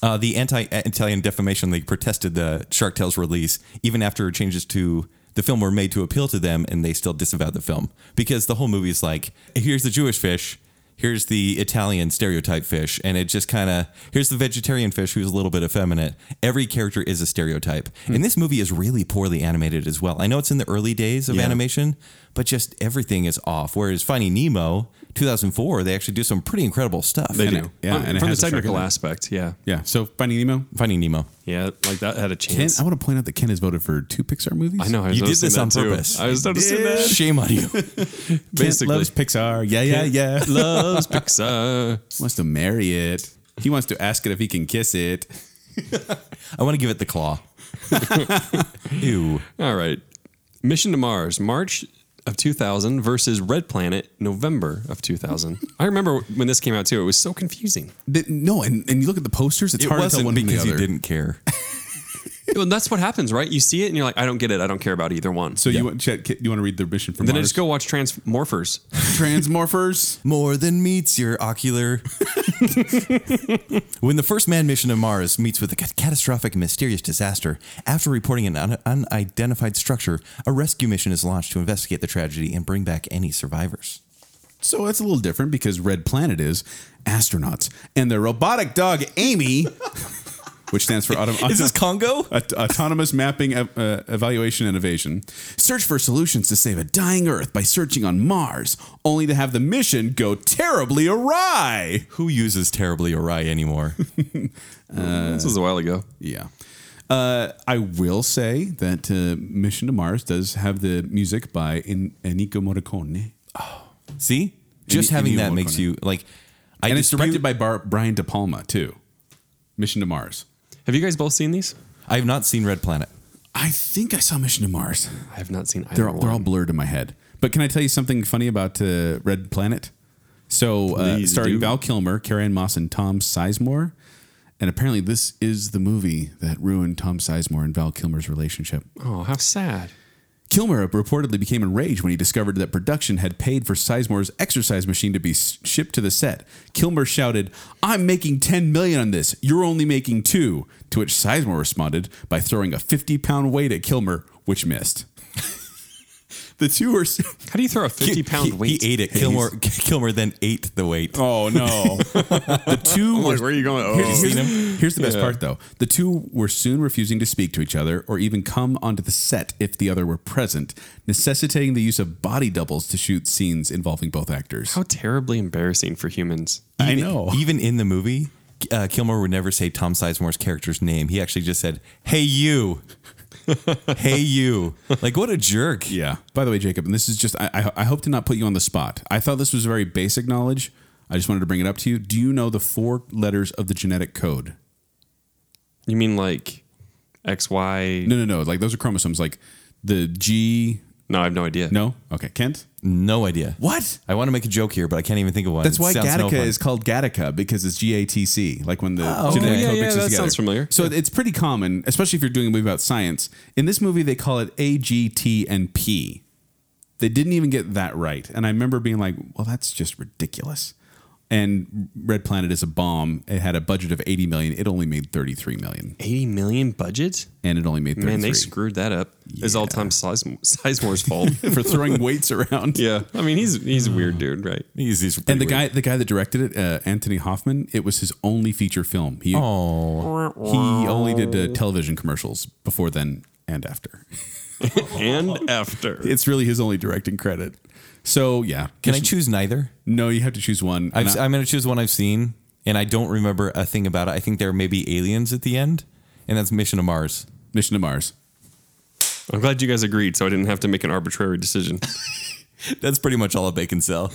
[SPEAKER 3] Uh, the anti-Italian Defamation League protested the Shark Tale's release, even after changes to the film were made to appeal to them, and they still disavowed the film because the whole movie is like, here's the Jewish fish, here's the Italian stereotype fish, and it just kind of here's the vegetarian fish who's a little bit effeminate. Every character is a stereotype,
[SPEAKER 4] Hmm.
[SPEAKER 3] and this movie is really poorly animated as well. I know it's in the early days of animation, but just everything is off. Whereas Finding Nemo, 2004, they actually do some pretty incredible stuff.
[SPEAKER 4] They
[SPEAKER 2] And
[SPEAKER 4] do.
[SPEAKER 2] it- yeah,
[SPEAKER 4] Um,
[SPEAKER 2] and it
[SPEAKER 4] from the
[SPEAKER 2] has a shark
[SPEAKER 4] technical
[SPEAKER 2] in it.
[SPEAKER 4] aspect, yeah,
[SPEAKER 2] Yeah. So Finding Nemo.
[SPEAKER 3] Finding Nemo.
[SPEAKER 4] yeah, like that had a
[SPEAKER 2] Ken,
[SPEAKER 4] chance.
[SPEAKER 2] I want to point out that Ken has voted for two Pixar movies.
[SPEAKER 4] I know. I was
[SPEAKER 3] You did
[SPEAKER 4] noticing
[SPEAKER 3] this
[SPEAKER 4] that
[SPEAKER 3] on
[SPEAKER 4] too.
[SPEAKER 3] purpose.
[SPEAKER 4] I was noticing that.
[SPEAKER 3] Shame on you.
[SPEAKER 2] Ken
[SPEAKER 4] Basically,
[SPEAKER 2] loves Pixar. Yeah, (laughs) yeah, yeah. (laughs)
[SPEAKER 4] loves Pixar.
[SPEAKER 2] wants to marry it. He wants to ask it if he can kiss it.
[SPEAKER 3] I want to give it
[SPEAKER 2] (laughs)
[SPEAKER 3] the claw. Ew.
[SPEAKER 4] All right. Mission to Mars, March of 2000 versus Red Planet, November of 2000. I remember when this came out too. It was so confusing.
[SPEAKER 2] Th- no, and, and you look at the posters. It's
[SPEAKER 3] It
[SPEAKER 2] hard to tell
[SPEAKER 3] wasn't
[SPEAKER 2] one from the
[SPEAKER 3] because
[SPEAKER 2] other.
[SPEAKER 3] you didn't care.
[SPEAKER 4] well, that's what happens, right? You see it and you're like, I don't get it. I don't care about either one.
[SPEAKER 2] So you want Chet, you want to read the mission from
[SPEAKER 4] then I
[SPEAKER 2] Mars?
[SPEAKER 4] just go watch Transmorphers.
[SPEAKER 2] (laughs) Transmorphers.
[SPEAKER 3] More than meets your ocular. (laughs) when the first manned mission to Mars meets with a ca- catastrophic and mysterious disaster, after reporting an un- unidentified structure, a rescue mission is launched to investigate the tragedy and bring back any survivors.
[SPEAKER 2] So that's a little different because Red Planet is astronauts and their robotic dog Amy, (laughs) which stands for auto-
[SPEAKER 3] Is this Congo?
[SPEAKER 2] Aut- autonomous mapping, Ev- uh, evaluation, and evasion, search for solutions to save a dying Earth by searching on Mars, only to have the mission go terribly awry.
[SPEAKER 3] Who uses terribly awry anymore?
[SPEAKER 4] this was a while ago.
[SPEAKER 2] Yeah. Uh, I will say that uh, Mission to Mars does have the music by En- Enico Morricone,
[SPEAKER 3] See, just
[SPEAKER 2] you
[SPEAKER 3] having
[SPEAKER 2] need
[SPEAKER 3] that
[SPEAKER 2] to work
[SPEAKER 3] makes
[SPEAKER 2] on it.
[SPEAKER 3] you like. I
[SPEAKER 2] and it's
[SPEAKER 3] dispute-
[SPEAKER 2] directed by Bar- Brian De Palma too. Mission to Mars.
[SPEAKER 4] Have you guys both seen these?
[SPEAKER 3] I have not seen Red Planet.
[SPEAKER 2] I think I saw Mission to Mars.
[SPEAKER 4] I have not seen either
[SPEAKER 2] They're all,
[SPEAKER 4] one.
[SPEAKER 2] they're all blurred in my head. But can I tell you something funny about uh, Red Planet? So, uh,
[SPEAKER 4] Please
[SPEAKER 2] starring
[SPEAKER 4] do.
[SPEAKER 2] Val Kilmer, Carrie Ann Moss, and Tom Sizemore. And apparently, this is the movie that ruined Tom Sizemore and Val Kilmer's relationship.
[SPEAKER 4] oh, how sad.
[SPEAKER 2] Kilmer reportedly became enraged when he discovered that production had paid for Sizemore's exercise machine to be s- shipped to the set. Kilmer shouted, "I'm making 10 million on this. You're only making 2." To which Sizemore responded by throwing a 50-pound weight at Kilmer, which missed. the two
[SPEAKER 4] (laughs)
[SPEAKER 2] are.
[SPEAKER 4] How do you throw a 50 pound
[SPEAKER 3] he,
[SPEAKER 4] weight?
[SPEAKER 3] He ate it. (laughs) Kilmer Kilmer then ate the weight.
[SPEAKER 2] Oh no, (laughs) the 2 were.
[SPEAKER 4] where are you going? Oh.
[SPEAKER 2] Here's, here's- here's the best
[SPEAKER 4] Yeah.
[SPEAKER 2] part, though. The two were soon refusing to speak to each other or even come onto the set if the other were present, necessitating the use of body doubles to shoot scenes involving both actors.
[SPEAKER 4] How terribly embarrassing for humans.
[SPEAKER 2] I
[SPEAKER 3] Even-
[SPEAKER 2] know.
[SPEAKER 3] Even in the movie, uh, Kilmer would never say Tom Sizemore's character's name. He actually just said,
[SPEAKER 2] (laughs)
[SPEAKER 3] "Hey you." hey you. Like what a jerk.
[SPEAKER 2] Yeah. By the way, Jacob, and this is just, I, I, I hope to not put you on the spot. I thought this was very basic knowledge. I just wanted to bring it up to you. Do you know the four letters of the genetic code?
[SPEAKER 4] You mean like X, Y?
[SPEAKER 2] No, no, no. Like those are chromosomes. Like the G.
[SPEAKER 4] No, I have no idea.
[SPEAKER 2] No? Okay. Kent?
[SPEAKER 3] No idea.
[SPEAKER 2] What?
[SPEAKER 3] I want to make a joke here, but I can't even think of one.
[SPEAKER 2] That's
[SPEAKER 3] It
[SPEAKER 2] why
[SPEAKER 3] sounds no
[SPEAKER 2] Gattaca
[SPEAKER 3] fun.
[SPEAKER 2] is called Gattaca because it's G A T C, like when the
[SPEAKER 3] okay.
[SPEAKER 2] genetic
[SPEAKER 4] Oh, Yeah,
[SPEAKER 2] code
[SPEAKER 4] yeah,
[SPEAKER 2] mixes
[SPEAKER 4] that
[SPEAKER 2] together.
[SPEAKER 4] sounds familiar.
[SPEAKER 2] So it's pretty common, especially if you're doing a movie about science. In this movie, they call it A, G, T, and P. They didn't even get that right, and I remember being like, "Well, that's just ridiculous." And Red Planet is a bomb. It had a budget of 80 million. It only made 33 million,
[SPEAKER 4] 80 million budget?
[SPEAKER 2] and it only made 33
[SPEAKER 4] Man, they screwed that up. It's all Tom Sizem- Sizemore's fault.
[SPEAKER 2] for
[SPEAKER 4] (laughs)
[SPEAKER 2] throwing weights around.
[SPEAKER 4] yeah. I mean, he's he's a weird dude, right?
[SPEAKER 3] He's- he's pretty
[SPEAKER 2] And the
[SPEAKER 3] weird.
[SPEAKER 2] guy, the guy that directed it, uh, Anthony Hoffman, it was his only feature film. He,
[SPEAKER 3] Oh.
[SPEAKER 2] he only did uh, television commercials before then and after. (laughs)
[SPEAKER 4] And after.
[SPEAKER 2] It's really his only directing credit. So yeah,
[SPEAKER 3] Can I
[SPEAKER 2] Just-
[SPEAKER 3] choose neither?
[SPEAKER 2] No, you have to choose one. And
[SPEAKER 3] I've,
[SPEAKER 2] I-
[SPEAKER 3] I'm going to choose one I've seen, and I don't remember a thing about it. I think there may be aliens at the end, and that's Mission to Mars.
[SPEAKER 2] Mission to Mars.
[SPEAKER 4] I'm glad you guys agreed so I didn't have to make an arbitrary decision.
[SPEAKER 3] That's pretty much all a
[SPEAKER 2] (laughs)
[SPEAKER 3] bacon cell.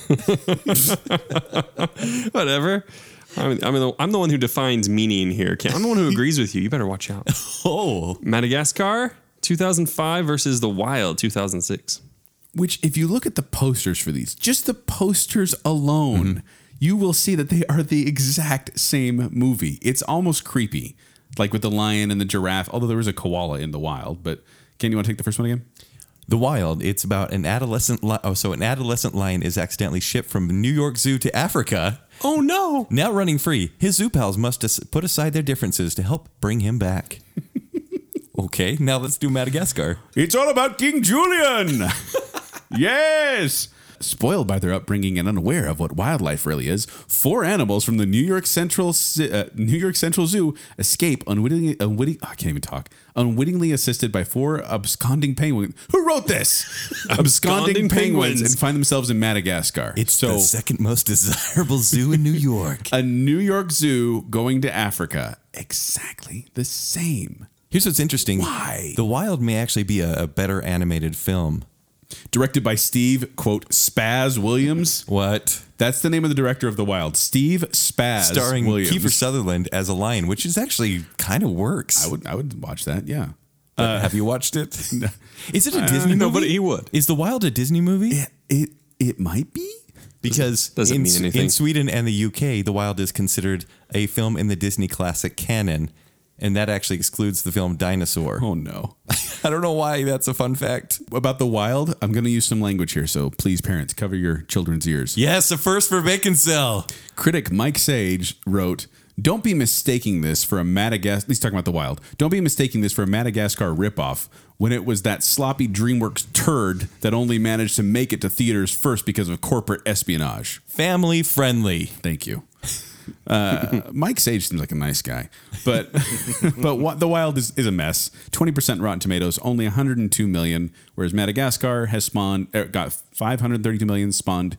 [SPEAKER 4] Whatever. I'm, I'm, the, I'm the one who defines meaning here, Cam. I'm the one who agrees with you. You better watch
[SPEAKER 3] (laughs)
[SPEAKER 4] out.
[SPEAKER 3] oh,
[SPEAKER 4] Madagascar 2005 versus The Wild 2006.
[SPEAKER 2] Which, if you look at the posters for these, just the posters alone,
[SPEAKER 3] Mm-hmm.
[SPEAKER 2] you will see that they are the exact same movie. It's almost creepy, like with the lion and the giraffe. Although there was a koala in the wild, but Ken, you want to take the first one again?
[SPEAKER 3] The Wild. It's about an adolescent. Li- oh, so an adolescent lion is accidentally shipped from New York Zoo to Africa.
[SPEAKER 4] Oh, no.
[SPEAKER 3] Now running free, his zoo pals must as- put aside their differences to help bring him back. (laughs) okay, now let's do Madagascar.
[SPEAKER 2] It's all about King Julian. yes. Spoiled by their upbringing and unaware of what wildlife really is, four animals from the New York Central Ci- uh, New York Central Zoo escape unwittingly. Unwitting, I can't even talk. Unwittingly assisted by four absconding penguins. Who wrote this? absconding
[SPEAKER 4] Absconding
[SPEAKER 2] penguins
[SPEAKER 4] penguins.
[SPEAKER 2] and find themselves in Madagascar.
[SPEAKER 3] It's the second most desirable zoo in New York.
[SPEAKER 2] a New York Zoo going to Africa. Exactly the same.
[SPEAKER 3] (laughs) Here's what's interesting.
[SPEAKER 2] Why?
[SPEAKER 3] The Wild may actually be a, a better animated film.
[SPEAKER 2] Directed by Steve quote Spaz Williams.
[SPEAKER 3] What?
[SPEAKER 2] That's the name of the director of The Wild, Steve Spaz,
[SPEAKER 3] Starring
[SPEAKER 2] Williams.
[SPEAKER 3] Kiefer Sutherland as a lion, which is actually kind of works.
[SPEAKER 2] I would, I would watch that. Yeah,
[SPEAKER 3] Have you watched it? (laughs) Is it a (laughs) Disney movie?
[SPEAKER 4] no, but he would.
[SPEAKER 3] Is The Wild a Disney movie?
[SPEAKER 2] it, it, it might be.
[SPEAKER 3] Because
[SPEAKER 4] Doesn't
[SPEAKER 3] in,
[SPEAKER 4] mean
[SPEAKER 3] S-
[SPEAKER 4] anything.
[SPEAKER 3] in Sweden and the UK, The Wild is considered a film in the Disney classic canon, and that actually excludes the film Dinosaur.
[SPEAKER 2] Oh no!
[SPEAKER 3] (laughs) I don't know why that's a fun fact.
[SPEAKER 2] About The Wild, I'm going to use some language here, so please, parents, cover your children's ears.
[SPEAKER 3] Yes, a first for Bacon Cell.
[SPEAKER 2] Critic Mike Sage wrote, "Don't be mistaking this for a Madagascar." He's talking about The Wild. Don't be mistaking this for a Madagascar ripoff when it was that sloppy DreamWorks turd that only managed to make it to theaters first because of corporate espionage.
[SPEAKER 3] Family friendly.
[SPEAKER 2] Thank you. Uh, (laughs) Mike Sage seems like a nice guy, but (laughs) but what, the Wild is, is a mess. Twenty percent Rotten Tomatoes, only one hundred and two million. Whereas Madagascar has spawned er, got five hundred thirty-two million, spawned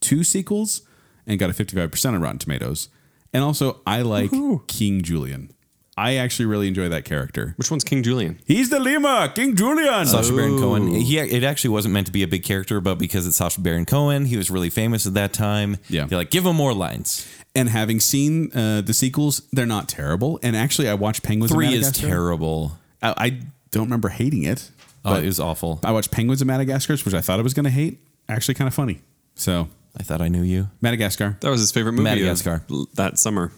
[SPEAKER 2] two sequels, and got a fifty-five percent on Rotten Tomatoes. And also, I like King Julian. I actually really enjoy that character.
[SPEAKER 4] Which one's King Julian?
[SPEAKER 2] He's the Lima, King Julian.
[SPEAKER 3] Sacha Baron Cohen. He it actually wasn't meant to be a big character, but because it's Sacha Baron Cohen, he was really famous at that time.
[SPEAKER 2] Yeah.
[SPEAKER 3] they're like give him more lines.
[SPEAKER 2] And having seen uh, the sequels, they're not terrible. And actually, I watched Penguins. of
[SPEAKER 3] Three is
[SPEAKER 2] Madagascar.
[SPEAKER 3] terrible.
[SPEAKER 2] I, I don't remember hating it.
[SPEAKER 3] Oh, it was awful.
[SPEAKER 2] I watched Penguins of Madagascar, which I thought I was going to hate. Actually, kind of funny. So
[SPEAKER 3] I thought I knew you.
[SPEAKER 2] Madagascar.
[SPEAKER 4] That was his favorite movie. of
[SPEAKER 3] Madagascar.
[SPEAKER 4] l- that summer.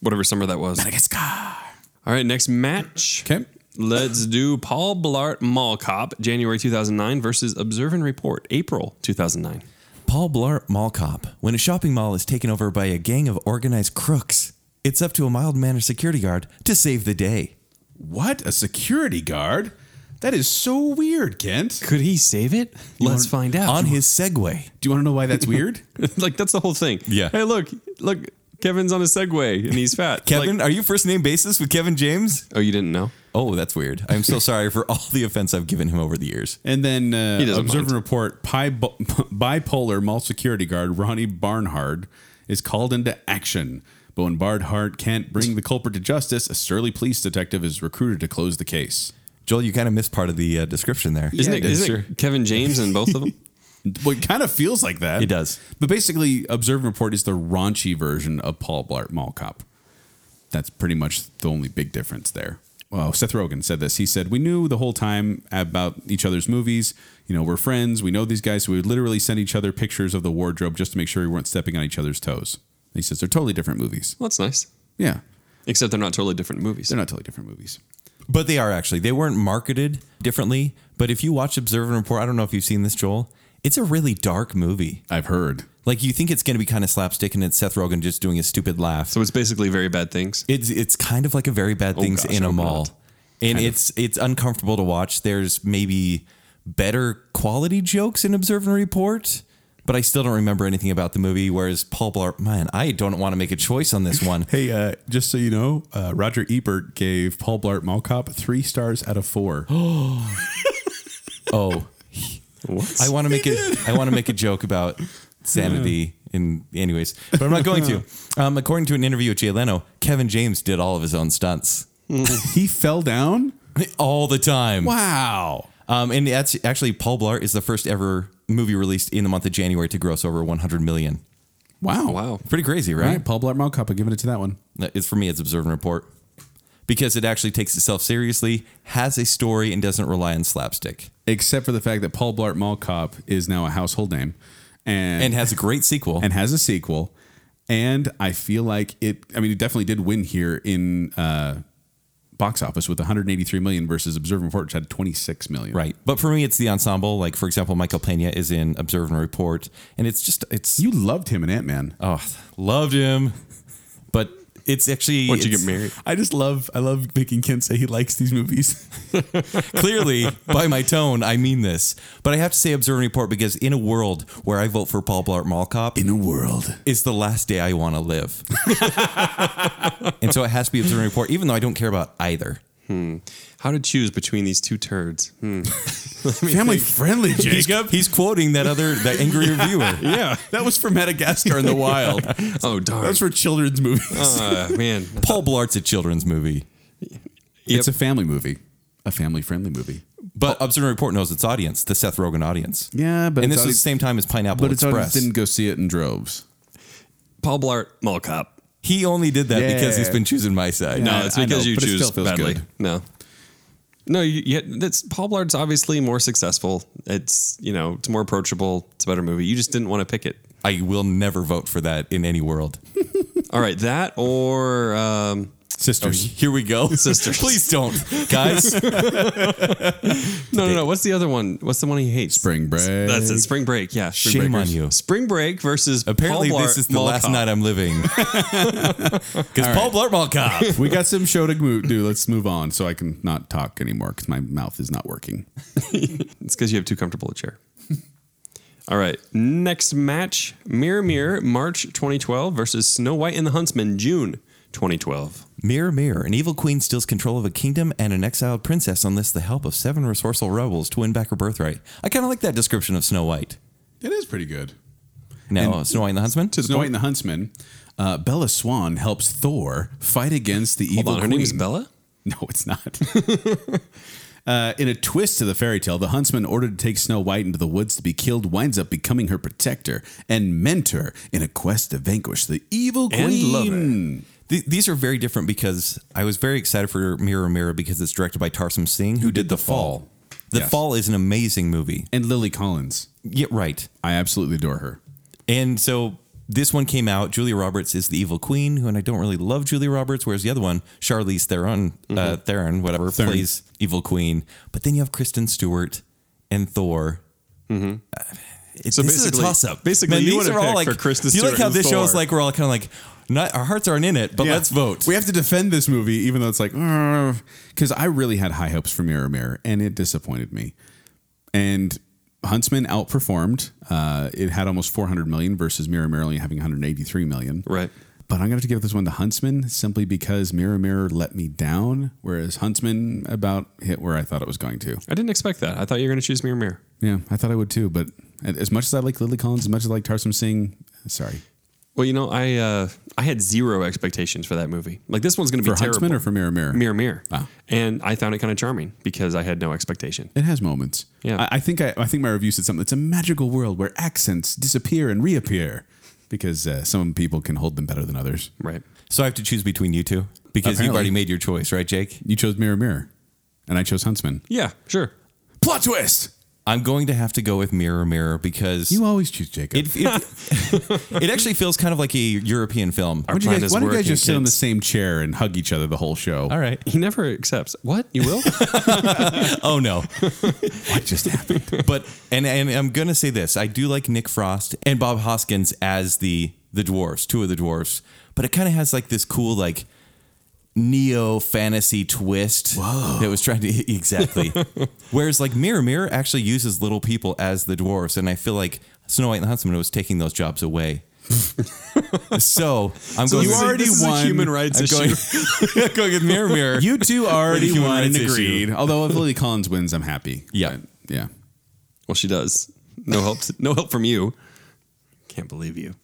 [SPEAKER 4] Whatever summer that was.
[SPEAKER 2] Madagascar.
[SPEAKER 4] All right, next match.
[SPEAKER 2] Okay.
[SPEAKER 4] Let's do Paul Blart Mall Cop, January 2009 versus Observe and Report, April 2009.
[SPEAKER 3] Paul Blart Mall Cop. When a shopping mall is taken over by a gang of organized crooks, it's up to a mild mannered security guard to save the day.
[SPEAKER 2] What a security guard! That is so weird, Kent.
[SPEAKER 4] Could he save it? Let's find out.
[SPEAKER 3] on his Segway.
[SPEAKER 2] Do you want to know why
[SPEAKER 4] (laughs)
[SPEAKER 2] that's weird?
[SPEAKER 4] (laughs) like that's the whole thing.
[SPEAKER 3] Yeah.
[SPEAKER 4] Hey, look, look, Kevin's on a Segway and he's fat.
[SPEAKER 3] (laughs) Kevin,
[SPEAKER 4] Like-
[SPEAKER 3] are you first name basis with Kevin James?
[SPEAKER 4] oh, you didn't know?
[SPEAKER 3] Oh, that's weird.
[SPEAKER 4] (laughs)
[SPEAKER 3] I'm so sorry for all the offense I've given him over the years.
[SPEAKER 2] And then uh,
[SPEAKER 4] He doesn't
[SPEAKER 2] observe
[SPEAKER 4] mind.
[SPEAKER 2] and report pi- bu- bipolar mall security guard Ronnie Barnhard is called into action. But when Barnhard can't bring the culprit to justice, a surly police detective is recruited to close the case.
[SPEAKER 3] Joel, you kind of missed part of the uh, description there.
[SPEAKER 4] Isn't it? Isn't it Kevin James in both of them?
[SPEAKER 2] Well, it kind of feels like that.
[SPEAKER 3] It does.
[SPEAKER 2] But basically, observe and report is the raunchy version of Paul Blart Mall Cop. That's pretty much the only big difference there. Well, Seth Rogen said this. He said, We knew the whole time about each other's movies. You know, we're friends. We know these guys. So we would literally send each other pictures of the wardrobe just to make sure we weren't stepping on each other's toes. He says they're totally different movies.
[SPEAKER 4] Well, that's nice.
[SPEAKER 2] Yeah.
[SPEAKER 4] Except they're not totally different movies.
[SPEAKER 2] They're not totally different movies.
[SPEAKER 3] But they are actually. They weren't marketed differently. But if you watch Observe and Report, I don't know if you've seen this, Joel. It's a really dark movie.
[SPEAKER 2] I've heard.
[SPEAKER 3] Like you think it's going to be kind of slapstick, and it's Seth Rogen just doing a stupid laugh.
[SPEAKER 4] So it's basically very bad things.
[SPEAKER 3] It's it's kind of like a very bad things
[SPEAKER 4] gosh,
[SPEAKER 3] in
[SPEAKER 4] oh
[SPEAKER 3] a mall,
[SPEAKER 4] God.
[SPEAKER 3] and it's it's uncomfortable to watch. There's maybe better quality jokes in Observe and Report, but I still don't remember anything about the movie. Whereas Paul Blart, man, I don't want to make a choice on
[SPEAKER 4] (laughs)
[SPEAKER 3] this one.
[SPEAKER 2] Hey, uh, just so you know, uh, Roger Ebert gave Paul Blart Mall Cop three stars out of (gasps) four.
[SPEAKER 3] oh, I want to make it. I want to make a joke about sanity. In anyways, but I'm not
[SPEAKER 4] (laughs)
[SPEAKER 3] going to. Um, according to an interview with Jay Leno, Kevin James did all of his own stunts (laughs)
[SPEAKER 2] he fell down?
[SPEAKER 3] all the time.
[SPEAKER 2] Wow.
[SPEAKER 3] Um, and that's actually Paul Blart is the first ever movie released in the month of January to gross over 100 million.
[SPEAKER 2] Wow.
[SPEAKER 4] Oh, Wow.
[SPEAKER 3] Pretty crazy,
[SPEAKER 2] All
[SPEAKER 3] right?
[SPEAKER 2] right, Paul Blart Mall Cop. I'm giving it to that one.
[SPEAKER 3] It's for me. It's Observe and Report because it actually takes itself seriously, has a story, and doesn't rely on slapstick,
[SPEAKER 2] Except for the fact that Paul Blart Mall Cop is now a household name, and
[SPEAKER 3] and has a great sequel.
[SPEAKER 2] and has a sequel. And I feel like it. I mean, it definitely did win here in uh, box office with 183 million versus Observe and Report, which had 26 million.
[SPEAKER 3] right, but for me, it's the ensemble. Like for example, Michael Pena is in Observe and Report, and it's just it's
[SPEAKER 2] You loved him in Ant Man.
[SPEAKER 3] oh loved him, but it's actually
[SPEAKER 4] Once you
[SPEAKER 3] it's-
[SPEAKER 4] get married.
[SPEAKER 2] I just love. I love making Kent say he likes these movies.
[SPEAKER 3] (laughs) Clearly, by my tone, I mean this. But I have to say Observe and Report because in a world where I vote for Paul Blart Mall
[SPEAKER 2] (laughs)
[SPEAKER 3] Cop,
[SPEAKER 2] in a (laughs) world.
[SPEAKER 3] is the last day I want
[SPEAKER 2] (laughs)
[SPEAKER 3] to live. and so it has to be Observe and Report, even though I don't care about either.
[SPEAKER 4] How to choose between these two turds? Hmm.
[SPEAKER 2] Family friendly,
[SPEAKER 3] He's,
[SPEAKER 2] Jacob.
[SPEAKER 3] he's quoting that other, that angry reviewer.
[SPEAKER 2] (laughs) yeah, that was for (laughs) Madagascar in the wild.
[SPEAKER 4] Oh darn!
[SPEAKER 2] That's for children's movies.
[SPEAKER 4] uh, man.
[SPEAKER 3] Paul Blart's a children's movie,
[SPEAKER 2] It's a family movie, a family friendly movie.
[SPEAKER 3] but Observe and Report knows its audience, the Seth Rogen audience.
[SPEAKER 2] Yeah, but
[SPEAKER 3] and
[SPEAKER 2] it's
[SPEAKER 3] this was the
[SPEAKER 2] audience-
[SPEAKER 3] same time as Pineapple
[SPEAKER 2] But it's
[SPEAKER 3] Express.
[SPEAKER 2] audience didn't go see it in droves.
[SPEAKER 4] Paul Blart, Mall Cop.
[SPEAKER 3] he only did that because
[SPEAKER 2] Yeah.
[SPEAKER 3] he's been choosing my side.
[SPEAKER 4] No,
[SPEAKER 2] Yeah,
[SPEAKER 4] it's
[SPEAKER 2] I
[SPEAKER 4] because
[SPEAKER 2] know,
[SPEAKER 4] you
[SPEAKER 2] but it
[SPEAKER 4] choose
[SPEAKER 2] still feels
[SPEAKER 4] badly.
[SPEAKER 2] good.
[SPEAKER 4] No, no, you, you, that's Paul Blart's obviously more successful. It's you know it's more approachable. It's a better movie. You just didn't want to pick it.
[SPEAKER 3] I will never vote for that in any world.
[SPEAKER 4] All right, that or um,
[SPEAKER 2] Sisters.
[SPEAKER 3] Oh, Here
[SPEAKER 2] (laughs)
[SPEAKER 3] we go. Sisters. Please don't. Guys,
[SPEAKER 4] no, no, no. What's the other one? What's the one he hates?
[SPEAKER 2] Spring Break.
[SPEAKER 4] That's it. Spring Break. Yeah. Spring
[SPEAKER 3] shame
[SPEAKER 4] Breakers.
[SPEAKER 3] on you.
[SPEAKER 4] Spring Break versus
[SPEAKER 3] Apparently,
[SPEAKER 4] Paul Blart,
[SPEAKER 3] this is the
[SPEAKER 4] Mall
[SPEAKER 3] last
[SPEAKER 4] Cop.
[SPEAKER 3] night I'm living. Because Paul Blart Mall Cop.
[SPEAKER 2] we got some show to mo- do. Let's move on so I can not talk anymore because my mouth is not working.
[SPEAKER 4] It's because you have too comfortable a chair. (laughs) All right. Next match Mirror Mirror, March 2012 versus Snow White and the Huntsman, June 2012.
[SPEAKER 3] Mirror, mirror, an evil queen steals control of a kingdom and an exiled princess enlists the help of seven resourceful rebels to win back her birthright. I kind of like that description of Snow White.
[SPEAKER 2] It is pretty good.
[SPEAKER 3] Now, Snow White and the Huntsman?
[SPEAKER 2] Snow White and the Huntsman. Uh, Bella Swan helps Thor fight against the
[SPEAKER 4] Hold
[SPEAKER 2] evil
[SPEAKER 4] on. Her
[SPEAKER 2] queen.
[SPEAKER 4] name is Bella?
[SPEAKER 2] (laughs) No, it's not. (laughs) uh, in a twist to the fairy tale, the huntsman ordered to take Snow White into the woods to be killed winds up becoming her protector and mentor in a quest to vanquish the evil
[SPEAKER 4] And
[SPEAKER 2] queen.
[SPEAKER 3] Th- these are very different because I was very excited for Mirror, Mirror because it's directed by Tarsem Singh, who, did, The Fall. The
[SPEAKER 2] Yes.
[SPEAKER 3] Fall is an amazing movie.
[SPEAKER 2] And Lily Collins.
[SPEAKER 3] Yeah, right.
[SPEAKER 2] I absolutely adore her.
[SPEAKER 3] And so this one came out. Julia Roberts is the evil queen, who and I don't really love Julia Roberts. Whereas the other one, Charlize Theron,
[SPEAKER 4] Mm-hmm.
[SPEAKER 3] uh, Theron, whatever, plays evil queen. But then you have Kristen Stewart and Thor. Uh, It,
[SPEAKER 4] Mm-hmm. So
[SPEAKER 3] this is a
[SPEAKER 4] basically-
[SPEAKER 3] toss up.
[SPEAKER 4] basically you would've picked for Kristen
[SPEAKER 3] Do you like
[SPEAKER 4] Stewart
[SPEAKER 3] how
[SPEAKER 4] and
[SPEAKER 3] this show is
[SPEAKER 4] Thor.
[SPEAKER 3] like we're all kind of like, not, our hearts aren't in it, but
[SPEAKER 2] Yeah.
[SPEAKER 3] let's vote.
[SPEAKER 2] We have to defend this movie, even though it's like, because I really had high hopes for Mirror Mirror, and it disappointed me. And Huntsman outperformed. Uh, it had almost 400 million versus Mirror Mirror only having 183 million.
[SPEAKER 4] Right.
[SPEAKER 2] But I'm going to have to give this one to Huntsman simply because Mirror Mirror let me down, whereas Huntsman about hit where I thought it was going to.
[SPEAKER 4] I didn't expect that. I thought you were going to choose Mirror Mirror.
[SPEAKER 2] Yeah, I thought I would too. But as much as I like Lily Collins, as much as I like Tarsum Singh, sorry.
[SPEAKER 4] Well, you know, I uh, I had zero expectations for that movie. Like this one's going to be
[SPEAKER 2] For
[SPEAKER 4] terrible.
[SPEAKER 2] Huntsman or for Mirror Mirror?
[SPEAKER 4] Mirror Mirror.
[SPEAKER 2] Ah.
[SPEAKER 4] And I found it kind of charming because I had no expectation.
[SPEAKER 2] It has moments.
[SPEAKER 4] Yeah.
[SPEAKER 2] I, I think I, I think my review said something. It's a magical world where accents disappear and reappear because uh, some people can hold them better than others.
[SPEAKER 4] Right.
[SPEAKER 3] so I have to choose between you two because
[SPEAKER 2] Apparently.
[SPEAKER 3] you've already made your choice, right, Jake?
[SPEAKER 2] You chose Mirror Mirror, and I chose Huntsman.
[SPEAKER 4] Yeah, sure.
[SPEAKER 2] Plot twist!
[SPEAKER 3] I'm going to have to go with Mirror Mirror because
[SPEAKER 2] You always choose Jacob.
[SPEAKER 3] it, it, it actually feels kind of like a European film.
[SPEAKER 4] Our
[SPEAKER 2] Why don't you
[SPEAKER 4] plan
[SPEAKER 2] guys,
[SPEAKER 4] is
[SPEAKER 2] why don't you guys
[SPEAKER 4] working,
[SPEAKER 2] just sit on the
[SPEAKER 4] kids.
[SPEAKER 2] same chair and hug each other the whole show?
[SPEAKER 3] All right.
[SPEAKER 4] He never accepts. What? You will?
[SPEAKER 3] (laughs) Oh no.
[SPEAKER 2] What just happened?
[SPEAKER 3] but and and I'm gonna say this: I do like Nick Frost and Bob Hoskins as the the dwarves, two of the dwarves. But it kind of has like this cool like neo fantasy twist that was trying to (laughs) exactly. Whereas like Mirror Mirror actually uses little people as the dwarves, and I feel like Snow White and the Huntsman was taking those
[SPEAKER 2] (laughs)
[SPEAKER 3] jobs away. so I'm going.
[SPEAKER 4] this is a- this is a human rights
[SPEAKER 3] I'm going- (laughs) I'm going with Mirror Miror.
[SPEAKER 2] You two already
[SPEAKER 3] Human
[SPEAKER 2] won and
[SPEAKER 3] rights
[SPEAKER 2] agreed. (laughs) Although if Lily Collins wins, I'm happy.
[SPEAKER 3] Yeah.
[SPEAKER 2] But, yeah.
[SPEAKER 4] well, she does. No help. no help from you. Can't believe you.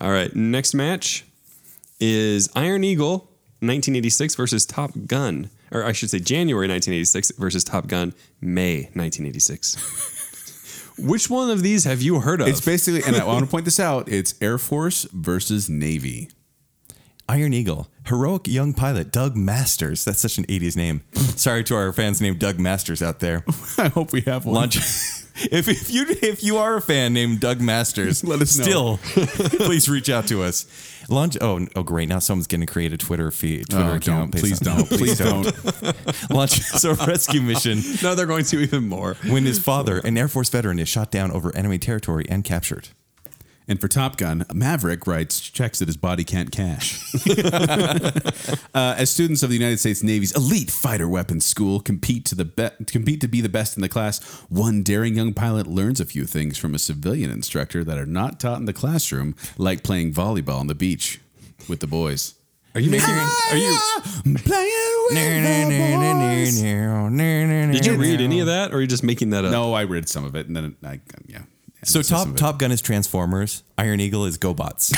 [SPEAKER 4] All right. Next match is Iron Eagle 1986 versus Top Gun. Or I should say January 1986 versus Top Gun May 1986. (laughs) Which one of these have you heard of?
[SPEAKER 2] It's basically, and I (laughs) want to point this out: it's Air Force versus Navy.
[SPEAKER 3] Iron Eagle, heroic young pilot Doug Masters. That's such an 80s name. (laughs) Sorry to our fans named Doug Masters
[SPEAKER 2] (laughs)
[SPEAKER 3] out there.
[SPEAKER 2] I hope we have one.
[SPEAKER 3] Launch. (laughs) If, if you if you are a fan named Doug
[SPEAKER 2] (laughs)
[SPEAKER 3] Masters,
[SPEAKER 2] Let us know.
[SPEAKER 3] still please reach out to us. Launch oh oh great now someone's going to create a Twitter feed Twitter
[SPEAKER 2] Oh,
[SPEAKER 3] account
[SPEAKER 2] don't.
[SPEAKER 3] based
[SPEAKER 2] Please
[SPEAKER 3] on-
[SPEAKER 2] don't.
[SPEAKER 3] (laughs)
[SPEAKER 2] Please don't.
[SPEAKER 3] launch
[SPEAKER 2] (laughs)
[SPEAKER 3] a rescue mission
[SPEAKER 4] no, they're going to even more.
[SPEAKER 3] when his father an Air Force veteran is shot down over enemy territory and captured.
[SPEAKER 2] And for Top Gun, Maverick writes checks that his body can't
[SPEAKER 4] (laughs)
[SPEAKER 2] cash. uh, as students of the United States Navy's elite fighter weapons school compete to the be- compete to be the best in the class, one daring young pilot learns a few things from a civilian instructor that are not taught in the classroom, like playing volleyball on the beach with the boys.
[SPEAKER 4] Are you making? Are you? Did
[SPEAKER 3] Did
[SPEAKER 4] you read any of that, or are you just making that up?
[SPEAKER 2] No, I read some of it, and then I, yeah.
[SPEAKER 3] So
[SPEAKER 2] I missed some
[SPEAKER 3] top
[SPEAKER 2] of it.
[SPEAKER 3] Top Gun is Transformers. Iron Eagle is (laughs) GoBots.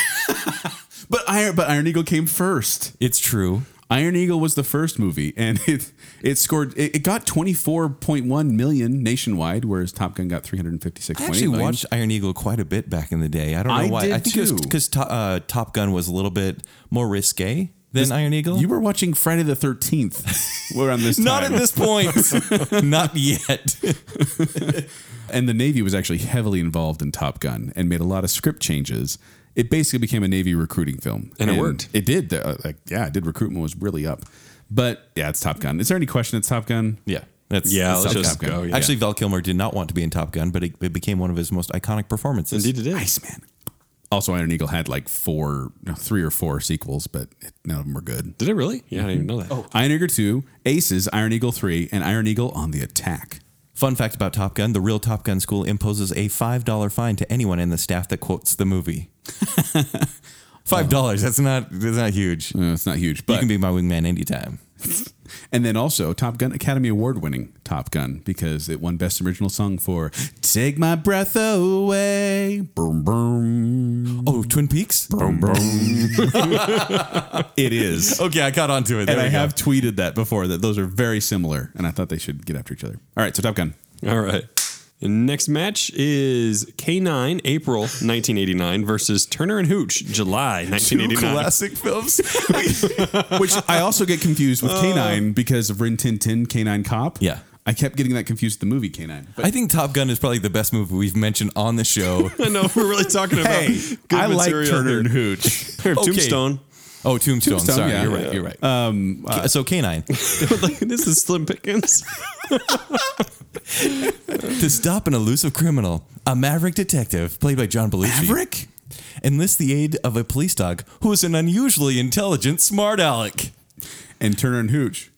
[SPEAKER 2] but Iron, but Iron Eagle came first.
[SPEAKER 3] it's true.
[SPEAKER 2] Iron Eagle was the first movie, and (laughs) it it scored it, it got twenty four point one million nationwide, whereas Top Gun got three hundred fifty six
[SPEAKER 3] I
[SPEAKER 2] point eight
[SPEAKER 3] actually
[SPEAKER 2] million.
[SPEAKER 3] watched Iron Eagle quite a bit back in the day. I don't know
[SPEAKER 2] I
[SPEAKER 3] why.
[SPEAKER 2] did
[SPEAKER 3] I think it was
[SPEAKER 2] too.
[SPEAKER 3] because to, uh, Top Gun was a little bit more risque than Iron Eagle.
[SPEAKER 2] You were watching Friday the Thirteenth. We're on this
[SPEAKER 3] (laughs) not at
[SPEAKER 2] time.
[SPEAKER 3] this (laughs) point. not yet.
[SPEAKER 2] and the Navy was actually heavily involved in Top Gun and made a lot of script changes. It basically became a Navy recruiting film,
[SPEAKER 4] And it worked.
[SPEAKER 2] It did. The- uh, like, yeah, it did. Recruitment was really up, but yeah, it's Top Gun. Is there any question? It's Top Gun.
[SPEAKER 3] Yeah. That's
[SPEAKER 4] Yeah,
[SPEAKER 3] that's
[SPEAKER 4] let's
[SPEAKER 3] Top
[SPEAKER 4] just
[SPEAKER 3] Gun.
[SPEAKER 4] go, yeah.
[SPEAKER 3] Actually, Val Kilmer did not want to be in Top Gun, but it, it became one of his most iconic performances.
[SPEAKER 4] Indeed, it is.
[SPEAKER 2] Iceman. Also, Iron Eagle had like four, no, three or four sequels, but none of them were good.
[SPEAKER 4] Did it really? Yeah, I didn't even know that. Oh,
[SPEAKER 2] Iron Eagle 2, Aces, Iron Eagle 3, and Iron Eagle on the attack.
[SPEAKER 3] Fun fact about Top Gun: the real Top Gun school imposes a five dollar fine to anyone in the staff that quotes the (laughs) movie. Five dollars. That's not. That's not huge.
[SPEAKER 2] Uh, it's not huge, but
[SPEAKER 3] you can be my wingman anytime.
[SPEAKER 2] and then also Top Gun Academy Award winning Top Gun because it won Best Original Song for "Take My Breath Away." Boom, boom,
[SPEAKER 3] Oh, Twin Peaks.
[SPEAKER 2] boom,
[SPEAKER 3] (laughs)
[SPEAKER 2] boom. it is,
[SPEAKER 3] Okay, I caught on to it. There
[SPEAKER 2] and I
[SPEAKER 3] we go.
[SPEAKER 2] have tweeted that before that those are very similar, and I thought they should get after each other. All right, so Top Gun.
[SPEAKER 4] All right. The next match is K9 April 1989 versus Turner and Hooch July 1989.
[SPEAKER 3] classic films.
[SPEAKER 2] (laughs) Which I also get confused with Canine because of Rin Tin Tin, Canine Cop.
[SPEAKER 3] Uh. Yeah.
[SPEAKER 2] I kept getting that confused with the movie Canine. But
[SPEAKER 3] I think Top Gun is probably the best movie we've mentioned on the show.
[SPEAKER 2] (laughs)
[SPEAKER 4] I know we're really talking about
[SPEAKER 2] hey,
[SPEAKER 4] good
[SPEAKER 2] I like
[SPEAKER 4] material
[SPEAKER 2] Turner
[SPEAKER 4] here.
[SPEAKER 2] and Hooch.
[SPEAKER 4] Pair of
[SPEAKER 3] Okay.
[SPEAKER 2] (laughs)
[SPEAKER 4] Tombstone.
[SPEAKER 3] Oh, Tombstone.
[SPEAKER 2] Tombstone,
[SPEAKER 3] Sorry,
[SPEAKER 2] yeah. Uh,
[SPEAKER 3] you're right. You're right. Um, so canine
[SPEAKER 4] like, this is
[SPEAKER 2] (laughs)
[SPEAKER 4] Slim Pickens.
[SPEAKER 3] to stop an elusive criminal, a maverick detective played by John Belushi. Maverick enlists the aid of a police dog who is an unusually intelligent smart aleck.
[SPEAKER 2] and Turner and Hooch.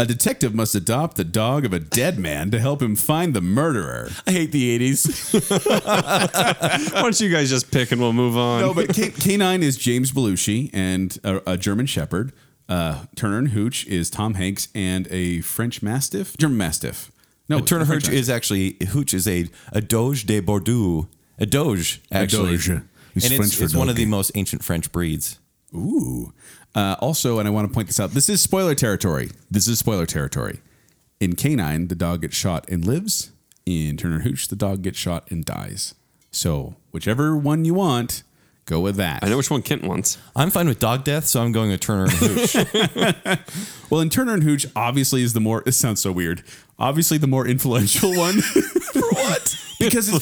[SPEAKER 2] A detective must adopt the dog of a dead man to help him find the
[SPEAKER 3] (laughs)
[SPEAKER 2] murderer.
[SPEAKER 3] I hate the 80s.
[SPEAKER 4] Why don't you guys just pick and we'll move on?
[SPEAKER 2] No, but K- K9 is James Belushi and a, a German Shepherd. Uh, Turner and Hooch is Tom Hanks and a French Mastiff? German Mastiff. No,
[SPEAKER 3] (laughs) Turner
[SPEAKER 2] French
[SPEAKER 3] Hooch is actually Hooch is a a doge de Bordeaux. A doge actually.
[SPEAKER 2] doge.
[SPEAKER 3] And
[SPEAKER 2] It's
[SPEAKER 3] it's,
[SPEAKER 2] French for
[SPEAKER 3] it's one of
[SPEAKER 2] donkey.
[SPEAKER 3] the most ancient French breeds.
[SPEAKER 2] Ooh. Uh, also, and I want to point this out this is spoiler territory. This is spoiler territory. In Canine, the dog gets shot and lives. In Turner Hooch, the dog gets shot and dies. So, whichever one you want, go with that.
[SPEAKER 4] I know which one Kent wants.
[SPEAKER 3] I'm fine with dog death, so I'm going with Turner
[SPEAKER 2] (laughs)
[SPEAKER 3] and Hooch.
[SPEAKER 2] Well, and Turner and Hooch obviously is the more, it sounds so weird, obviously the more influential
[SPEAKER 4] (laughs)
[SPEAKER 2] one. For what? (laughs) Because it's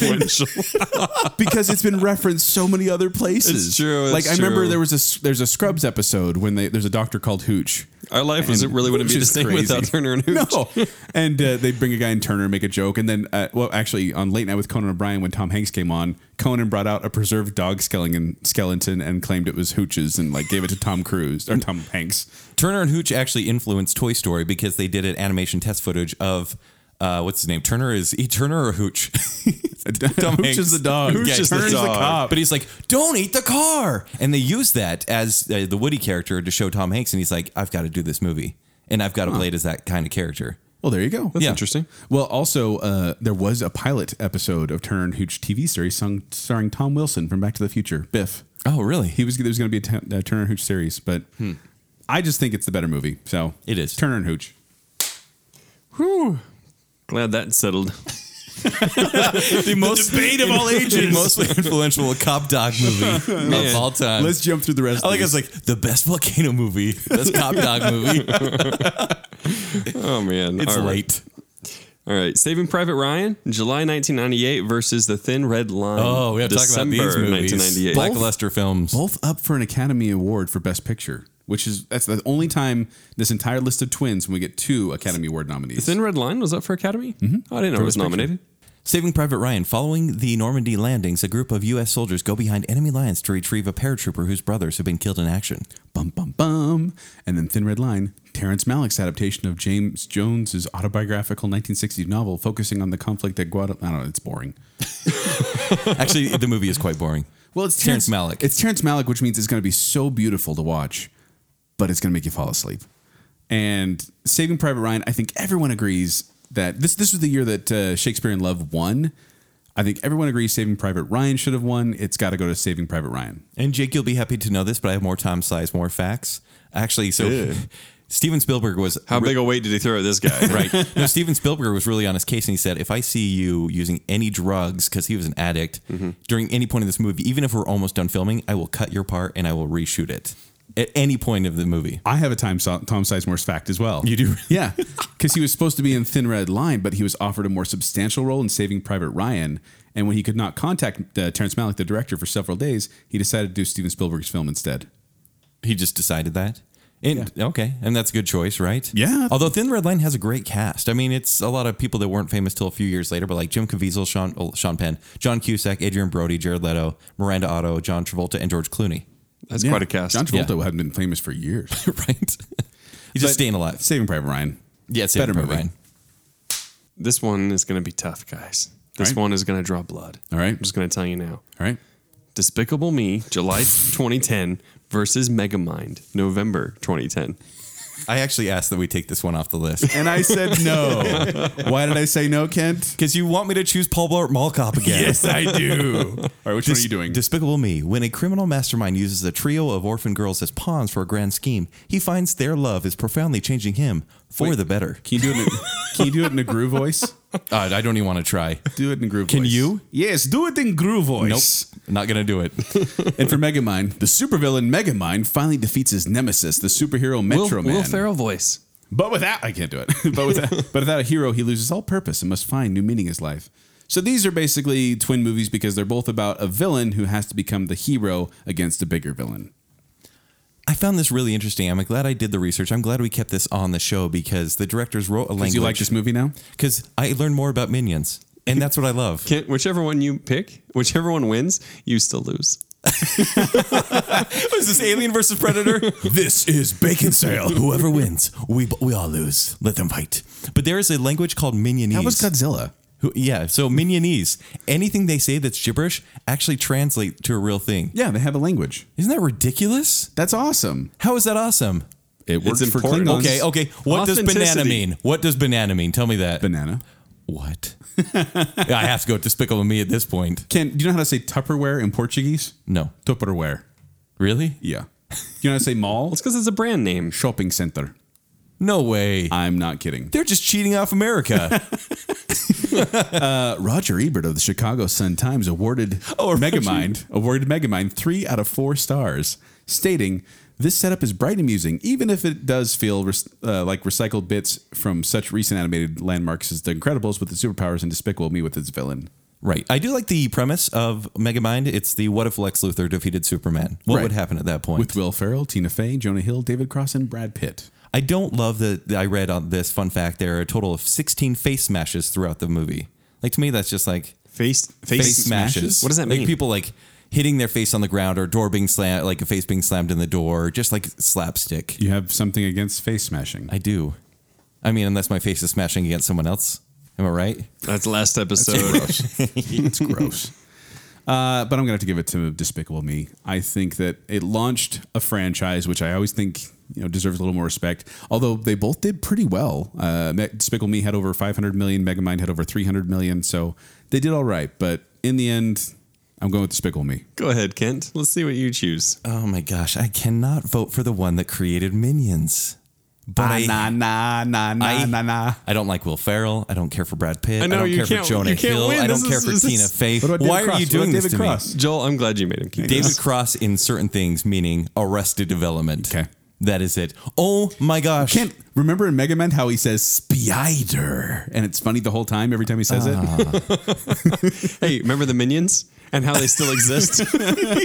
[SPEAKER 2] been (laughs) because it's been referenced so many other places.
[SPEAKER 4] It's true, it's
[SPEAKER 2] like I remember
[SPEAKER 4] true.
[SPEAKER 2] there was a there's a Scrubs episode when they there's a doctor called Hooch.
[SPEAKER 4] Our life was it
[SPEAKER 2] And
[SPEAKER 4] really wouldn't be
[SPEAKER 2] Hooch
[SPEAKER 4] the
[SPEAKER 2] is
[SPEAKER 4] same
[SPEAKER 2] crazy.
[SPEAKER 4] without Turner and Hooch.
[SPEAKER 2] No, and uh, they bring a guy in Turner and make a joke, and then uh, well, actually on Late Night with Conan O'Brien when Tom Hanks came on, Conan brought out a preserved dog skeleton skeleton and claimed it was Hooch's and like gave it to Tom Cruise or Tom Hanks. (laughs)
[SPEAKER 3] Turner and Hooch actually influenced Toy Story because they did an animation test footage of uh, what's his name? Turner is he Turner or Hooch?
[SPEAKER 2] Hooch is the dog.
[SPEAKER 3] Hooch
[SPEAKER 2] Yeah,
[SPEAKER 3] is
[SPEAKER 2] Turner's
[SPEAKER 3] the
[SPEAKER 2] the
[SPEAKER 3] dog.
[SPEAKER 2] cop.
[SPEAKER 3] But he's like, "Don't eat the car," and they use that as uh, the Woody character to show Tom Hanks, and he's like, "I've got to do this movie, and I've got to play it as that kind of character."
[SPEAKER 2] Well, there you go.
[SPEAKER 4] That's interesting.
[SPEAKER 2] Well, also uh, there was a pilot episode of Turner and Hooch TV series sung, starring Tom Wilson from Back to the Future, Biff.
[SPEAKER 3] Oh, really?
[SPEAKER 2] He was there was going to be a T- uh, Turner and Hooch series, but I just think it's the better movie. So
[SPEAKER 3] It is.
[SPEAKER 2] Turner and Hooch.
[SPEAKER 4] Glad
[SPEAKER 2] (laughs)
[SPEAKER 4] that settled.
[SPEAKER 3] the most debate of (laughs) all ages, the most influential cop dog movie of all time.
[SPEAKER 2] Let's jump through the rest.
[SPEAKER 3] I like. I
[SPEAKER 2] of
[SPEAKER 3] was like the best volcano movie, best cop dog movie.
[SPEAKER 4] Oh man,
[SPEAKER 3] It's
[SPEAKER 4] All right.
[SPEAKER 3] late.
[SPEAKER 4] All right, Saving Private Ryan, July 1998 versus The Thin Red Line.
[SPEAKER 3] Oh, we have to talk about
[SPEAKER 4] December
[SPEAKER 3] these movies.
[SPEAKER 4] 1998.
[SPEAKER 3] Lackluster films.
[SPEAKER 2] both up for an Academy Award for Best Picture, which is that's the only time this entire list of twins when we get two Academy Award nominees.
[SPEAKER 4] Thin Red Line was up for Academy. Mm-hmm. Oh, I didn't know it was nominated.
[SPEAKER 3] Saving Private Ryan. Following the Normandy landings, a group of U.S. soldiers go behind enemy lines to retrieve a paratrooper whose brothers have been killed
[SPEAKER 4] (laughs)
[SPEAKER 3] in action.
[SPEAKER 2] bum bum bum, and then Thin Red Line, Terrence Malick's adaptation of James Jones's autobiographical 1960s novel focusing on the conflict at Guadalajara. I don't know, it's boring.
[SPEAKER 3] Actually, the movie is quite boring.
[SPEAKER 2] Well, it's
[SPEAKER 3] Terrence Malick.
[SPEAKER 2] It's Terrence Malick, which means it's going to be so beautiful to watch, but it's going to make you fall asleep. And Saving Private Ryan, I think everyone agrees that this this was the year that uh, Shakespeare in Love won. I think everyone agrees Saving Private Ryan should have won. It's got to go to Saving Private Ryan.
[SPEAKER 3] And Jake, you'll be happy to know this, but I have more time size, more facts. Actually, so (laughs) Steven Spielberg was
[SPEAKER 4] How big a weight did he throw at this guy?
[SPEAKER 3] right. (laughs) No, Steven Spielberg was really on his case, and he said, "If I see you using any drugs, because he was an addict,
[SPEAKER 4] Mm-hmm.
[SPEAKER 3] during any point of this movie, even if we're almost done filming, I will cut your part and I will reshoot it at any point of the movie."
[SPEAKER 2] I have a time so- Tom Sizemore's fact as well.
[SPEAKER 3] You do?
[SPEAKER 2] (laughs) yeah, because he was supposed to be in Thin Red Line, but he was offered a more substantial role in Saving Private Ryan. And when he could not contact uh, Terrence Malick, the director, for several days, he decided to do Steven Spielberg's film instead.
[SPEAKER 3] He just decided that. And, Okay, and that's a good choice, right?
[SPEAKER 2] Yeah.
[SPEAKER 3] Although Thin Red Line has a great cast. I mean, it's a lot of people that weren't famous till a few years later, but like Jim Caviezel, Sean oh, Sean Penn, John Cusack, Adrian Brody, Jared Leto, Miranda Otto, John Travolta, and George Clooney. (laughs)
[SPEAKER 4] That's
[SPEAKER 2] Yeah.
[SPEAKER 4] quite a cast.
[SPEAKER 2] John Travolta
[SPEAKER 3] Yeah.
[SPEAKER 2] hadn't been famous for years. He's
[SPEAKER 3] right? He's just staying alive.
[SPEAKER 2] Saving Private Ryan.
[SPEAKER 3] Yeah, Saving
[SPEAKER 2] better
[SPEAKER 3] Private
[SPEAKER 2] movie.
[SPEAKER 3] Ryan.
[SPEAKER 4] This one is going to be tough, guys. This
[SPEAKER 2] Right.
[SPEAKER 4] one is going to draw blood.
[SPEAKER 2] All right.
[SPEAKER 4] I'm just going to tell you now.
[SPEAKER 2] All right.
[SPEAKER 4] Despicable Me, July 2010 versus Megamind, November 2010.
[SPEAKER 3] I actually asked that we take this one off the list
[SPEAKER 2] And I said no. (laughs) Why did I say no,
[SPEAKER 3] (laughs)
[SPEAKER 2] Kent?
[SPEAKER 3] because you want me to choose Paul Blart Mall
[SPEAKER 2] (laughs)
[SPEAKER 3] Cop again.
[SPEAKER 2] I do. All right, which one are you doing?
[SPEAKER 3] Despicable Me. When a criminal mastermind uses a trio of orphan girls as pawns for a grand scheme, he finds their love is profoundly changing him for the better.
[SPEAKER 2] can you do it? In a, can you do it in a groove voice?
[SPEAKER 3] Uh, I don't even want to try. (laughs)
[SPEAKER 2] Do it in groove.
[SPEAKER 3] Can
[SPEAKER 2] voice.
[SPEAKER 3] you?
[SPEAKER 2] Yes, do it in groove
[SPEAKER 3] Nope.
[SPEAKER 2] voice.
[SPEAKER 3] Not going to do it.
[SPEAKER 2] And for Megamind, the supervillain Megamind finally defeats his nemesis, the superhero Metro
[SPEAKER 4] Will,
[SPEAKER 2] Man.
[SPEAKER 4] Will Ferrell voice.
[SPEAKER 2] But without, I can't do it. (laughs) but without, but without a hero, he loses all purpose and must find new meaning in his life. So these are basically twin movies because they're both about a villain who has to become the hero against a bigger villain.
[SPEAKER 3] I found this really interesting. I'm glad I did the research. I'm glad we kept this on the show because the directors wrote a language.
[SPEAKER 2] you like this movie now?
[SPEAKER 3] Because I learned more about minions, and that's what I love.
[SPEAKER 4] Kent, whichever one you pick, whichever one wins, you still lose.
[SPEAKER 3] (laughs) What is this Alien versus Predator? (laughs) this is Bacon Sale. Whoever wins, we we all lose. Let them fight. But there is a language called Minionese.
[SPEAKER 2] That was Godzilla.
[SPEAKER 3] Who- yeah, so Minionese. Anything they say that's gibberish actually translate to a real thing.
[SPEAKER 2] Yeah, they have a language.
[SPEAKER 3] Isn't that ridiculous?
[SPEAKER 2] That's awesome.
[SPEAKER 3] How is that awesome?
[SPEAKER 2] It works for
[SPEAKER 4] important.
[SPEAKER 2] Klingons.
[SPEAKER 3] Okay, okay. What does banana
[SPEAKER 4] Authenticity.
[SPEAKER 3] mean? What does banana mean? Tell me that.
[SPEAKER 2] Banana.
[SPEAKER 3] what? (laughs) I have to go with Despicable Me at this point.
[SPEAKER 2] Ken, do you know how to say Tupperware in Portuguese?
[SPEAKER 3] No.
[SPEAKER 2] Tupperware.
[SPEAKER 3] Really?
[SPEAKER 2] Yeah. Do you know how to say (laughs) mall?
[SPEAKER 4] It's because it's a brand name.
[SPEAKER 2] Shopping center.
[SPEAKER 3] No way.
[SPEAKER 2] I'm not kidding.
[SPEAKER 3] They're just cheating off
[SPEAKER 2] (laughs)
[SPEAKER 3] America.
[SPEAKER 2] Uh, Roger Ebert of the Chicago Sun Times awarded
[SPEAKER 3] Oh, Roger.
[SPEAKER 2] Megamind awarded Megamind three out of four stars, stating this setup is bright and amusing, even if it does feel res- uh, like recycled bits from such recent animated landmarks as The Incredibles with its superpowers and Despicable Me with its villain.
[SPEAKER 3] right. I do like the premise of Megamind. It's the what if Lex Luthor defeated Superman? What
[SPEAKER 2] Right.
[SPEAKER 3] would happen at that point?
[SPEAKER 2] With Will Ferrell, Tina Fey, Jonah Hill, David Cross, and Brad Pitt.
[SPEAKER 3] I don't love that that I read on this fun fact there are a total of 16 face smashes throughout the movie. Like to me that's just like
[SPEAKER 4] Face, face,
[SPEAKER 3] face smashes.
[SPEAKER 4] What does that
[SPEAKER 3] like
[SPEAKER 4] mean?
[SPEAKER 3] People like hitting their face on the ground or door being slammed, like a face being slammed in the door, just like slapstick.
[SPEAKER 2] You have something against face smashing.
[SPEAKER 3] I do. I mean, unless my face is smashing against someone else. Am I right?
[SPEAKER 4] That's last episode.
[SPEAKER 2] It's gross. (laughs) Uh, but I'm gonna have to give it to Despicable Me. I think that it launched a franchise, which I always think you know deserves a little more respect. Although they both did pretty well. Uh, Me- Despicable Me had over 500 million. Megamind had over 300 million. So they did all right. But in the end, I'm going with Despicable Me.
[SPEAKER 4] (laughs) Go ahead, Kent. Let's see what you choose.
[SPEAKER 3] Oh my gosh, I cannot vote for the one that created Minions. But I,
[SPEAKER 2] na na
[SPEAKER 3] I- I don't like Will Ferrell. I don't care for Brad Pitt.
[SPEAKER 4] I know,
[SPEAKER 3] don't
[SPEAKER 4] you
[SPEAKER 3] care for
[SPEAKER 4] can't-
[SPEAKER 3] Jonah
[SPEAKER 4] you can't
[SPEAKER 3] Hill.
[SPEAKER 4] win.
[SPEAKER 3] I don't
[SPEAKER 4] This
[SPEAKER 3] care
[SPEAKER 4] is-
[SPEAKER 3] for
[SPEAKER 4] this
[SPEAKER 3] Tina
[SPEAKER 4] is-
[SPEAKER 3] Fay.
[SPEAKER 2] What about David
[SPEAKER 3] Why are
[SPEAKER 2] Cross?
[SPEAKER 3] you
[SPEAKER 2] What about
[SPEAKER 3] doing this
[SPEAKER 2] David
[SPEAKER 3] to
[SPEAKER 2] Cross?
[SPEAKER 4] Joel, I'm glad you made him keep
[SPEAKER 3] me? David
[SPEAKER 4] this.
[SPEAKER 3] Cross in certain things, meaning Arrested Development.
[SPEAKER 2] Okay.
[SPEAKER 3] That is it. Oh my gosh.
[SPEAKER 2] Kent, remember in Megamind how he says spider, and it's funny the whole time every time he says (laughs) it.
[SPEAKER 4] Hey, remember the minions and how they still exist?
[SPEAKER 3] (laughs)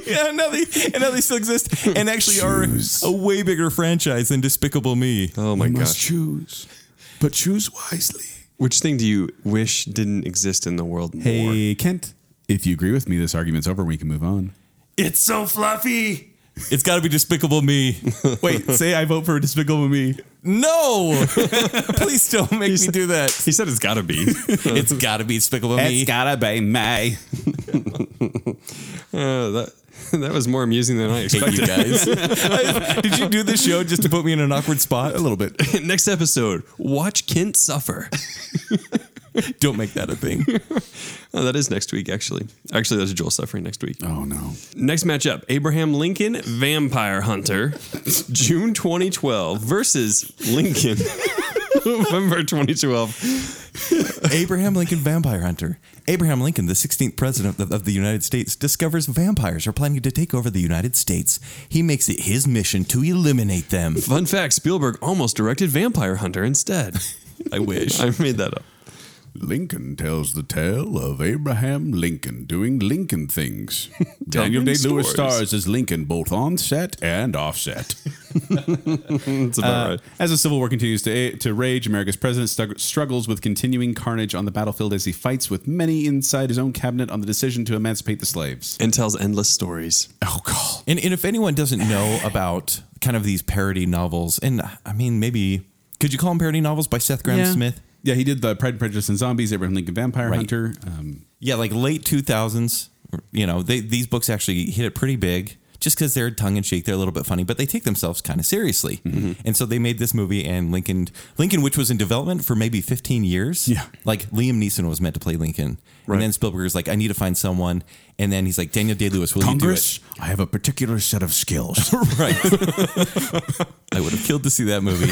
[SPEAKER 3] yeah, now they, and now they still exist and actually
[SPEAKER 2] Choose.
[SPEAKER 3] are a way bigger franchise than Despicable Me.
[SPEAKER 4] (laughs) oh my
[SPEAKER 2] Must
[SPEAKER 4] gosh.
[SPEAKER 2] choose, but choose wisely.
[SPEAKER 4] Which thing do you wish didn't exist in the world more?
[SPEAKER 2] Hey, Kent, if you agree with me, this argument's over. We can move on.
[SPEAKER 3] It's so fluffy. It's got to be Despicable Me.
[SPEAKER 2] Wait, say I vote for Despicable Me.
[SPEAKER 3] No, (laughs) please don't make me
[SPEAKER 4] (laughs)
[SPEAKER 3] do that.
[SPEAKER 4] He said it's got to be.
[SPEAKER 3] It's got to be Despicable Me.
[SPEAKER 2] gotta be me.
[SPEAKER 4] Uh, that, (laughs) that was more amusing than I
[SPEAKER 3] Hate
[SPEAKER 4] expected.
[SPEAKER 3] you guys. (laughs) Did you do this show just to put me in an awkward spot? A little
[SPEAKER 4] (laughs)
[SPEAKER 3] bit.
[SPEAKER 4] Next episode, watch Kent suffer. (laughs)
[SPEAKER 3] Don't make that a thing.
[SPEAKER 4] Oh, that is next week, actually. Actually, that's Joel suffering next week.
[SPEAKER 2] Oh no.
[SPEAKER 4] Next matchup Abraham Lincoln, Vampire Hunter, (laughs) June 2012 versus Lincoln, (laughs) November 2012.
[SPEAKER 3] Abraham Lincoln Vampire Hunter. Abraham Lincoln, the 16th president of the, of the United States, discovers vampires are planning to take over the United States. He makes it his mission to eliminate them.
[SPEAKER 4] Fun fact Spielberg almost directed Vampire Hunter (laughs) instead.
[SPEAKER 3] I wish.
[SPEAKER 4] I made that up.
[SPEAKER 2] Lincoln tells the tale of Abraham Lincoln doing Lincoln things. (laughs) Daniel Day
[SPEAKER 4] Telling
[SPEAKER 2] Lewis
[SPEAKER 4] stories.
[SPEAKER 2] stars as Lincoln both on set and off (laughs) set.
[SPEAKER 4] That's about right.
[SPEAKER 2] As the Civil War continues to, to rage, America's president stug- struggles with continuing carnage on the battlefield as he fights with many inside his own cabinet on the decision to emancipate the slaves.
[SPEAKER 4] And tells endless stories.
[SPEAKER 2] Oh, God.
[SPEAKER 3] And, and if anyone doesn't know about kind of these parody novels, and I mean, maybe could you call them parody novels by Seth Graham Smith?
[SPEAKER 2] Yeah, he did the Pride and Prejudice and Zombies, Abraham Lincoln Vampire
[SPEAKER 3] Right.
[SPEAKER 2] Hunter. Um,
[SPEAKER 3] Yeah, like late 2000s, you know, they, these books actually hit it pretty big just because they're tongue in cheek. They're a little bit funny, but they take themselves kind of seriously.
[SPEAKER 2] Mm-hmm.
[SPEAKER 3] And so they made this movie and Lincoln, Lincoln, which was in development for maybe 15 years.
[SPEAKER 2] Yeah.
[SPEAKER 3] Like Liam Neeson was meant to play Lincoln. And then Spielberg's like, I need to find someone. And then he's like, Daniel Day Lewis, will
[SPEAKER 2] Congress, I have a particular set of skills.
[SPEAKER 3] you do it? Right. I would have killed to see that
[SPEAKER 2] (laughs)
[SPEAKER 3] movie.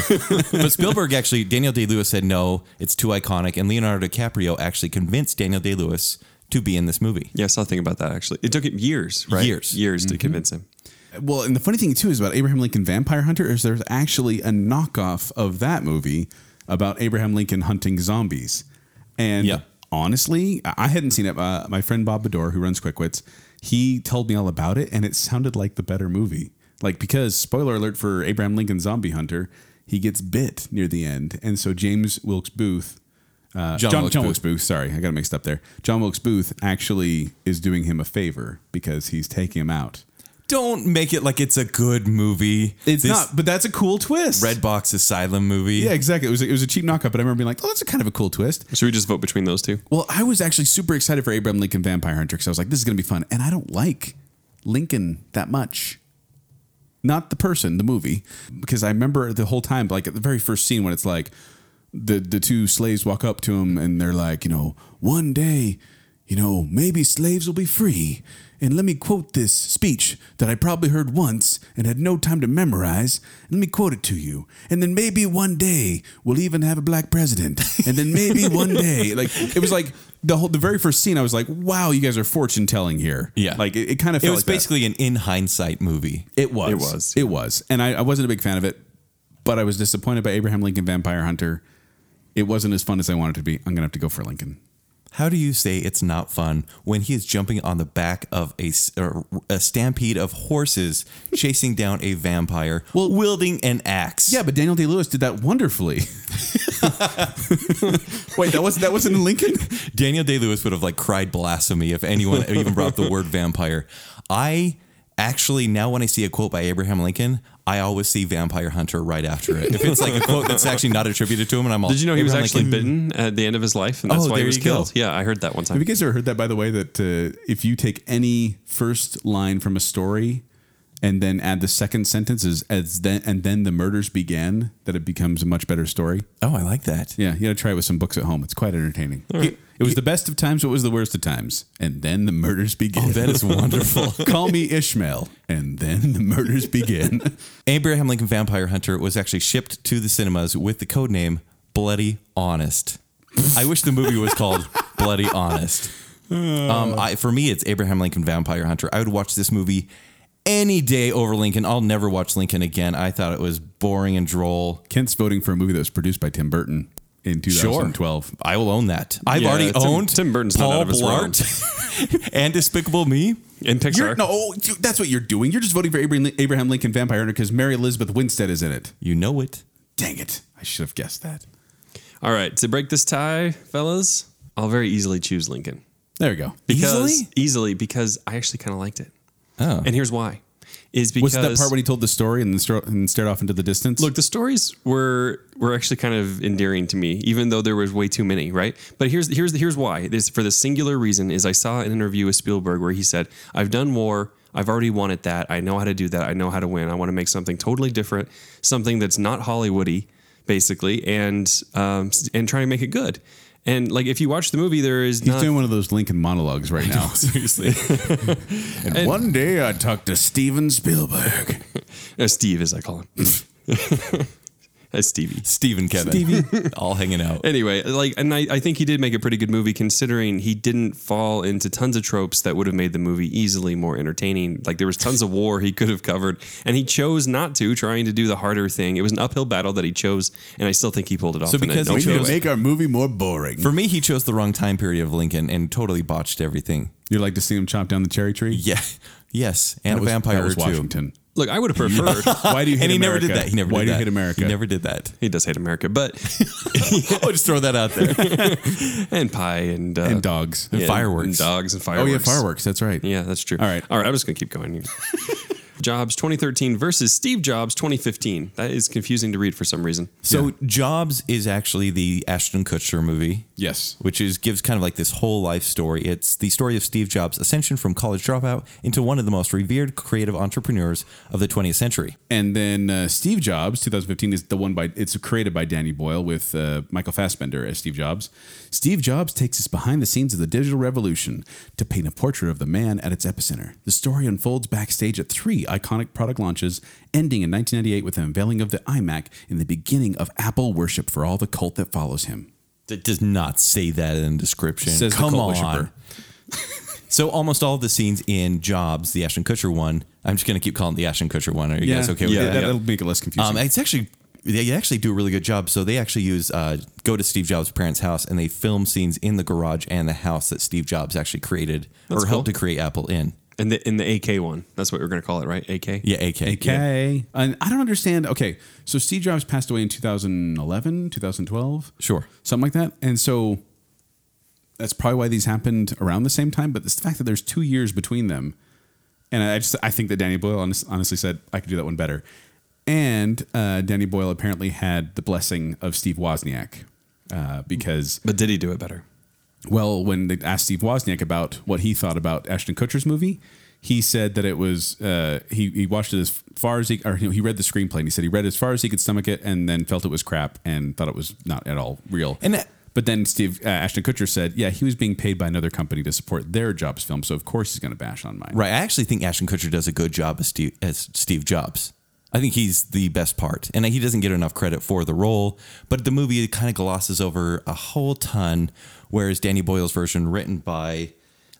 [SPEAKER 3] But Spielberg actually, Daniel Day Lewis said, no, it's too iconic. And Leonardo DiCaprio actually convinced Daniel Day Lewis to be in this movie.
[SPEAKER 4] Yeah, I saw a thing about that, actually. It took him years, right?
[SPEAKER 3] Years.
[SPEAKER 4] Years Mm-hmm. to convince him.
[SPEAKER 2] Well, and the funny thing too is about Abraham Lincoln Vampire Hunter is there's actually a knockoff of that movie about Abraham Lincoln hunting zombies. And
[SPEAKER 3] Yeah.
[SPEAKER 2] honestly, I I hadn't seen it. Uh, my friend Bob Bador, who runs Quickwits, he told me all about it, and it sounded like the better movie. Like because spoiler alert for Abraham Lincoln Zombie Hunter, he gets bit near the end, and so James Wilkes Booth, uh, John,
[SPEAKER 3] John
[SPEAKER 2] John,
[SPEAKER 3] Wilkes
[SPEAKER 2] Wilkes Booth. Sorry, I got it mixed up there. John Wilkes Booth actually is doing him a favor because he's taking him out.
[SPEAKER 3] Don't make it like it's a good movie.
[SPEAKER 2] It's
[SPEAKER 3] This
[SPEAKER 2] not, but that's a cool twist.
[SPEAKER 3] Red Box Asylum movie.
[SPEAKER 2] Yeah, exactly. It was a, it was a cheap knockup, but I remember being like, "Oh, that's a kind of a cool twist."
[SPEAKER 4] Should we just vote between those two?
[SPEAKER 2] Well, I was actually super excited for Abraham Lincoln Vampire Hunter because I was like, this is going to be fun. And I don't like Lincoln that much. Not the person, the movie. Because I remember the whole time, like at the very first scene when it's like the, the two slaves walk up to him and they're like, you know, one day, you know, maybe slaves will be free. And let me quote this speech that I probably heard once and had no time to memorize. Let me quote it to you. And then maybe one day we'll even have a black president. And then
[SPEAKER 3] (laughs)
[SPEAKER 2] maybe one day, like it was like the whole the very first scene. I was like, wow, you guys are fortune telling here.
[SPEAKER 3] Yeah.
[SPEAKER 2] like it, it kind of
[SPEAKER 3] It
[SPEAKER 2] felt
[SPEAKER 3] was
[SPEAKER 2] like that.
[SPEAKER 3] basically an in hindsight movie.
[SPEAKER 2] It was.
[SPEAKER 4] It was.
[SPEAKER 2] It was. And I, I wasn't a big fan of it, but I was disappointed by Abraham Lincoln Vampire Hunter. It wasn't as fun as I wanted it to be. I'm gonna have to go for Lincoln.
[SPEAKER 3] How do you say it's not fun when he is jumping on the back of a, s- or a stampede of horses chasing down a vampire wielding an axe?
[SPEAKER 2] Yeah, but Daniel Day Lewis did that wonderfully. (laughs) Wait, that was that wasn't Lincoln.
[SPEAKER 3] Daniel Day Lewis would have like cried blasphemy if anyone even brought up the word vampire. I actually now when I see a quote by Abraham Lincoln, I always see Vampire Hunter right after it. If it's like a quote that's actually not attributed to him, and I'm all
[SPEAKER 4] Did you know he was
[SPEAKER 3] Abraham
[SPEAKER 4] actually
[SPEAKER 3] Lincoln-
[SPEAKER 4] bitten at the end of his life, and that's
[SPEAKER 3] Oh,
[SPEAKER 4] why he
[SPEAKER 3] there
[SPEAKER 4] was
[SPEAKER 3] you go.
[SPEAKER 4] killed? Yeah, I heard that one time.
[SPEAKER 2] Have you guys ever heard that, by the way, that uh, if you take any first line from a story and then add the second sentence as, as then, and then the murders began, that it becomes a much better story?
[SPEAKER 3] Oh, I like that.
[SPEAKER 2] Yeah, you got to try it with some books at home. It's quite entertaining. It was the best of times. What was the worst of times? And then the murders begin.
[SPEAKER 3] Oh, that is wonderful.
[SPEAKER 2] (laughs) Call me Ishmael. And then the murders begin. (laughs)
[SPEAKER 3] Abraham Lincoln Vampire Hunter was actually shipped to the cinemas with the code name Bloody Honest. I wish the movie was called (laughs) Bloody Honest. Um, I, for me, it's Abraham Lincoln Vampire Hunter. I would watch this movie any day over Lincoln. I'll never watch Lincoln again. I thought it was boring and droll.
[SPEAKER 2] Kent's voting for a movie that was produced by Tim Burton in 2012.
[SPEAKER 3] I will own that. I've
[SPEAKER 4] Yeah,
[SPEAKER 3] already
[SPEAKER 4] Tim-
[SPEAKER 3] owned
[SPEAKER 4] Tim Burton's not
[SPEAKER 3] Paul
[SPEAKER 4] out of his realm.
[SPEAKER 3] Blart (laughs) and Despicable Me.
[SPEAKER 4] in Pixar,
[SPEAKER 2] You're, no, oh, dude, that's what you're doing. You're just voting for Abraham Abraham Lincoln Vampire Hunter because Mary Elizabeth Winstead is in it.
[SPEAKER 3] You know it.
[SPEAKER 2] Dang it. I should have guessed that.
[SPEAKER 4] All right, to break this tie, fellas, I'll very easily choose Lincoln.
[SPEAKER 2] There we go.
[SPEAKER 4] Because,
[SPEAKER 3] Easily?
[SPEAKER 4] Easily, because I actually kind of liked it.
[SPEAKER 3] Oh.
[SPEAKER 4] And here's why. Is because
[SPEAKER 2] Was that part when he told the story and, then stro- and stared off into the distance?
[SPEAKER 4] Look, the stories were were actually kind of endearing to me, even though there was way too many, right? But here's here's here's why. This for the singular reason is I saw an interview with Spielberg where he said, "I've done war. I've already wanted that. I know how to do that. I know how to win. I want to make something totally different, something that's not Hollywoody, basically, and um, s- and try to make it good." And like if you watch the movie, there is
[SPEAKER 2] he's
[SPEAKER 4] not,
[SPEAKER 2] doing one of those Lincoln monologues right now.
[SPEAKER 3] Uh, (laughs) Seriously.
[SPEAKER 2] (laughs) and, one day I talked to Steven
[SPEAKER 3] (laughs)
[SPEAKER 2] Spielberg.
[SPEAKER 4] uh, Steve, as I call him, (laughs) as Stevie.
[SPEAKER 3] Steve and Kevin. Stevie. (laughs) All hanging out.
[SPEAKER 4] anyway, like, and I, I think he did make a pretty good movie considering he didn't fall into tons of tropes that would have made the movie easily more entertaining. Like, there was tons of war he could have covered, and he chose not to, trying to do the harder thing. It was an uphill battle that he chose, and I still think he pulled it off.
[SPEAKER 3] So
[SPEAKER 4] in a
[SPEAKER 3] because he
[SPEAKER 4] no
[SPEAKER 2] We need
[SPEAKER 4] joke
[SPEAKER 2] to
[SPEAKER 3] chose-
[SPEAKER 4] way.
[SPEAKER 2] make our movie more boring.
[SPEAKER 3] For me, he chose the wrong time period of Lincoln and totally botched everything.
[SPEAKER 2] you like to see him chop down the cherry tree?
[SPEAKER 3] Yeah. Yes. And
[SPEAKER 2] That
[SPEAKER 3] a
[SPEAKER 2] was-
[SPEAKER 3] vampire
[SPEAKER 2] that was
[SPEAKER 3] too. (laughs)
[SPEAKER 2] Washington.
[SPEAKER 4] look, I would have (laughs) preferred.
[SPEAKER 2] (laughs) Why do you hate
[SPEAKER 3] And he never
[SPEAKER 2] America?
[SPEAKER 3] did that. He never
[SPEAKER 2] Why
[SPEAKER 3] did
[SPEAKER 2] do
[SPEAKER 3] that.
[SPEAKER 2] you hate America?
[SPEAKER 3] He never
[SPEAKER 2] (laughs)
[SPEAKER 3] did that.
[SPEAKER 4] he does hate America, but
[SPEAKER 3] I'll just throw that out
[SPEAKER 2] (laughs)
[SPEAKER 3] there.
[SPEAKER 4] and pie and uh,
[SPEAKER 2] and dogs.
[SPEAKER 4] and
[SPEAKER 3] fireworks.
[SPEAKER 4] and dogs, and
[SPEAKER 2] Oh
[SPEAKER 4] fireworks.
[SPEAKER 2] yeah, fireworks. That's right.
[SPEAKER 4] Yeah, that's true.
[SPEAKER 2] All right.
[SPEAKER 4] all right. I'm just gonna keep going. here. Jobs 2013 versus Steve Jobs 2015. That is confusing to read for some reason.
[SPEAKER 3] so Jobs is actually the Ashton Kutcher movie.
[SPEAKER 2] Yes.
[SPEAKER 3] Which is gives kind of like this whole life story. It's the story of Steve Jobs' ascension from college dropout into one of the most revered creative entrepreneurs of the 20th century.
[SPEAKER 2] And then uh, Steve Jobs, 2015 is the one by it's created by Danny Boyle with uh, Michael Fassbender as Steve Jobs. Steve Jobs takes us behind the scenes of the digital revolution to paint a portrait of the man at its epicenter. The story unfolds backstage at three iconic product launches, ending in 1998 with the unveiling of the iMac and the beginning of Apple worship for all the cult that follows him.
[SPEAKER 3] That does not say that in the description.
[SPEAKER 2] Says the
[SPEAKER 3] Come
[SPEAKER 2] cult
[SPEAKER 3] on.
[SPEAKER 2] worshiper.
[SPEAKER 3] so almost all the scenes in Jobs, the Ashton Kutcher one. I'm just gonna keep calling it the Ashton Kutcher one. Are you guys okay with
[SPEAKER 2] yeah,
[SPEAKER 3] that?
[SPEAKER 2] That, will make it less confusing.
[SPEAKER 3] Um, it's actually they actually do a really good job. So they actually use uh, go to Steve Jobs' parents' house and they film scenes in the garage and the house that Steve Jobs actually created or helped to create Apple in.
[SPEAKER 4] And the in the AK one. That's what we're gonna call it, right? AK.
[SPEAKER 3] Yeah, AK. Yeah.
[SPEAKER 2] Okay. And I don't understand. Okay. So Steve Jobs passed away in 2011, 2012.
[SPEAKER 3] Sure.
[SPEAKER 2] Something like that. And so that's probably why these happened around the same time. But it's the fact that there's two years between them. And I just, I think that Danny Boyle honest, honestly said, I could do that one better. And uh, Danny Boyle apparently had the blessing of Steve Wozniak uh, because
[SPEAKER 4] But did he do it better?
[SPEAKER 2] well, when they asked Steve Wozniak about what he thought about Ashton Kutcher's movie, he said that it was uh, he he watched it as far as he or you know, he read the screenplay and he said he read as far as he could stomach it and then felt it was crap and thought it was not at all real.
[SPEAKER 3] And that-
[SPEAKER 2] but then Steve uh, Ashton Kutcher said, yeah, he was being paid by another company to support their Jobs film, so of course he's going to bash on mine.
[SPEAKER 3] Right. I actually think Ashton Kutcher does a good job as Steve, as Steve Jobs. I think he's the best part, and he doesn't get enough credit for the role. But the movie kind of glosses over a whole ton, whereas Danny Boyle's version, written by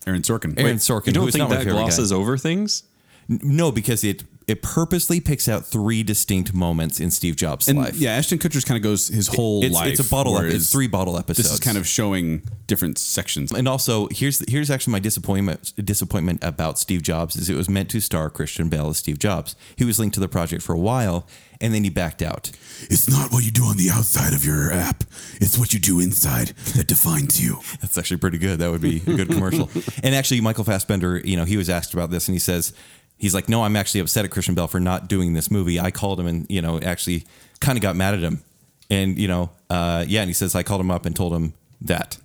[SPEAKER 2] Aaron Sorkin.
[SPEAKER 3] Aaron
[SPEAKER 2] Wait,
[SPEAKER 3] Sorkin,
[SPEAKER 4] You
[SPEAKER 3] who
[SPEAKER 4] don't
[SPEAKER 3] is
[SPEAKER 4] think
[SPEAKER 3] not my
[SPEAKER 4] that
[SPEAKER 3] favorite guy.
[SPEAKER 4] glosses over things?
[SPEAKER 3] No, because it it purposely picks out three distinct moments in Steve Jobs'
[SPEAKER 2] and
[SPEAKER 3] life.
[SPEAKER 2] yeah, Ashton Kutcher's kind of goes his whole
[SPEAKER 3] it's,
[SPEAKER 2] life.
[SPEAKER 3] it's a bottle up.
[SPEAKER 2] whereas
[SPEAKER 3] It's three bottle
[SPEAKER 2] This
[SPEAKER 3] episodes.
[SPEAKER 2] is kind of showing different sections.
[SPEAKER 3] and also here's here's actually my disappointment disappointment about Steve Jobs is it was meant to star Christian Bale as Steve Jobs. He was linked to the project for a while, and then he backed out.
[SPEAKER 2] It's not what you do on the outside of your app. It's what you do inside that defines you.
[SPEAKER 3] That's actually pretty good. That would be a good
[SPEAKER 2] (laughs)
[SPEAKER 3] commercial. and actually, Michael Fassbender, you know, he was asked about this, and he says, he's like, no, I'm actually upset at Christian Bell for not doing this movie. I called him, and you know, actually, kind of got mad at him, and you know, uh, yeah, and he says I called him up and told him that.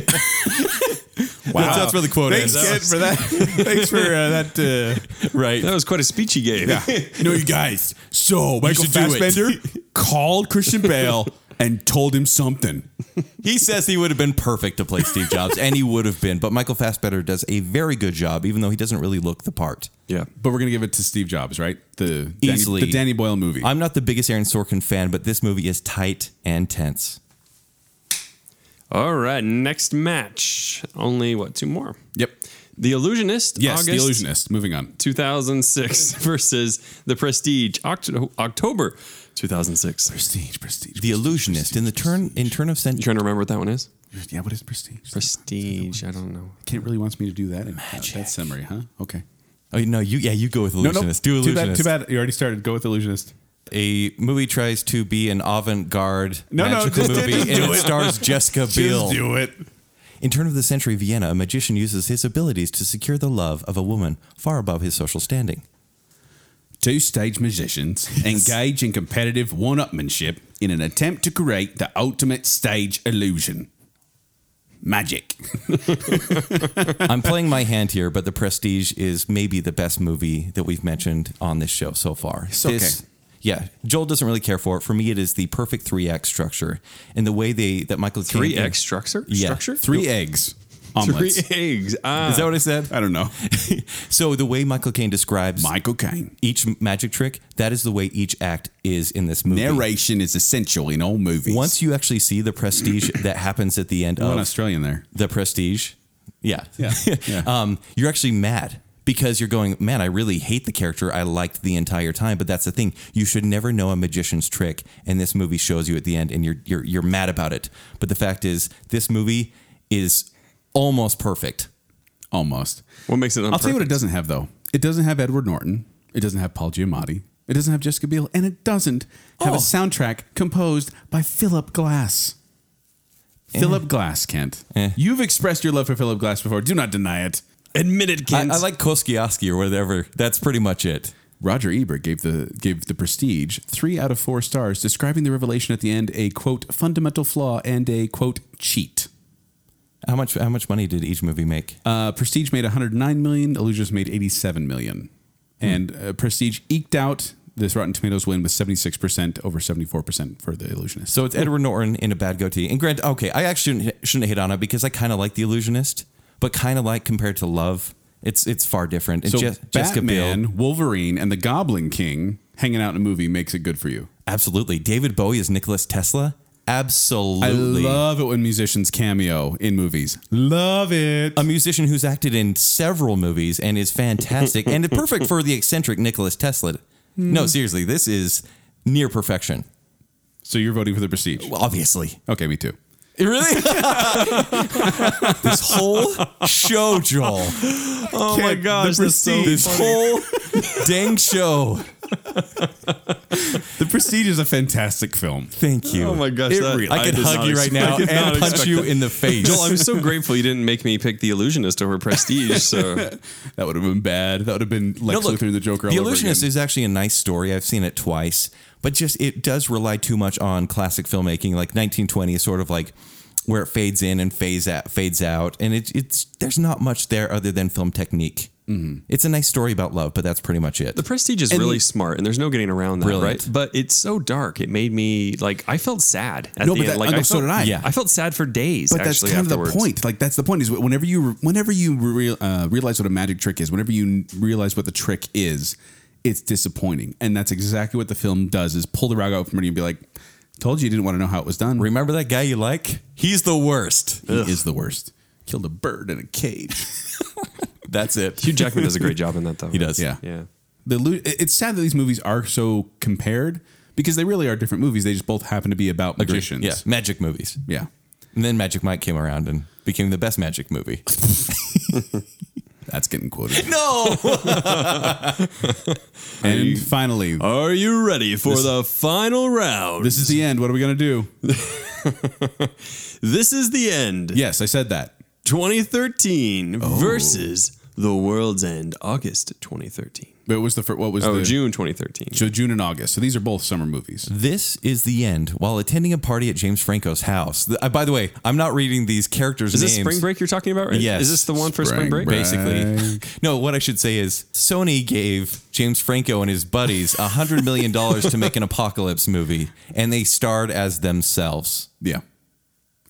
[SPEAKER 3] (laughs) wow, that's, that's where the quote
[SPEAKER 2] Thanks,
[SPEAKER 3] is.
[SPEAKER 2] kid, for that. (laughs) Thanks for uh, that. Uh,
[SPEAKER 3] (laughs) right.
[SPEAKER 4] That was quite a speech he gave.
[SPEAKER 2] no, you guys. So Michael
[SPEAKER 3] should do it.
[SPEAKER 2] Fassbender (laughs) called Christian Bale and told him something.
[SPEAKER 3] He says he would have been perfect to play Steve Jobs, and he would have been. But Michael Fassbender does a very good job, even though he doesn't really look the part.
[SPEAKER 4] (laughs) yeah.
[SPEAKER 2] But we're gonna give it to Steve Jobs, right? The
[SPEAKER 3] Easily.
[SPEAKER 2] Danny, the Danny Boyle movie.
[SPEAKER 3] I'm not the biggest Aaron Sorkin fan, but this movie is tight and tense.
[SPEAKER 4] All right. Next match. Only what? Two more.
[SPEAKER 2] yep.
[SPEAKER 4] The Illusionist.
[SPEAKER 2] Yes,
[SPEAKER 4] August
[SPEAKER 2] The Illusionist. Moving on.
[SPEAKER 4] 2006 (laughs) versus The Prestige. Oct- October 2006.
[SPEAKER 2] Prestige, prestige.
[SPEAKER 3] The Illusionist in the turn in turn of
[SPEAKER 4] You
[SPEAKER 3] century.
[SPEAKER 4] trying to remember what that one is?
[SPEAKER 2] yeah. What is prestige?
[SPEAKER 4] Prestige. I don't know.
[SPEAKER 2] Kent really wants me to do that. in That summary, huh? Okay.
[SPEAKER 3] Oh no, you yeah you go with Illusionist. Do
[SPEAKER 2] Too bad,
[SPEAKER 3] Illusionist.
[SPEAKER 2] too bad. You already started. Go with Illusionist.
[SPEAKER 3] A movie tries to be an avant-garde
[SPEAKER 2] No, no,
[SPEAKER 3] magical
[SPEAKER 2] just-
[SPEAKER 3] movie,
[SPEAKER 2] just
[SPEAKER 3] and
[SPEAKER 2] do
[SPEAKER 3] it
[SPEAKER 2] it. (laughs)
[SPEAKER 3] stars Jessica Biel.
[SPEAKER 2] it.
[SPEAKER 3] In turn of the century Vienna, a magician uses his abilities to secure the love of a woman far above his social standing.
[SPEAKER 2] Two stage musicians engage in competitive one upmanship in an attempt to create the ultimate stage illusion magic.
[SPEAKER 3] I'm playing my hand here, but The Prestige is maybe the best movie that we've mentioned on this show so far. This-
[SPEAKER 2] okay.
[SPEAKER 3] Yeah, Joel doesn't really care for it. For me, it is the perfect three act structure, and the way they that Michael Caine-
[SPEAKER 4] Three X structure.
[SPEAKER 3] Yeah.
[SPEAKER 2] (laughs)
[SPEAKER 4] Structure.
[SPEAKER 2] Three eggs, omelets.
[SPEAKER 4] Three (laughs) eggs. Ah.
[SPEAKER 3] Is that what I said?
[SPEAKER 2] I don't know.
[SPEAKER 3] So the way Michael Caine describes
[SPEAKER 2] Michael Caine.
[SPEAKER 3] each magic trick, that is the way each act is in this movie.
[SPEAKER 2] Narration is essential in all movies.
[SPEAKER 3] Once you actually see the prestige that happens at the end
[SPEAKER 2] Oh, an
[SPEAKER 3] of
[SPEAKER 2] Australian there.
[SPEAKER 3] the prestige, yeah, (laughs)
[SPEAKER 2] Yeah. Yeah.
[SPEAKER 3] um, you're actually mad because you're going, man, I really hate the character. I liked the entire time, but that's the thing. You should never know a magician's trick, and this movie shows you at the end, and you're you're you're mad about it. But the fact is, this movie is almost perfect.
[SPEAKER 2] Almost.
[SPEAKER 4] What makes it?
[SPEAKER 2] I'll tell you what it
[SPEAKER 4] unperfect?
[SPEAKER 2] doesn't have though. It doesn't have Edward Norton. It doesn't have Paul Giamatti. It doesn't have Jessica Biel, and it doesn't have
[SPEAKER 3] Oh.
[SPEAKER 2] a soundtrack composed by Philip Glass.
[SPEAKER 3] Eh.
[SPEAKER 2] Philip Glass, Kent. You've expressed your love for Philip Glass before. Do not deny it.
[SPEAKER 4] Admit it,
[SPEAKER 3] I,
[SPEAKER 4] Kent.
[SPEAKER 3] I like Koskiaski or whatever. That's pretty much it.
[SPEAKER 2] Roger Ebert gave the gave the Prestige three out of four stars, describing the revelation at the end a quote fundamental flaw and a quote cheat.
[SPEAKER 3] How much how much money did each movie make?
[SPEAKER 2] Uh, Prestige made 109 million. Illusions made 87 million. And uh, Prestige eked out this Rotten Tomatoes win with 76% over 74% for the Illusionist. So
[SPEAKER 3] So it's Edward Norton in a bad goatee. And Grant, okay, I actually shouldn't, shouldn't hit on it because I kind of like The Illusionist, but kind of like compared to Love, it's it's far different. And
[SPEAKER 2] so
[SPEAKER 3] Je- Jessica
[SPEAKER 2] Batman,
[SPEAKER 3] Biel,
[SPEAKER 2] Wolverine, and the Goblin King hanging out in a movie makes it good for you.
[SPEAKER 3] absolutely. David Bowie is Nicholas Tesla, absolutely.
[SPEAKER 2] I love it when musicians cameo in movies. Love it.
[SPEAKER 3] a musician who's acted in several movies and is fantastic
[SPEAKER 2] (laughs)
[SPEAKER 3] and perfect for the eccentric Nicholas Tesla.
[SPEAKER 2] Hmm.
[SPEAKER 3] No, seriously, this is near perfection.
[SPEAKER 2] So you're voting for the Prestige? (laughs)
[SPEAKER 3] Obviously.
[SPEAKER 2] Okay, me too.
[SPEAKER 3] Really? this whole show, Joel.
[SPEAKER 4] Oh my gosh,
[SPEAKER 3] this,
[SPEAKER 4] that's so
[SPEAKER 3] whole dang show.
[SPEAKER 2] The Prestige is a fantastic film.
[SPEAKER 3] Thank you.
[SPEAKER 4] Oh my gosh,
[SPEAKER 2] It
[SPEAKER 4] that,
[SPEAKER 2] really-
[SPEAKER 3] I could
[SPEAKER 2] did
[SPEAKER 3] hug
[SPEAKER 2] not
[SPEAKER 3] you right
[SPEAKER 2] expect-
[SPEAKER 3] now
[SPEAKER 4] I did not
[SPEAKER 3] and punch
[SPEAKER 4] expect
[SPEAKER 3] you
[SPEAKER 4] that.
[SPEAKER 3] in the face.
[SPEAKER 4] Joel, I'm so grateful you didn't make me pick the illusionist over prestige.
[SPEAKER 2] (laughs)
[SPEAKER 4] So
[SPEAKER 2] That would have been bad. That would have been Lex
[SPEAKER 3] No,
[SPEAKER 2] Luthor and the Joker.
[SPEAKER 3] The
[SPEAKER 2] all over
[SPEAKER 3] Illusionist
[SPEAKER 2] again.
[SPEAKER 3] is actually a nice story. I've seen it twice, but just it does rely too much on classic filmmaking, like 1920 is sort of like where it fades in and fades out, fades out, and it, it's there's not much there other than film technique. It's a nice story about love, but that's pretty much it.
[SPEAKER 4] the prestige is really smart, and there's no getting around that,
[SPEAKER 3] Brilliant.
[SPEAKER 4] right? But it's so dark. It made me like I felt sad. At
[SPEAKER 2] No, but
[SPEAKER 4] the end.
[SPEAKER 2] that-
[SPEAKER 4] like
[SPEAKER 2] I know,
[SPEAKER 4] I
[SPEAKER 2] so
[SPEAKER 4] felt,
[SPEAKER 2] did I.
[SPEAKER 3] Yeah.
[SPEAKER 4] I felt sad for days.
[SPEAKER 2] But that's
[SPEAKER 4] actually,
[SPEAKER 2] kind
[SPEAKER 4] afterwards.
[SPEAKER 2] of the point. Like that's the point is whenever you whenever you real, uh, realize what a magic trick is, whenever you n- realize what the trick is, it's disappointing, and that's exactly what the film does: is pull the rug out from under you and be like, "Told you you didn't want to know how it was done."
[SPEAKER 3] Remember that guy you like? He's the worst.
[SPEAKER 2] He is the worst. Killed a bird in a cage.
[SPEAKER 3] That's it.
[SPEAKER 4] Hugh Jackman does a great job in
[SPEAKER 2] (laughs)
[SPEAKER 4] that, though.
[SPEAKER 3] He does.
[SPEAKER 2] Yeah.
[SPEAKER 4] Yeah.
[SPEAKER 2] The illu- it- it's sad that these movies are so compared because they really are different movies. They just both happen to be about magicians.
[SPEAKER 3] Yeah, magic movies.
[SPEAKER 2] Yeah.
[SPEAKER 3] And then Magic Mike came around and became the best magic movie.
[SPEAKER 2] That's getting quoted.
[SPEAKER 3] No,
[SPEAKER 2] and finally,
[SPEAKER 4] Are you ready for the final round?
[SPEAKER 2] this is the end. What are we going to do?
[SPEAKER 4] This is the end.
[SPEAKER 2] Yes, I said that.
[SPEAKER 4] 2013
[SPEAKER 2] Oh.
[SPEAKER 4] versus The World's End, August 2013.
[SPEAKER 2] But it was the fir- what was
[SPEAKER 4] Oh,
[SPEAKER 2] the
[SPEAKER 4] June 2013.
[SPEAKER 2] So June and August. So these are both summer movies.
[SPEAKER 3] This is the end while attending a party at James Franco's house. Th- uh, by the way, I'm not reading these characters'
[SPEAKER 4] Is
[SPEAKER 3] names.
[SPEAKER 4] this Spring Break you're talking about, right?
[SPEAKER 3] Yes.
[SPEAKER 4] Is this the one for Spring Break?
[SPEAKER 3] Basically, (laughs) no. What I should say is Sony gave James Franco and his buddies a hundred million dollars to make an apocalypse movie, and they starred as themselves.
[SPEAKER 2] Yeah.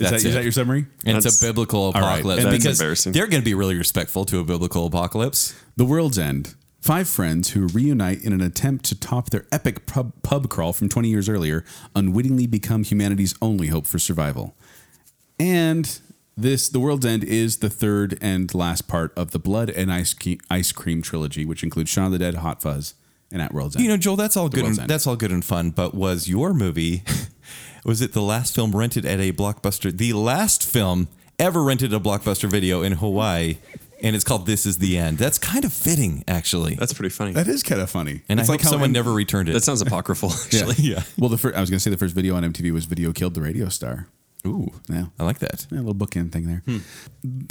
[SPEAKER 2] Is
[SPEAKER 3] That's
[SPEAKER 2] that, is
[SPEAKER 3] it.
[SPEAKER 2] that your summary?
[SPEAKER 3] And it's
[SPEAKER 4] That's-
[SPEAKER 3] a biblical
[SPEAKER 2] right.
[SPEAKER 3] apocalypse
[SPEAKER 2] That's
[SPEAKER 3] because
[SPEAKER 4] embarrassing.
[SPEAKER 3] they're going to be really respectful to a biblical apocalypse.
[SPEAKER 2] The World's End. Five friends who reunite in an attempt to top their epic pub, pub crawl from 20 years earlier unwittingly become humanity's only hope for survival. And this, The World's End, is the third and last part of the Blood and Ice, Cre- Ice Cream trilogy, which includes Shaun of the Dead, Hot Fuzz, and At World's End.
[SPEAKER 3] You know, Joel, that's all good. And,
[SPEAKER 2] World's End.
[SPEAKER 3] that's all good and fun. But was your movie? (laughs) Was it the last film rented at a blockbuster? The last film ever rented at a blockbuster video in Hawaii, and it's called "This Is the End." That's kind of fitting, actually.
[SPEAKER 4] That's pretty funny.
[SPEAKER 2] that is kind of funny.
[SPEAKER 3] and
[SPEAKER 2] It's
[SPEAKER 3] I
[SPEAKER 2] like
[SPEAKER 3] hope
[SPEAKER 2] how
[SPEAKER 3] someone
[SPEAKER 2] in-
[SPEAKER 3] never returned it.
[SPEAKER 4] that sounds (laughs) apocryphal, actually.
[SPEAKER 3] yeah.
[SPEAKER 2] (laughs) Well, the first, I was going to say the first video on MTV was Video Killed the Radio Star.
[SPEAKER 3] Ooh,
[SPEAKER 2] Yeah.
[SPEAKER 3] I like that.
[SPEAKER 2] Yeah, a little bookend thing there.
[SPEAKER 3] Hmm.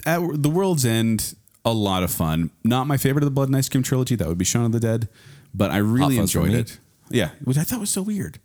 [SPEAKER 2] At the World's End, a lot of fun. Not my favorite of the Blood and Ice Cream trilogy. That would be Shaun of the Dead, but I really
[SPEAKER 3] Hot Fuzz for
[SPEAKER 2] enjoyed
[SPEAKER 3] me.
[SPEAKER 2] it. Yeah, which I thought was so weird.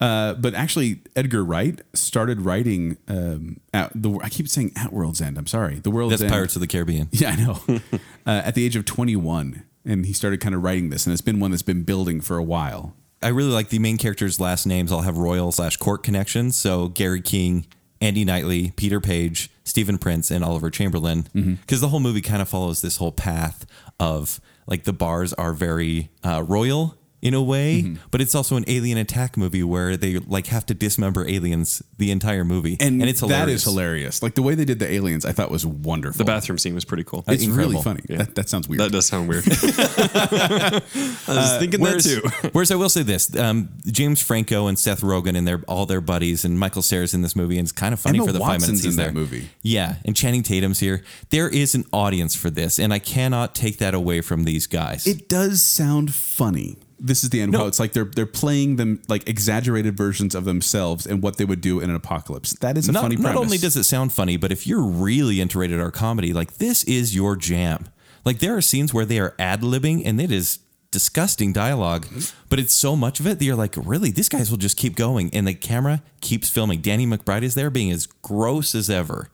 [SPEAKER 2] Uh, but actually, Edgar Wright started writing um, at the. I keep saying at World's End. I'm sorry, the World's
[SPEAKER 3] That's
[SPEAKER 2] End.
[SPEAKER 3] Pirates of the Caribbean.
[SPEAKER 2] (laughs) Yeah, I know.
[SPEAKER 3] (laughs)
[SPEAKER 2] uh, at the age of 21, and he started kind of writing this, and it's been one that's been building for a while.
[SPEAKER 3] I really like the main characters' last names. I'll have royal slash court connections. So Gary King, Andy Knightley, Peter Page, Stephen Prince, and Oliver Chamberlain. Because
[SPEAKER 2] Mm-hmm.
[SPEAKER 3] the whole movie kind of follows this whole path of like the bars are very uh, royal in a way,
[SPEAKER 2] Mm-hmm.
[SPEAKER 3] but it's also an alien attack movie where they like have to dismember aliens the entire movie,
[SPEAKER 2] And,
[SPEAKER 3] it's
[SPEAKER 2] that is hilarious. Like the way they did the aliens, I thought was wonderful.
[SPEAKER 4] The bathroom scene was pretty cool.
[SPEAKER 2] It's
[SPEAKER 3] Incredible.
[SPEAKER 2] really funny.
[SPEAKER 4] Yeah.
[SPEAKER 2] That, that sounds weird.
[SPEAKER 4] that does sound weird. (laughs) Uh, I was thinking that
[SPEAKER 3] Whereas,
[SPEAKER 4] too.
[SPEAKER 3] (laughs) whereas I will say this: um, James Franco and Seth Rogen and their all their buddies and Michael Cera's in this movie, and it's kind of funny
[SPEAKER 2] Emma
[SPEAKER 3] for the five
[SPEAKER 2] Watson's
[SPEAKER 3] minutes he's
[SPEAKER 2] in
[SPEAKER 3] there.
[SPEAKER 2] that movie.
[SPEAKER 3] Yeah, and Channing Tatum's here. There is an audience for this, and I cannot take that away from these guys.
[SPEAKER 2] It does sound funny. This is the end.
[SPEAKER 3] No.
[SPEAKER 2] Wow, it's like they're they're playing them like exaggerated versions of themselves and what they would do in an apocalypse. That is a
[SPEAKER 3] not,
[SPEAKER 2] funny
[SPEAKER 3] not
[SPEAKER 2] premise.
[SPEAKER 3] only does it sound funny, but if you're really into rated R comedy, like this is your jam. Like there are scenes where they are ad libbing, and it is disgusting dialogue, but it's so much of it that you're like, really, these guys will just keep going, and the camera keeps filming. Danny McBride is there, being as gross as ever,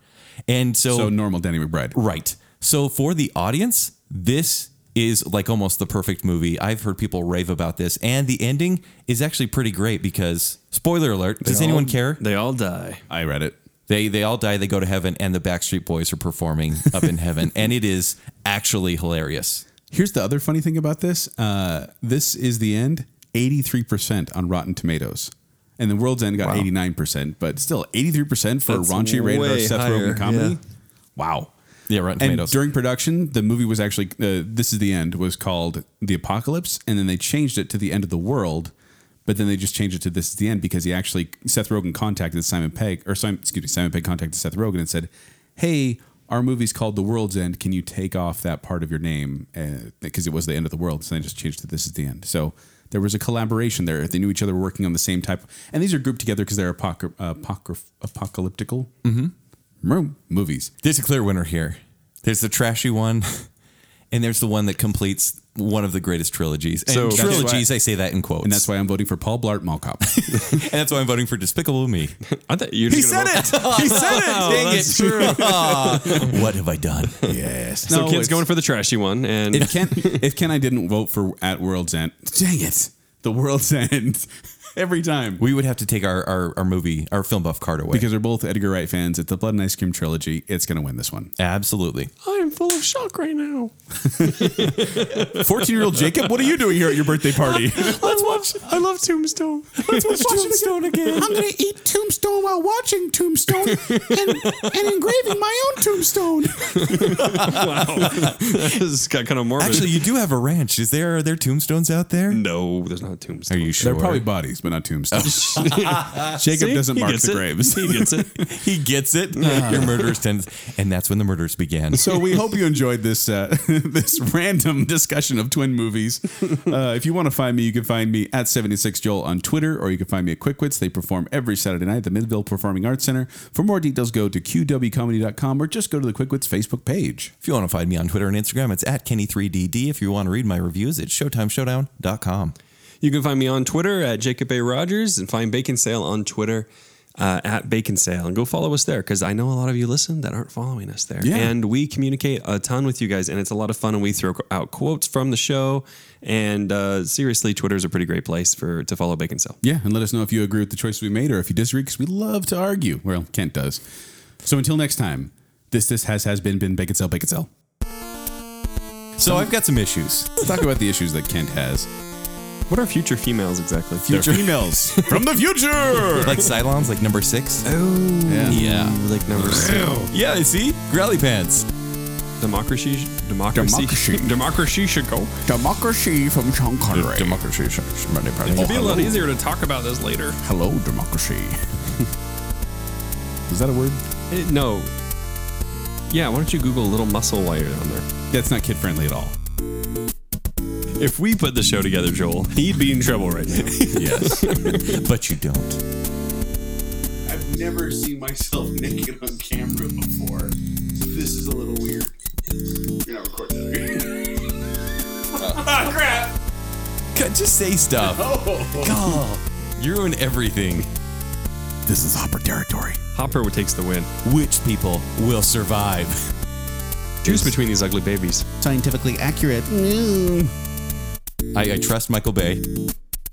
[SPEAKER 3] and
[SPEAKER 2] so normal Danny McBride.
[SPEAKER 3] Right. So for the audience, this is like almost the perfect movie. I've heard people rave about this, and the ending is actually pretty great because spoiler alert. does anyone care?
[SPEAKER 4] They all die.
[SPEAKER 2] I read it.
[SPEAKER 3] They they all die. They go to heaven, and the Backstreet Boys are performing up in (laughs) heaven, and it is actually hilarious.
[SPEAKER 2] Here's the other funny thing about this. Uh, this is the end. Eighty three percent on Rotten Tomatoes, and the World's End got eighty nine percent, but still eighty three percent for
[SPEAKER 4] That's
[SPEAKER 2] a raunchy rated R
[SPEAKER 4] way
[SPEAKER 2] Seth
[SPEAKER 4] higher,
[SPEAKER 2] Rogen comedy.
[SPEAKER 4] yeah.
[SPEAKER 2] Wow.
[SPEAKER 3] Yeah, Rotten
[SPEAKER 2] And
[SPEAKER 3] Tomatoes.
[SPEAKER 2] during production, the movie was actually uh, "This Is the End" was called "The Apocalypse," and then they changed it to "The End of the World" But then they just changed it to this is the end because he actually Seth Rogen contacted Simon Pegg or Simon, excuse me Simon Pegg contacted Seth Rogen and said, "Hey, our movie's called The World's End. Can you take off that part of your name because it was the end of the world?" So they just changed to this is the end. So there was a collaboration there. They knew each other were working on the same type, and these are grouped together because they're apocry- apocryph- apocalyptical mm-hmm. movies.
[SPEAKER 3] There's a clear winner here. There's the trashy one, and there's the one that completes one of the greatest trilogies. And
[SPEAKER 4] So- That's why-
[SPEAKER 3] trilogies, I say that in quotes.
[SPEAKER 2] And that's why I'm voting for Paul Blart Mall Cop.
[SPEAKER 3] and that's why I'm voting for Despicable Me.
[SPEAKER 4] I thought you were just gonna vote-
[SPEAKER 3] (laughs) He said it. Dang
[SPEAKER 4] that's
[SPEAKER 3] it. (laughs) True. what have I done?
[SPEAKER 2] yes.
[SPEAKER 4] So Ken's going for the trashy one, and (laughs)
[SPEAKER 2] if Ken (laughs) if Ken I didn't vote for at World's End, dang it, the World's (laughs) End every time.
[SPEAKER 3] We would have to take our, our, our movie, our film buff card away.
[SPEAKER 2] because we're both Edgar Wright fans, it's the Blood and Ice Cream trilogy. It's going to win this one.
[SPEAKER 3] Absolutely.
[SPEAKER 4] I am full of shock right now.
[SPEAKER 2] Fourteen-year-old Jacob, what are you doing here at your birthday party?
[SPEAKER 4] Let's watch. I love Tombstone.
[SPEAKER 2] Let's watch (laughs) Tombstone again.
[SPEAKER 6] I'm going to eat Tombstone while watching Tombstone and, and engraving my own Tombstone.
[SPEAKER 4] this got kind of morbid.
[SPEAKER 3] Actually, you do have a ranch. Is there are there tombstones out there?
[SPEAKER 4] no, there's not a Tombstone.
[SPEAKER 2] They're probably bodies, but not tombstones. (laughs) Jacob
[SPEAKER 4] See?
[SPEAKER 2] doesn't
[SPEAKER 4] He
[SPEAKER 2] mark
[SPEAKER 4] gets
[SPEAKER 2] the
[SPEAKER 4] it.
[SPEAKER 2] graves.
[SPEAKER 4] He gets it. (laughs)
[SPEAKER 3] (laughs) he gets it. Your murderous tends, and that's when the murders began.
[SPEAKER 2] So we hope you enjoyed this uh, (laughs) this random discussion of twin (laughs) movies. Uh, if you want to find me, you can find me at 76Joel on Twitter, or you can find me at QuickWits. They perform every Saturday night at the Midville Performing Arts Center. For more details, go to qwcomedy.com or just go to the QuickWits Facebook page.
[SPEAKER 3] If you want to find me on Twitter and Instagram, it's at Kenny3DD. If you want to read my reviews, it's ShowtimeShowdown.com.
[SPEAKER 4] You can find me on Twitter at Jacob A. Rogers and find Bacon Sale on Twitter uh, at Bacon Sale. And go follow us there because I know a lot of you listen that aren't following us there.
[SPEAKER 2] Yeah.
[SPEAKER 4] And we communicate a ton with you guys, and it's a lot of fun. And we throw out quotes from the show. And uh, seriously, Twitter's a pretty great place for to follow Bacon Sale.
[SPEAKER 2] Yeah, and let us know if you agree with the choice we made or if you disagree, because we love to argue. Well, Kent does. So until next time, this this has has been been Bacon Cell Bacon Cell.
[SPEAKER 3] So I've got some issues.
[SPEAKER 2] Let's (laughs) talk about the issues that Kent has.
[SPEAKER 4] What are future females exactly?
[SPEAKER 2] They're females from the (laughs) future.
[SPEAKER 3] Like Cylons, like number six.
[SPEAKER 2] Yeah.
[SPEAKER 4] They're like number six.
[SPEAKER 3] Yeah, see? Growly pants.
[SPEAKER 4] Democracy. Democracy.
[SPEAKER 2] Democracy.
[SPEAKER 4] (laughs) Democracy should go.
[SPEAKER 2] Democracy from Sean Connery.
[SPEAKER 3] Democracy.
[SPEAKER 2] Oh,
[SPEAKER 4] It'd be a lot easier to talk about this later.
[SPEAKER 2] Hello, democracy. (laughs) Is that a word?
[SPEAKER 4] Eh, no. Yeah, why don't you Google little muscle while you're down there?
[SPEAKER 2] That's not kid friendly at all.
[SPEAKER 4] If we put the show together, Joel, he'd be in trouble right (laughs) now.
[SPEAKER 3] Yes. but you don't.
[SPEAKER 2] I've never seen myself (laughs) naked on camera before. This is a little weird. You're not recording that,
[SPEAKER 3] God, just say stuff.
[SPEAKER 6] Oh.
[SPEAKER 3] God, you ruin everything.
[SPEAKER 2] This is Hopper territory.
[SPEAKER 4] Hopper takes the win.
[SPEAKER 3] Which people will survive?
[SPEAKER 4] Choose between these ugly babies.
[SPEAKER 6] Scientifically accurate.
[SPEAKER 3] I, I trust Michael Bay.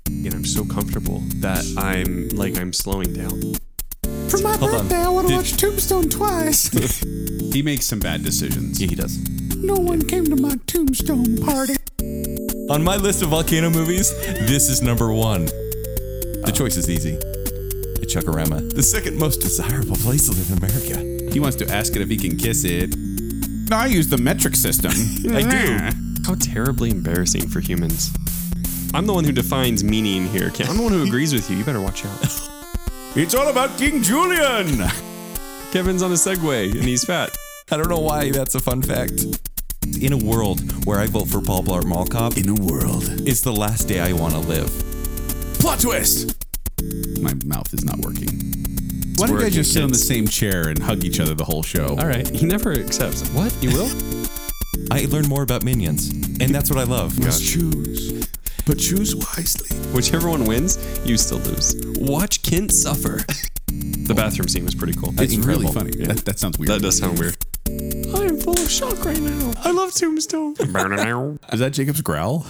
[SPEAKER 4] And I'm so comfortable that I'm like I'm slowing down.
[SPEAKER 6] For my
[SPEAKER 3] Hold on.
[SPEAKER 6] birthday, I want to
[SPEAKER 3] Did-
[SPEAKER 6] watch Tombstone twice.
[SPEAKER 2] He makes some bad decisions.
[SPEAKER 3] he does.
[SPEAKER 6] no one came to my Tombstone party.
[SPEAKER 3] On my list of volcano movies, this is number one. The choice is easy. It's Chuckarama, the second most desirable place to live in America.
[SPEAKER 2] He wants to ask it if he can kiss it. I use the metric system. (laughs)
[SPEAKER 3] I do.
[SPEAKER 4] How terribly embarrassing for humans. I'm the one who defines meaning here, Ken. I'm the one who agrees with you. You better watch out.
[SPEAKER 2] It's all about King Julian.
[SPEAKER 4] (laughs) Kevin's on a Segway and he's fat.
[SPEAKER 3] I don't know why that's a fun fact. In a world where I vote for Paul Blart Mall Cop,
[SPEAKER 2] In a world.
[SPEAKER 3] it's the last day I want to live.
[SPEAKER 2] Plot twist. My mouth is not working. Why don't you
[SPEAKER 4] working,
[SPEAKER 2] guys just sit on the
[SPEAKER 4] kids.
[SPEAKER 2] same chair and hug each other the whole show?
[SPEAKER 4] All right. He never accepts. What? You will?
[SPEAKER 3] I learn more about minions, and that's what I love.
[SPEAKER 2] choose, but choose wisely.
[SPEAKER 4] Whichever one wins, you still lose. Watch Kent suffer. (laughs) the bathroom scene was pretty cool.
[SPEAKER 2] It's
[SPEAKER 3] Incredible.
[SPEAKER 2] really funny.
[SPEAKER 4] Yeah.
[SPEAKER 2] That, that sounds weird.
[SPEAKER 4] That does sound weird. I am full of shock right now. I love Tombstone.
[SPEAKER 2] Is that Jacob's growl?